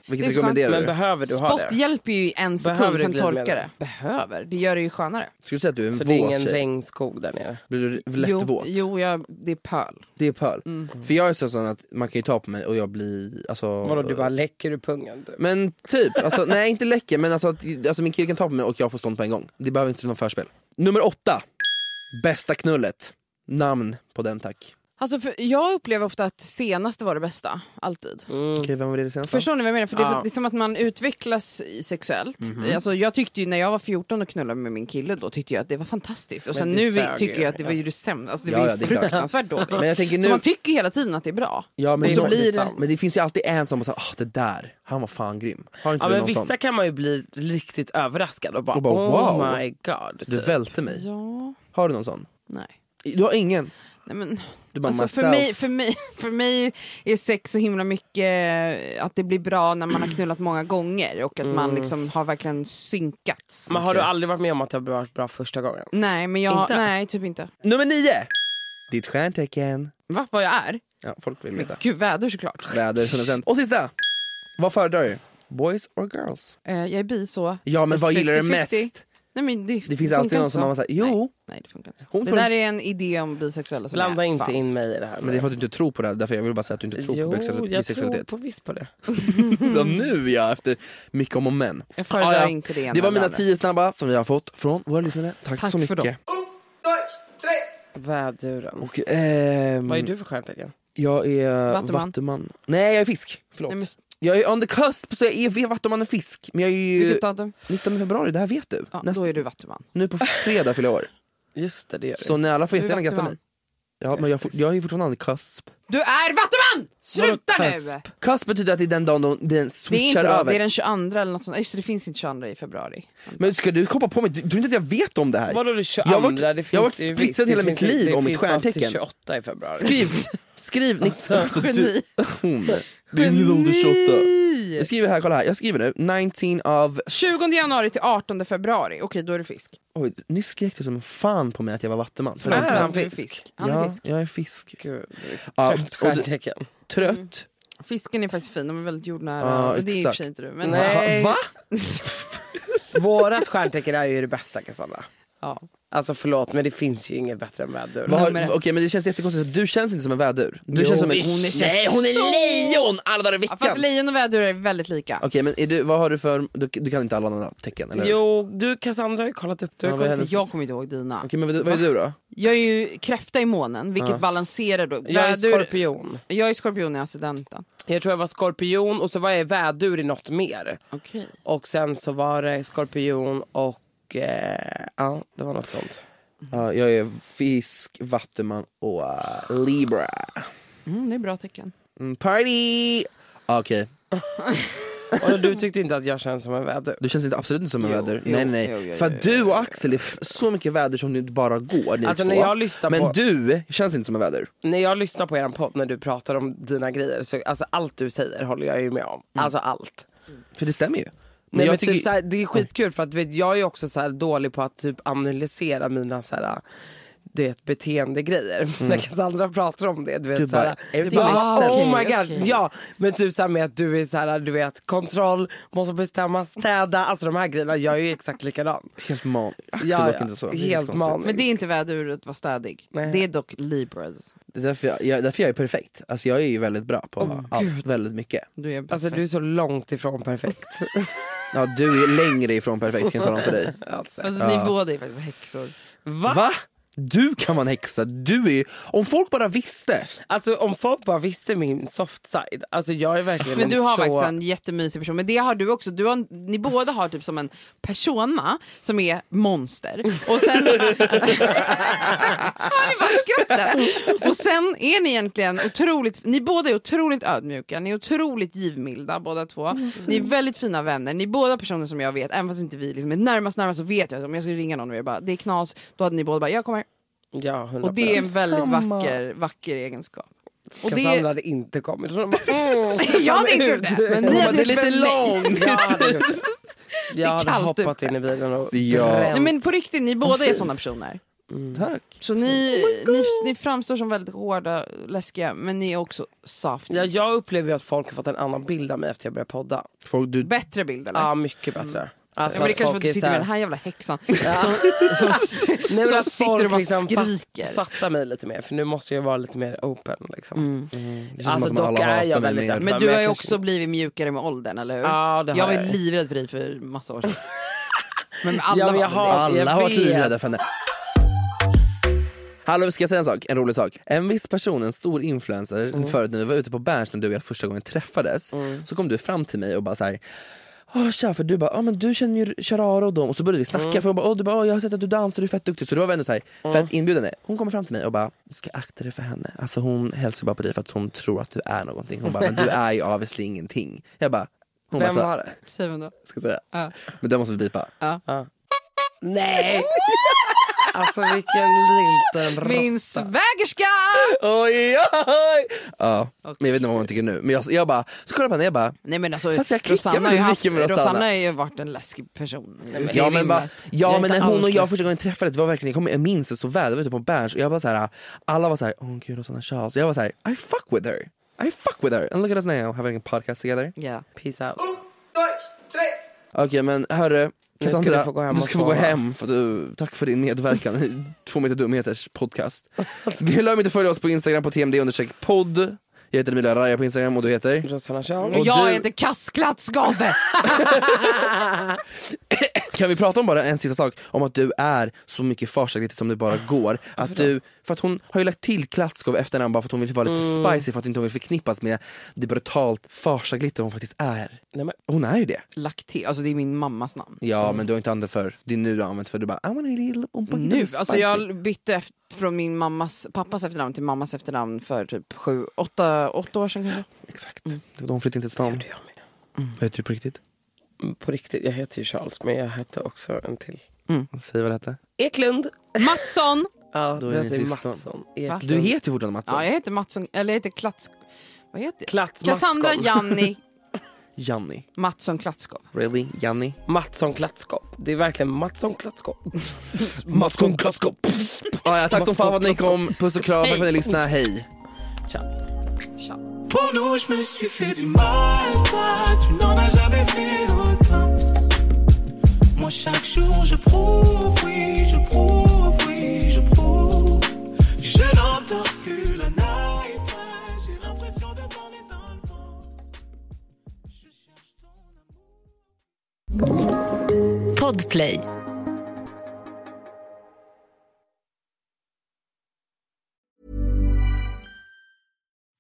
Speaker 3: Vilket
Speaker 5: Det är så
Speaker 3: rekommenderar
Speaker 4: Men
Speaker 3: du?
Speaker 4: behöver du ha
Speaker 5: Spott
Speaker 4: det?
Speaker 5: hjälper ju i en sekund,
Speaker 4: Behöver du
Speaker 5: sen
Speaker 4: glidmedel?
Speaker 5: torkar det. Behöver, det gör det ju skönare.
Speaker 3: Skulle du säga att du är en
Speaker 4: Så Alltså, det är
Speaker 3: våt
Speaker 4: ingen
Speaker 3: tjej?
Speaker 4: regnskog där nere?
Speaker 3: Blir du lätt
Speaker 5: jo,
Speaker 3: våt?
Speaker 5: jo jag, det är pöl.
Speaker 3: Det är pöl.
Speaker 5: Mm.
Speaker 3: För jag är så sån att man kan ju ta på mig och jag blir... Alltså,
Speaker 4: Vadå, du bara läcker ur pungen? Du?
Speaker 3: Men typ, alltså, nej inte läcker men alltså, att- alltså min kille kan ta på mig och jag får stånd på en gång. Det behöver inte någon förspel. Nummer åtta, bästa knullet. Namn på den tack.
Speaker 5: Alltså, för jag upplever ofta att senaste var det bästa, alltid.
Speaker 4: Mm.
Speaker 3: Okej, vem var det senast?
Speaker 5: Förstår ni vad jag menar? För det, är,
Speaker 4: Ja.
Speaker 5: det är som att man utvecklas i- sexuellt. Alltså, jag tyckte ju när jag var 14 och knullade med min kille då tyckte jag att det var fantastiskt. Och
Speaker 4: Men
Speaker 5: sen
Speaker 4: det
Speaker 5: nu
Speaker 4: sög
Speaker 5: tycker
Speaker 4: ju.
Speaker 5: jag att det var ju det sämsta. Alltså, det
Speaker 3: Ja,
Speaker 5: var ju
Speaker 3: ja, det är klart.
Speaker 5: fruktansvärt dåligt.
Speaker 3: Men jag tänker
Speaker 5: Så
Speaker 3: nu...
Speaker 5: man tycker hela tiden att det är bra.
Speaker 3: Ja, men,
Speaker 5: och så
Speaker 3: det,
Speaker 5: blir
Speaker 3: det...
Speaker 5: det-
Speaker 3: men det finns ju alltid en som bara såhär, ah det där, han var fan grym. Har inte
Speaker 4: Ja,
Speaker 3: du
Speaker 4: men
Speaker 3: någon
Speaker 4: vissa
Speaker 3: sån?
Speaker 4: kan man ju bli riktigt överraskad och bara,
Speaker 3: Och bara,
Speaker 4: oh
Speaker 3: wow.
Speaker 4: my god. Typ.
Speaker 3: Du välte mig.
Speaker 5: Ja,
Speaker 3: Har du någon sån?
Speaker 5: nej.
Speaker 3: Du har ingen?
Speaker 5: nej men,
Speaker 3: Du bara
Speaker 5: alltså för,
Speaker 3: myself.
Speaker 5: mig, för, mig, för mig är sex så himla mycket eh, att det blir bra när man har knullat många gånger och att
Speaker 3: Mm.
Speaker 5: man liksom har verkligen synkats.
Speaker 4: Men har du aldrig varit med om att det har varit bra första gången?
Speaker 5: Nej, men jag,
Speaker 4: Inte?
Speaker 5: nej, typ inte.
Speaker 3: Nummer nio! Ditt stjärntecken.
Speaker 5: Va, vad jag är?
Speaker 3: Ja, folk vill veta.
Speaker 5: Gud, väder såklart.
Speaker 3: Väder 100%. Och sista! Vad föredrar du? Boys or girls?
Speaker 5: Eh, jag är bi så.
Speaker 3: Ja men
Speaker 5: It's
Speaker 3: vad gillar du
Speaker 5: 50-50.
Speaker 3: mest?
Speaker 5: Nej, men det,
Speaker 3: Det finns
Speaker 5: funkar
Speaker 3: alltid någon
Speaker 5: inte
Speaker 3: som
Speaker 5: så.
Speaker 3: man säger, jo.
Speaker 5: Nej, nej, det funkar inte.
Speaker 3: Hon
Speaker 5: det
Speaker 3: tror-
Speaker 5: där är en idé om bisexuella som
Speaker 4: Typ. Blanda
Speaker 5: är
Speaker 4: inte
Speaker 5: falsk.
Speaker 4: in mig i det här.
Speaker 3: Men det är för att du inte tror på det här, därför jag vill bara säga att du inte tror
Speaker 4: jo,
Speaker 3: på bisexu-
Speaker 4: jag tror
Speaker 3: bisexualitet.
Speaker 4: på visst på det.
Speaker 3: Ja, nu ja, efter mycket om och men.
Speaker 5: Mm. Jag föredrar
Speaker 3: Ah, ja.
Speaker 5: inte det ena
Speaker 3: Det var
Speaker 5: eller
Speaker 3: mina
Speaker 5: andra.
Speaker 3: tio snabba som vi har fått från våra lyssnare. Tack,
Speaker 5: Tack
Speaker 3: så
Speaker 5: för dem.
Speaker 3: mycket.
Speaker 4: Väduren.
Speaker 3: Och, ehm,
Speaker 4: Vad är du för stjärntecken?
Speaker 3: Jag är
Speaker 5: Vattuman.
Speaker 3: vattuman. Nej jag är fisk, förlåt.
Speaker 5: Nej, men,
Speaker 3: Jag är on the cusp så jag är vattuman och fisk. Men jag är ju
Speaker 5: vilket datum?
Speaker 3: 19 februari, det här vet du.
Speaker 5: Ja,
Speaker 3: Nästa,
Speaker 5: då är du vattuman.
Speaker 3: Nu på fredag fyller jag år.
Speaker 4: Just det, det gör
Speaker 3: Så ni alla får
Speaker 5: Du är
Speaker 3: jättegärna gratta mig.
Speaker 5: vattuman.
Speaker 3: Ja, men jag, får- jag är fortfarande on the cusp.
Speaker 5: Du är vattuman! Sluta
Speaker 4: Vadå
Speaker 5: nu!
Speaker 4: cusp?
Speaker 3: Cusp betyder att det är den dagen då den
Speaker 5: Det är, inte,
Speaker 3: switchar
Speaker 5: då,
Speaker 3: över.
Speaker 5: det är den 22 eller något sånt. Just det, det finns inte 22 i februari.
Speaker 3: Men ska du komma på mig? Du tror inte att jag vet om det här?
Speaker 4: Vadå det 22?
Speaker 3: Jag har varit,
Speaker 4: det
Speaker 3: jag har
Speaker 4: finns
Speaker 3: varit
Speaker 4: det ju visst.
Speaker 3: splittrad
Speaker 4: Det
Speaker 3: hela
Speaker 4: finns
Speaker 3: mitt
Speaker 4: ju-
Speaker 3: liv
Speaker 4: det
Speaker 3: om mitt
Speaker 4: finns bara till
Speaker 3: stjärntecken.
Speaker 4: 28 i februari.
Speaker 3: Skriv, skriv, ni, alltså, du,
Speaker 5: geni.
Speaker 3: hon, det är min ålder 28.
Speaker 5: i...
Speaker 3: Jag skriver här, kolla här. Jag skriver nu 19 of...
Speaker 5: 20 januari till 18 februari. Okej, då är det fisk.
Speaker 3: Oj, nyss skrek du som fan på mig att jag var vattenman. För
Speaker 5: Nej,
Speaker 3: det-
Speaker 5: han är fisk. Han är
Speaker 3: ja,
Speaker 5: fisk. Mm.
Speaker 3: jag är fisk. Gud,
Speaker 5: trött stjärntecken.
Speaker 3: Trött.
Speaker 5: Fisken är faktiskt fin, de är väldigt jordnära.
Speaker 3: Ja,
Speaker 5: Men det är i och för
Speaker 3: exakt.
Speaker 5: sig inte du. Men...
Speaker 4: Nej.
Speaker 3: Va?
Speaker 4: Vårat stjärntecken är ju det bästa Cassandra.
Speaker 5: Ja.
Speaker 4: Alltså förlåt men det finns ju inget bättre än vädur.
Speaker 3: Vad har- Okej men det känns jättekonstigt, att du känns inte som en vädur. Du
Speaker 4: Jo,
Speaker 3: känns som en...
Speaker 4: visst. Hon är
Speaker 3: Nej hon är lejon alla dagar i
Speaker 5: Ja,
Speaker 3: veckan!
Speaker 5: fast lejon och vädur är väldigt lika.
Speaker 3: Okej men är du, vad har du för, du, du kan inte alla andra tecken eller hur?
Speaker 4: Jo, du Cassandra har ju kollat upp. Du har
Speaker 3: Ja, vad
Speaker 4: kollat
Speaker 3: är
Speaker 4: upp.
Speaker 3: hennes-
Speaker 5: Jag kommer inte ihåg dina.
Speaker 3: Okej men vad, vad är du då?
Speaker 5: Jag är ju kräfta i månen, vilket
Speaker 3: Ja.
Speaker 5: balanserar då.
Speaker 4: Jag är
Speaker 5: Vädur-
Speaker 4: skorpion.
Speaker 5: Jag är skorpion i ascendenten.
Speaker 4: Jag tror jag var skorpion och så var jag vädur i något mer.
Speaker 5: Okej.
Speaker 4: Och sen så var det skorpion och eh, ja, det var något sånt.
Speaker 3: Ja, jag är fisk, vattenman och eh, libra.
Speaker 5: Mm, det är bra tecken.
Speaker 3: Mm, party! Okej,
Speaker 4: Och du tyckte inte att jag känns som en vädur?
Speaker 3: du känns inte absolut inte som en
Speaker 5: Jo,
Speaker 3: vädur.
Speaker 5: jo,
Speaker 3: nej nej,
Speaker 5: jo, jo,
Speaker 3: för
Speaker 5: jo,
Speaker 3: att du och Axel är f- så mycket väder som det bara går ni
Speaker 4: Alltså,
Speaker 3: två.
Speaker 4: när jag lyssnar
Speaker 3: men
Speaker 4: på-
Speaker 3: du känns inte som en vädur.
Speaker 4: När jag lyssnar på er podd när du pratar om dina grejer, så, alltså allt du säger håller jag ju med om. Alltså allt.
Speaker 3: För det stämmer ju. Men
Speaker 4: Nej,
Speaker 3: jag
Speaker 4: men
Speaker 3: tycker-
Speaker 4: typ såhär, det är skitkul för att vet, jag är också så dålig på att typ analysera mina så här, du vet, beteendegrejer. När Cassandra pratar om det. Du vet,
Speaker 3: Du
Speaker 4: så här,
Speaker 3: Mm. bara, everything
Speaker 4: du bara,
Speaker 3: makes sense.
Speaker 4: oh my
Speaker 5: Okej,
Speaker 4: god.
Speaker 5: okej.
Speaker 4: Ja, men typ såhär med att du är så här, du vet kontroll, måste bestämma, städa. Alltså de här grejerna, jag är ju exakt likadan.
Speaker 3: Helt man. Axel
Speaker 4: Ja,
Speaker 3: dock
Speaker 4: ja.
Speaker 3: inte så. Det är
Speaker 4: Helt
Speaker 3: konstigt.
Speaker 4: manisk.
Speaker 5: Men det är inte vädur att vara städig.
Speaker 4: Nej.
Speaker 5: Det är dock Libras.
Speaker 3: Det är därför jag, jag, därför jag är perfekt. Alltså jag är ju väldigt bra på allt, väldigt mycket.
Speaker 5: Du är
Speaker 4: Alltså du är så långt ifrån perfekt.
Speaker 3: Ja, du är längre ifrån perfekt kan jag tala om för dig.
Speaker 4: alltså.
Speaker 5: Fast ni båda är faktiskt häxor.
Speaker 4: Va?
Speaker 3: Va? Du kan man häxa, du är ju- Om folk bara visste!
Speaker 4: Alltså om folk bara visste min soft side. Alltså jag är verkligen
Speaker 5: Men du har
Speaker 4: så...
Speaker 5: faktiskt en jättemysig person. Men det har du också. Du har, ni båda har typ som en persona som är monster. Och sen... Hör ni bara skrattet? Och sen är ni egentligen otroligt... Ni båda är otroligt ödmjuka, ni är otroligt givmilda båda två. Ni är väldigt fina vänner. Ni är båda personer som jag vet, även fast inte vi liksom är närmast närmast så vet jag att om jag skulle ringa någon och er bara det är knas, då hade ni båda bara jag kommer.
Speaker 4: Ja, 100%.
Speaker 5: Och det är en väldigt
Speaker 3: Detsamma.
Speaker 5: vacker, vacker egenskap. Och det-
Speaker 4: Cassandra hade inte kommit. Hon bara, mm,
Speaker 5: Jag hade inte gjort det, men ni
Speaker 3: Hon bara, det
Speaker 5: hade
Speaker 3: är
Speaker 5: gjort
Speaker 3: lite
Speaker 5: för mig.
Speaker 3: långt!
Speaker 4: Jag hade, jag hade
Speaker 5: kallt
Speaker 4: hoppat
Speaker 5: ute.
Speaker 4: in i bilen och
Speaker 3: Ja.
Speaker 4: bränt.
Speaker 5: Nej, men på riktigt, ni båda är såna personer.
Speaker 3: Tack.
Speaker 5: Så
Speaker 4: Oh
Speaker 5: ni, ni, ni framstår som väldigt hårda, läskiga, men ni är också soft.
Speaker 4: ja, jag upplever ju att folk har fått en annan bild av mig efter jag började podda.
Speaker 3: Folk, du,
Speaker 5: Bättre bild eller?
Speaker 4: Ja, mycket bättre.
Speaker 3: Mm.
Speaker 4: Alltså
Speaker 5: ja, men det är
Speaker 4: att
Speaker 5: kanske
Speaker 4: folk
Speaker 5: för att du
Speaker 4: är så
Speaker 5: sitter med
Speaker 4: här-
Speaker 5: den här jävla häxan som, som,
Speaker 4: Nej, men
Speaker 5: som
Speaker 4: att
Speaker 5: sitter
Speaker 4: folk
Speaker 5: och bara
Speaker 4: liksom fat-
Speaker 5: skriker.
Speaker 4: fattar mig lite mer, för nu måste jag vara lite mer open. Liksom.
Speaker 3: Mm. det känns
Speaker 4: Alltså,
Speaker 3: som att alla
Speaker 4: dock är
Speaker 3: hatar
Speaker 4: jag
Speaker 3: mig
Speaker 4: väldigt
Speaker 3: mer.
Speaker 4: öppen,
Speaker 5: Mm. men du
Speaker 4: jag
Speaker 5: har ju
Speaker 4: kanske-
Speaker 5: också blivit mjukare med åldern, eller hur?
Speaker 4: Ja, det har
Speaker 5: jag var
Speaker 4: jag.
Speaker 5: ju livrädd för dig för massa år sedan. Men alla
Speaker 4: Ja, men jag
Speaker 5: var väl
Speaker 4: har-
Speaker 5: det.
Speaker 3: Alla
Speaker 4: jag
Speaker 3: har varit
Speaker 4: vet.
Speaker 3: livrädda för henne. Hallå, ska jag säga en sak? En rolig sak. En viss person, en stor influencer,
Speaker 4: Mm.
Speaker 3: förut när vi var ute på Berns när du och jag första gången träffades, så kom du fram till mig och bara så här. Åh, tja, för du bara, ah, men du känner ju Charara och dem och så började vi snacka
Speaker 4: Mm.
Speaker 3: för jag bara, åh, du bara, åh, jag har sett att du dansar, du är fett duktig. Så då var vi ändå så här, fett inbjudande. Hon kommer fram till mig och bara, du ska akta dig för henne. Alltså hon hälsar bara på dig för att hon tror att du är någonting. Hon bara, men du är ju obviously ingenting. Jag bara, hon
Speaker 4: Vem
Speaker 3: bara,
Speaker 4: var
Speaker 3: så,
Speaker 4: det?
Speaker 5: Säg vem då.
Speaker 3: ska jag säga.
Speaker 5: Ja.
Speaker 3: Men det måste vi bipa.
Speaker 4: Nej! alltså vilken liten
Speaker 5: Min
Speaker 4: råtta.
Speaker 5: svägerska!
Speaker 3: Oj, oj. Ja, men jag vet inte vad hon tycker nu. Men jag, jag bara, så kollar jag på henne jag bara,
Speaker 5: Nej men alltså,
Speaker 3: Fast jag klickar
Speaker 5: Rosanna, har
Speaker 3: väldigt
Speaker 5: ju haft,
Speaker 3: mycket med
Speaker 5: Rosanna.
Speaker 3: Rosanna.
Speaker 5: har ju varit en läskig person. Det
Speaker 3: Ja
Speaker 5: är
Speaker 3: men,
Speaker 5: min-
Speaker 3: bara,
Speaker 4: Jag är
Speaker 3: ja, men
Speaker 4: inte
Speaker 3: när hon
Speaker 4: alls
Speaker 3: och
Speaker 4: ledsen.
Speaker 3: jag första gången träffades var verkligen, jag, kommer- jag minns det så väl, jag var ute på Berns och jag bara så här, alla var så här, åh gud Rosanna Charles, jag var så här, I fuck with her, I fuck with her, and look at us now having a podcast together.
Speaker 5: Ja.
Speaker 4: Peace out.
Speaker 3: Okej men hörru,
Speaker 4: ska
Speaker 3: Cassandra,
Speaker 4: du få gå hem
Speaker 3: du
Speaker 4: och
Speaker 3: ska få gå
Speaker 4: sova.
Speaker 3: hem för att du, tack för din medverkan i Två meter dumheters podcast. Glöm inte att följa oss på Instagram på tmd podd. Jag heter Emilia Raja på Instagram och du heter?
Speaker 4: Rosanna Charles.
Speaker 5: Och jag
Speaker 3: du-
Speaker 5: heter Kasklattsgave!
Speaker 3: Kan vi prata om bara en sista sak? Om att du är så mycket farsäkerhet som det bara går. Att du, för att hon har ju lagt till Klatskov efternamn bara för att hon vill vara lite spicy för att inte hon vill förknippas med det brutalt farsaglitter hon faktiskt är.
Speaker 4: Nej, men-
Speaker 3: Hon är ju det.
Speaker 5: lagt till. Alltså det är min mammas namn.
Speaker 3: Ja men du har inte använt för det är nu du har använt för du bara I wanna eat a little um,
Speaker 5: Nu, alltså jag bytte efter, från min mammas, pappas efternamn till mammas efternamn för typ sju, åtta, åtta år sedan kanske.
Speaker 3: Exakt, det var då hon flyttade in till stan.
Speaker 4: jag med.
Speaker 3: Vad heter du på riktigt?
Speaker 4: På riktigt, jag heter ju Charles men jag hette också en till.
Speaker 3: Säg vad det hette.
Speaker 4: Eklund.
Speaker 5: Mattsson!
Speaker 4: Ja,
Speaker 3: Då är
Speaker 4: du
Speaker 3: ni
Speaker 4: heter ju
Speaker 3: syskon.
Speaker 4: Mattsson. Eklund.
Speaker 3: Du heter ju fortfarande Mattsson.
Speaker 5: Ja jag heter Mattsson, eller jag heter Klats... Vad heter jag?
Speaker 4: Klats
Speaker 5: Cassandra
Speaker 4: Mattsson.
Speaker 5: Janni
Speaker 3: Janni.
Speaker 5: Mattsson Klatskov.
Speaker 3: Really? Janni?
Speaker 4: Mattsson Klatskov. Det är verkligen Mattsson Klatskov.
Speaker 3: Mattsson Klatskov. Ah, ja, tack som fan för att ni kom. Puss och kram, tack för att ni lyssnade. Hej!
Speaker 5: Tja.
Speaker 8: Pour nous, je me suis fait du mal, toi, tu n'en as jamais fait autant. Moi, chaque jour, je prouve, oui, je prouve, oui, je prouve. Je n'entends plus la night, j'ai l'impression de voler dans le vent.
Speaker 9: Podplay.